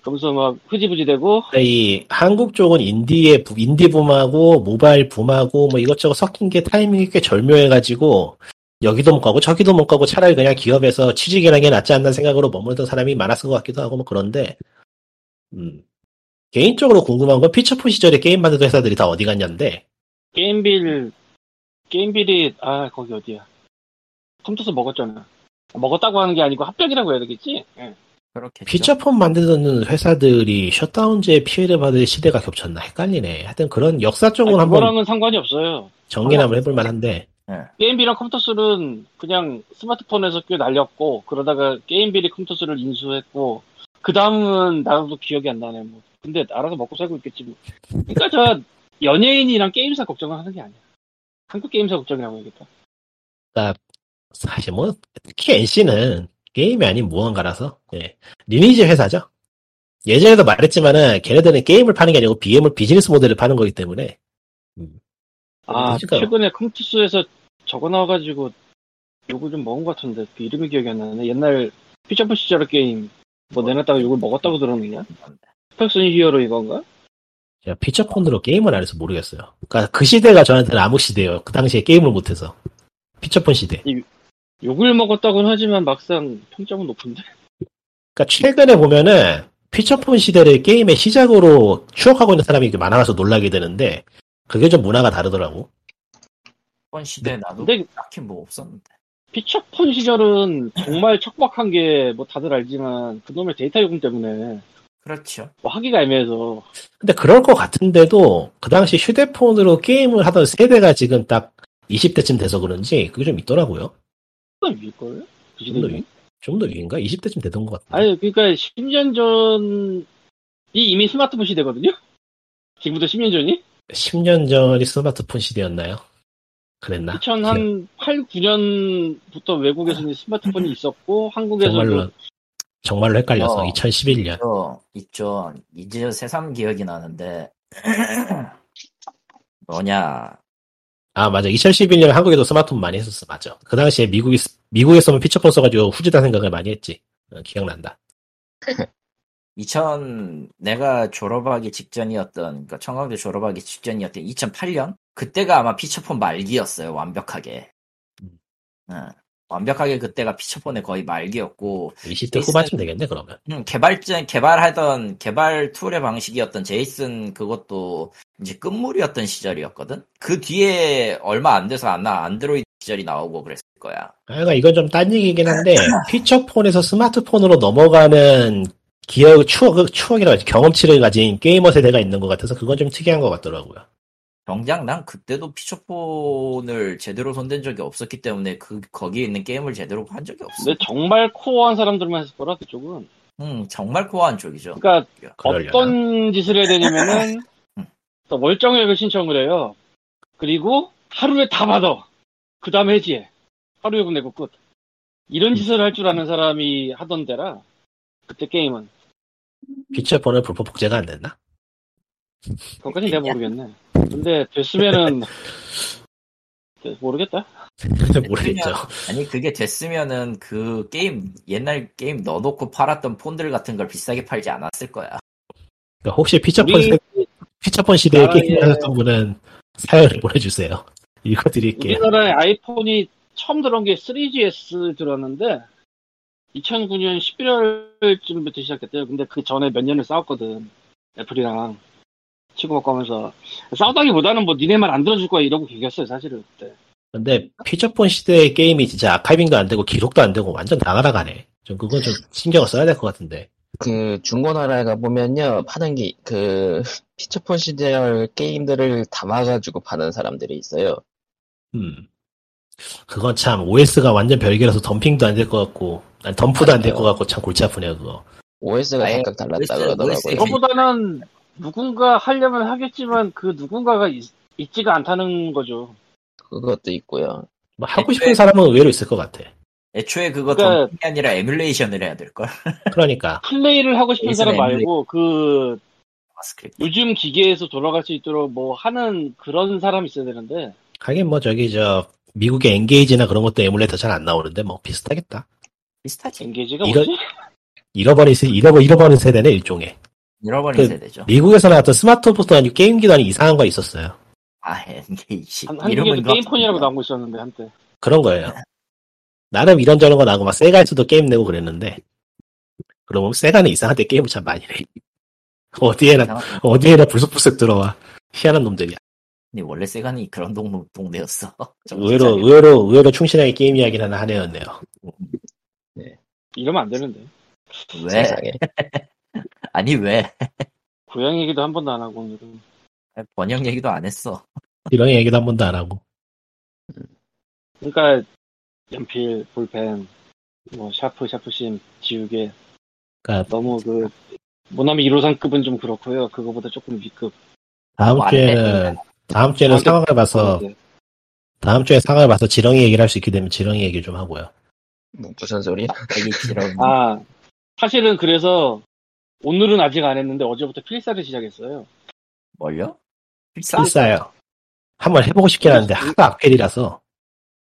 [SPEAKER 3] 그러면서 막 흐지부지 되고
[SPEAKER 4] 그러니까 이 한국 쪽은 인디의 부- 인디 붐하고 모바일 붐하고 뭐 이것저것 섞인 게 타이밍이 꽤 절묘해가지고 여기도 못 가고 저기도 못 가고 차라리 그냥 기업에서 취직이라는 게 낫지 않나 생각으로 머물던 사람이 많았을 것 같기도 하고 뭐 그런데 음. 개인적으로 궁금한 건 피처폰 시절에 게임 만드던 회사들이 다 어디 갔냐인데
[SPEAKER 3] 게임빌 게임빌이 아 거기 어디야 컴퓨터 먹었잖아 먹었다고 하는 게 아니고 합병이라고 해야 되겠지 예.
[SPEAKER 2] 그렇겠죠.
[SPEAKER 4] 피처폰 만드는 회사들이 셧다운제에 피해를 받을 시대가 겹쳤나 헷갈리네. 하여튼 그런 역사적으로
[SPEAKER 3] 아니,
[SPEAKER 4] 한번
[SPEAKER 3] 그거랑은 상관이 없어요
[SPEAKER 4] 정리를 한번 해볼 만한데
[SPEAKER 3] 게임비랑 컴퓨터술은 그냥 스마트폰에서 꽤 날렸고 그러다가 게임비리 컴퓨터술을 인수했고 그 다음은 나도 기억이 안 나네 뭐 근데 알아서 먹고 살고 있겠지 뭐 그러니까 저 연예인이랑 게임사 걱정을 하는 게 아니야 한국 게임사 걱정이라고 해야겠다
[SPEAKER 4] 사실 뭐 특히 NC는 게임이 아닌 무언가라서 예. 리니지 회사죠. 예전에도 말했지만은 걔네들은 게임을 파는 게 아니고 BM을 비즈니스 모델을 파는 거기 때문에
[SPEAKER 3] 아
[SPEAKER 4] 그러니까요.
[SPEAKER 3] 최근에 컴퓨터술에서 적어 나와가지고 욕을 좀 먹은 것 같은데 그 이름이 기억이 안 나네 옛날 피처폰 시절 게임 뭐 내놨다가 욕을 먹었다고 들었느냐 펄슨 히어로 이건가?
[SPEAKER 4] 제가 피처폰으로 게임을 안 해서 모르겠어요. 그러니까 그 시대가 저한테는 암흑 시대예요. 그 당시에 게임을 못해서 피처폰 시대.
[SPEAKER 3] 욕을 먹었다고는 하지만 막상 평점은 높은데
[SPEAKER 4] 그러니까 최근에 보면은 피처폰 시대를 게임의 시작으로 추억하고 있는 사람이 이렇게 많아서 놀라게 되는데 그게 좀 문화가 다르더라고.
[SPEAKER 2] 이번 시대 나도
[SPEAKER 3] 근데
[SPEAKER 2] 딱히 뭐 없었는데.
[SPEAKER 3] 피처폰 시절은 정말 척박한 게 뭐 다들 알지만 그놈의 데이터 요금 때문에
[SPEAKER 2] 그렇죠.
[SPEAKER 3] 뭐 하기가 애매해서
[SPEAKER 4] 근데 그럴 것 같은데도 그 당시 휴대폰으로 게임을 하던 세대가 지금 딱 20대쯤 돼서 그런지 그게 좀 있더라고요.
[SPEAKER 3] 좀더 위일걸? 그
[SPEAKER 4] 좀 더
[SPEAKER 3] 시대는?
[SPEAKER 4] 위, 좀 더 위인가? 20대쯤 되던 것 같아요.
[SPEAKER 3] 아니 그러니까 10년 전이 이미 스마트폰 시대거든요? 지금부터 10년 전이?
[SPEAKER 4] 10년 전이 스마트폰 시대였나요? 그랬나? 네.
[SPEAKER 3] 2008, 9년부터 외국에서는 스마트폰이 있었고 한국에서도
[SPEAKER 4] 정말로 정말로 헷갈려서
[SPEAKER 2] 어.
[SPEAKER 4] 2011년
[SPEAKER 2] 또 있죠. 이제 새삼 기억이 나는데 뭐냐
[SPEAKER 4] 아 맞아 2011년 한국에도 스마트폰 많이 했었어 맞아 그 당시에 미국이 스- 미국에서만 뭐 피처폰 써가지고 후지다 생각을 많이 했지 어, 기억난다
[SPEAKER 2] 2000 내가 졸업하기 직전이었던 그러니까 청강대 졸업하기 직전이었던 2008년 그때가 아마 피처폰 말기였어요 완벽하게
[SPEAKER 4] 음.
[SPEAKER 2] 응. 완벽하게 그때가 피처폰의 거의 말기였고
[SPEAKER 4] 20대 후반쯤 되겠네 그러면
[SPEAKER 2] 음, 개발자 개발하던 개발 툴의 방식이었던 제이슨 그것도 이제 끝물이었던 시절이었거든 그 뒤에 얼마 안 돼서 안나 안드로이드 시절이 나오고 그랬을 거야
[SPEAKER 4] 그러니까 이건 좀 딴 얘기긴 한데 피처폰에서 스마트폰으로 넘어가는 기억 추억 추억이라 고 경험치를 가진 게이머 세대가 있는 것 같아서 그건 좀 특이한 것 같더라고요
[SPEAKER 2] 정작 난 그때도 피처폰을 제대로 손댄 적이 없었기 때문에 그 거기에 있는 게임을 제대로 한 적이 없어.
[SPEAKER 3] 근데 정말 코어한 사람들만 했을 거라 그쪽은
[SPEAKER 2] 음 정말 코어한 쪽이죠.
[SPEAKER 3] 그러니까
[SPEAKER 4] 그러려나
[SPEAKER 3] 어떤 짓을 해야 되냐면은
[SPEAKER 2] 음.
[SPEAKER 3] 또 월정액을 신청을 해요. 그리고 하루에 다 받아. 그 다음에 해지해. 하루 요금 내고 끝.
[SPEAKER 4] 음.
[SPEAKER 3] 이런 짓을 할 줄 아는 사람이 하던 데라 그때 게임은
[SPEAKER 4] 피처폰은 불법 복제가 안 됐나?
[SPEAKER 3] 그것까지 내가 모르겠네. 근데 됐으면은 네, 모르겠다.
[SPEAKER 4] 모르겠죠
[SPEAKER 2] 아니 그게 됐으면은 그 게임 옛날 게임 넣어놓고 팔았던 폰들 같은 걸 비싸게 팔지 않았을 거야.
[SPEAKER 4] 그러니까 혹시 피처폰
[SPEAKER 3] 우리
[SPEAKER 4] 세- 피처폰 시대에
[SPEAKER 3] 나라의-
[SPEAKER 4] 게임을 하셨던 분은 사연을 보내주세요 읽어드릴게요
[SPEAKER 3] 우리나라에 아이폰이 처음 들어온 게 3GS 들어왔는데 2009년 11월쯤부터 시작했대요. 근데 그 전에 몇 년을 싸웠거든. 애플이랑 치고받고 하면서 싸우다기보다는 뭐 니네 말 안 들어줄 거야 이러고 비겼어요 사실은 그때.
[SPEAKER 4] 근데 피처폰 시대의 게임이 진짜 아카이빙도 안 되고 기록도 안 되고 완전 다 날아가네. 좀 그건 좀 신경을 써야 될 것 같은데.
[SPEAKER 1] 그 중고나라에 가보면요 파는 게 그 피처폰 시절 게임들을 담아가지고 파는 사람들이 있어요
[SPEAKER 4] 음. 그건 참 OS가 완전 별개라서 덤핑도 안 될 것 같고, 아니, 덤프도 안 될 것 같고 참 골치 아프네요 그거.
[SPEAKER 1] OS가
[SPEAKER 2] 아예
[SPEAKER 1] 각각 달랐다
[SPEAKER 2] OS
[SPEAKER 4] 예.
[SPEAKER 1] 그러더라고요
[SPEAKER 3] 그거보다는 누군가 하려면 하겠지만 그 누군가가 있, 지가 않다는 거죠.
[SPEAKER 1] 그것도 있고요
[SPEAKER 4] 뭐 하고 싶은 사람은 의외로 있을 것 같아.
[SPEAKER 2] 애초에 그거
[SPEAKER 3] 그러니까-
[SPEAKER 2] 덤핑이 아니라 에뮬레이션을 해야 될 걸.
[SPEAKER 4] 그러니까
[SPEAKER 3] 플레이를 하고 싶은 사람 말고 그
[SPEAKER 2] 스크립트.
[SPEAKER 3] 요즘 기계에서 돌아갈 수 있도록 뭐 하는 그런 사람이 있어야 되는데
[SPEAKER 4] 하긴 뭐 저기 저 미국의 엔게이지나 그런 것도 에뮬레이터 잘 안 나오는데 뭐 비슷하겠다.
[SPEAKER 2] 비슷하지.
[SPEAKER 3] 엔게이지가
[SPEAKER 4] 이런-
[SPEAKER 3] 뭐지?
[SPEAKER 4] 잃어버린 세- 잃어버 잃어버린 세대네 일종의.
[SPEAKER 2] 잃어버린
[SPEAKER 4] 그-
[SPEAKER 2] 세대죠.
[SPEAKER 4] 미국에서 나왔던 스마트폰도 아니고 게임기도 아닌 이상한 거 있었어요.
[SPEAKER 2] 아 NKC.
[SPEAKER 3] 한, 한국에서
[SPEAKER 2] 그거 네,
[SPEAKER 3] 게임폰이라고
[SPEAKER 2] 같은데요.
[SPEAKER 3] 나온 거 있었는데 한때
[SPEAKER 4] 그런 거예요. 나름 이런저런 거 나고 막 세가에서도 게임 내고 그랬는데 그러고 보면 세가는 이상한데 게임을 참 많이 내. 어디에나
[SPEAKER 2] 이상한-
[SPEAKER 4] 어디에나 불쑥불쑥 들어와. 희한한 놈들이야.
[SPEAKER 2] 근데 원래 세간이 그런 동, 동네였어.
[SPEAKER 4] 의외로 의외로 의외로 충실하게 게임 이야기를 하는 한 해였네요.
[SPEAKER 3] 이러면 안 되는데
[SPEAKER 2] 왜?
[SPEAKER 1] 세상에
[SPEAKER 2] 아니 왜?
[SPEAKER 3] 고향 얘기도 한 번도 안 하고 오늘은
[SPEAKER 2] 번역 얘기도 안 했어.
[SPEAKER 4] 이런 얘기도 한 번도 안 하고.
[SPEAKER 3] 그러니까 연필, 볼펜, 뭐 샤프, 샤프심, 지우개
[SPEAKER 4] 그러니까
[SPEAKER 3] 너무 그 모나미 1호상급은 좀 그렇고요 그거보다 조금 위급
[SPEAKER 4] 다음
[SPEAKER 2] 뭐
[SPEAKER 4] 주에는 다음 주에는
[SPEAKER 3] 완전-
[SPEAKER 4] 상황을 봐서
[SPEAKER 3] 네.
[SPEAKER 4] 다음 주에 상황을 봐서 지렁이 얘기를 할 수 있게 되면 지렁이 얘기 좀 하고요.
[SPEAKER 1] 뭐, 무슨 소리야
[SPEAKER 2] 갑자기 지렁이.
[SPEAKER 3] 아 사실은 그래서 오늘은 아직 안 했는데 어제부터 필사를 시작했어요
[SPEAKER 2] 뭘요? 필사?
[SPEAKER 4] 필싸요. 한번 해보고 싶긴 한데 하도 악필이라서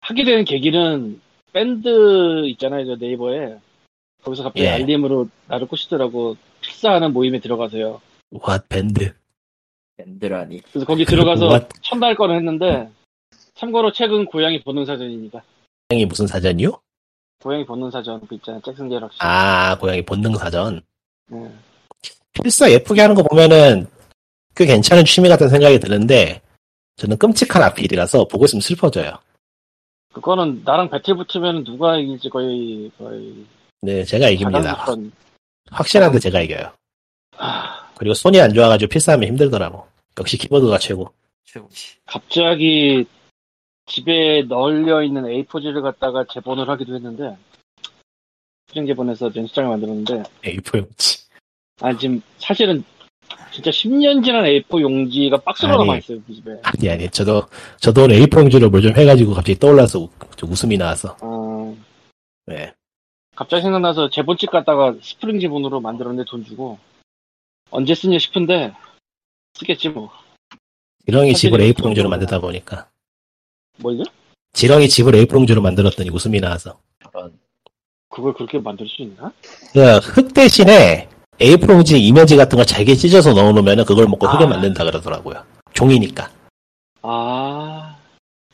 [SPEAKER 3] 하게 된 계기는 밴드 있잖아요 저 네이버에 거기서 갑자기
[SPEAKER 4] 예.
[SPEAKER 3] 알림으로 나를 꼬시더라고 필사하는 모임에 들어가세요
[SPEAKER 4] 와 밴드.
[SPEAKER 2] 밴드라니.
[SPEAKER 3] 그래서 거기 들어가서
[SPEAKER 4] What?
[SPEAKER 3] 첫날 거를 했는데 참고로 최근 고양이 보는 사전입니다.
[SPEAKER 4] 고양이 무슨 사전이요?
[SPEAKER 3] 고양이 보는 사전 그 있잖아요. 잭슨 갤럭시.
[SPEAKER 4] 아 고양이 본능 사전.
[SPEAKER 3] 네.
[SPEAKER 4] 필사 예쁘게 하는 거 보면은 꽤 괜찮은 취미 같은 생각이 드는데 저는 끔찍한 악필이라서 보고 있으면 슬퍼져요.
[SPEAKER 3] 그거는 나랑 배틀 붙으면 누가 이길지 거의 거의
[SPEAKER 4] 네, 제가 이깁니다.
[SPEAKER 3] 가장
[SPEAKER 4] 확실한데 제가 이겨요.
[SPEAKER 3] 아.
[SPEAKER 4] 그리고 손이 안 좋아가지고 필사하면 힘들더라고. 역시 키보드가 최고.
[SPEAKER 2] 최고지.
[SPEAKER 3] 갑자기 집에 널려 있는 A4지를 갖다가 재본을 하기도 했는데 수정 재본에서 연습장을 만들었는데
[SPEAKER 4] A4 용지.
[SPEAKER 3] 아 지금 사실은 진짜 10년 지난 A4 용지가 박스로
[SPEAKER 4] 아니.
[SPEAKER 3] 남아 있어요 그 집에.
[SPEAKER 4] 아니, 아니, 저도, 저도 오늘 A4 용지로 뭘 좀 해가지고 갑자기 떠올라서 우, 좀 웃음이 나와서.
[SPEAKER 3] 어,
[SPEAKER 4] 네.
[SPEAKER 3] 갑자기 생각나서 재본집 갔다가 스프링 지본으로 만들었는데 돈 주고 언제 쓰냐 싶은데 쓰겠지 뭐.
[SPEAKER 4] 지렁이 집을
[SPEAKER 3] 사실은
[SPEAKER 4] A4 용지로 만들다 보니까.
[SPEAKER 3] 뭘요?
[SPEAKER 4] 지렁이 집을 A4 용지로 만들었더니 웃음이 나와서.
[SPEAKER 1] 저런.
[SPEAKER 3] 그걸 그렇게 만들 수 있나?
[SPEAKER 4] 그흙 대신에 A4 용지 이면지 같은 걸 잘게 찢어서 넣어놓으면 그걸 먹고 흙을
[SPEAKER 3] 아.
[SPEAKER 4] 만든다 그러더라고요. 종이니까.
[SPEAKER 3] 아.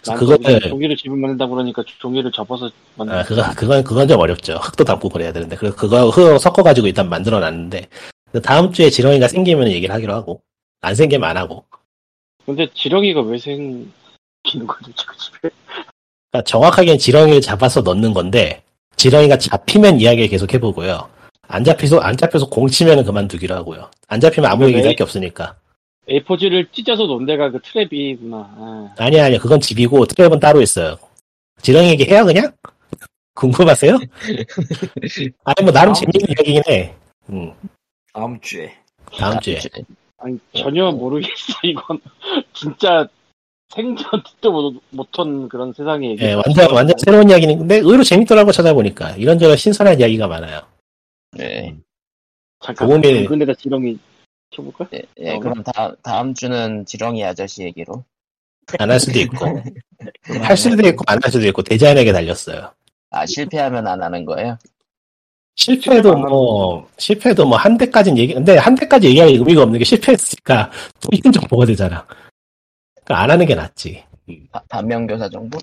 [SPEAKER 4] 그래서 그거를
[SPEAKER 3] 난 종이를 집을 만든다 그러니까 종이를 접어서 만든.
[SPEAKER 4] 아, 그거, 그건, 그건 좀 어렵죠. 흙도 담고 그래야 되는데. 그, 그거, 흙 섞어가지고 일단 만들어 놨는데. 그 다음 주에 지렁이가 생기면 얘기를 하기로 하고. 안 생기면 안 하고.
[SPEAKER 3] 근데 지렁이가 왜 생기는 거지 그 집에?
[SPEAKER 4] 그러니까 정확하게는 지렁이를 잡아서 넣는 건데, 지렁이가 잡히면 이야기를 계속 해보고요. 안 잡혀서, 안 잡혀서 공치면 그만두기로 하고요. 안 잡히면 아무 얘기도 할 게 없으니까.
[SPEAKER 3] A4지를 찢어서 논 데가 그 트랩이구나. 아.
[SPEAKER 4] 아니, 아니, 그건 집이고 트랩은 따로 있어요. 지렁이에게 해요, 그냥? 궁금하세요? 아니, 뭐, 나름 재밌는 이야기긴 해. 음,
[SPEAKER 2] 다음 주에.
[SPEAKER 4] 다음 주에.
[SPEAKER 1] 네.
[SPEAKER 3] 아니 전혀 모르겠어 이건 진짜 생전 듣도 못- 못한 그런 세상의 얘기.
[SPEAKER 4] 예, 완전, 완전 새로운 이야기인데, 의외로 재밌더라고 찾아보니까. 이런저런 신선한 이야기가 많아요.
[SPEAKER 1] 네.
[SPEAKER 3] 잠깐. 그
[SPEAKER 4] 고음이-
[SPEAKER 3] 근데다 지렁이 쳐볼까?
[SPEAKER 1] 예, 예, 그럼 다, 다음 주는 지렁이 아저씨 얘기로.
[SPEAKER 4] 안 할 수도 있고, 할 수도 있고, 안 할 수도 있고, 대자연에게 달렸어요.
[SPEAKER 1] 아, 실패하면 안 하는 거예요?
[SPEAKER 4] 실패도 뭐, 실패도 뭐, 한 대까지는 얘기, 근데 한 대까지 얘기할 의미가 없는 게 실패했으니까, 또 이런 정보가 되잖아. 그러니까 안 하는 게 낫지.
[SPEAKER 1] 바- 반면교사 정보?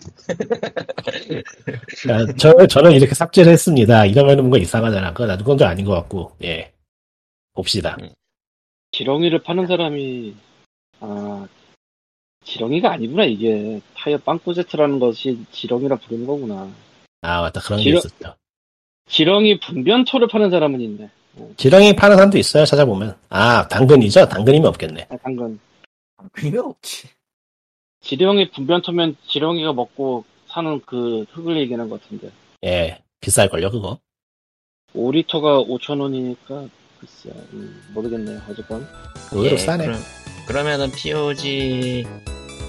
[SPEAKER 4] 그러니까 저, 저는 이렇게 삭제를 했습니다. 이러면 뭔가 이상하잖아. 그건 아주 건좀 아닌 것 같고, 예. 봅시다.
[SPEAKER 3] 지렁이를 파는 사람이 아 지렁이가 아니구나 이게 타이어 빵꾸 세트라는 것이 지렁이라 부르는 거구나.
[SPEAKER 4] 아, 맞다. 그런 게
[SPEAKER 3] 지렁-
[SPEAKER 4] 있었죠.
[SPEAKER 3] 지렁이 분변토를 파는 사람은 있네.
[SPEAKER 4] 지렁이 파는 사람도 있어요. 찾아보면. 아, 당근이죠? 당근이면 없겠네.
[SPEAKER 3] 아, 당근.
[SPEAKER 2] 그게 없지.
[SPEAKER 3] 지렁이 분변토면 지렁이가 먹고 사는 그 흙을 얘기하는 것 같은데.
[SPEAKER 4] 예. 비쌀걸요, 그거.
[SPEAKER 3] 5리터가 5,000원이니까, 글쎄, 음, 모르겠네요, 어쨌건.
[SPEAKER 4] 의외로
[SPEAKER 1] 예,
[SPEAKER 4] 싸네.
[SPEAKER 1] 그럼, 그러면은 POG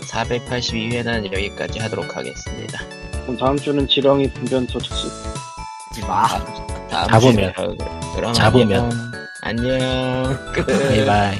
[SPEAKER 1] 482회는 여기까지 하도록 하겠습니다.
[SPEAKER 3] 그럼 다음 주는 지렁이 분변토 특집.
[SPEAKER 2] 하지 마.
[SPEAKER 1] 다음
[SPEAKER 4] 잡으면.
[SPEAKER 1] 주에
[SPEAKER 4] 네,
[SPEAKER 1] 봐요. 그럼
[SPEAKER 4] 잡으면. 예,
[SPEAKER 1] 안녕. 안녕. 끝.
[SPEAKER 4] 바이바이.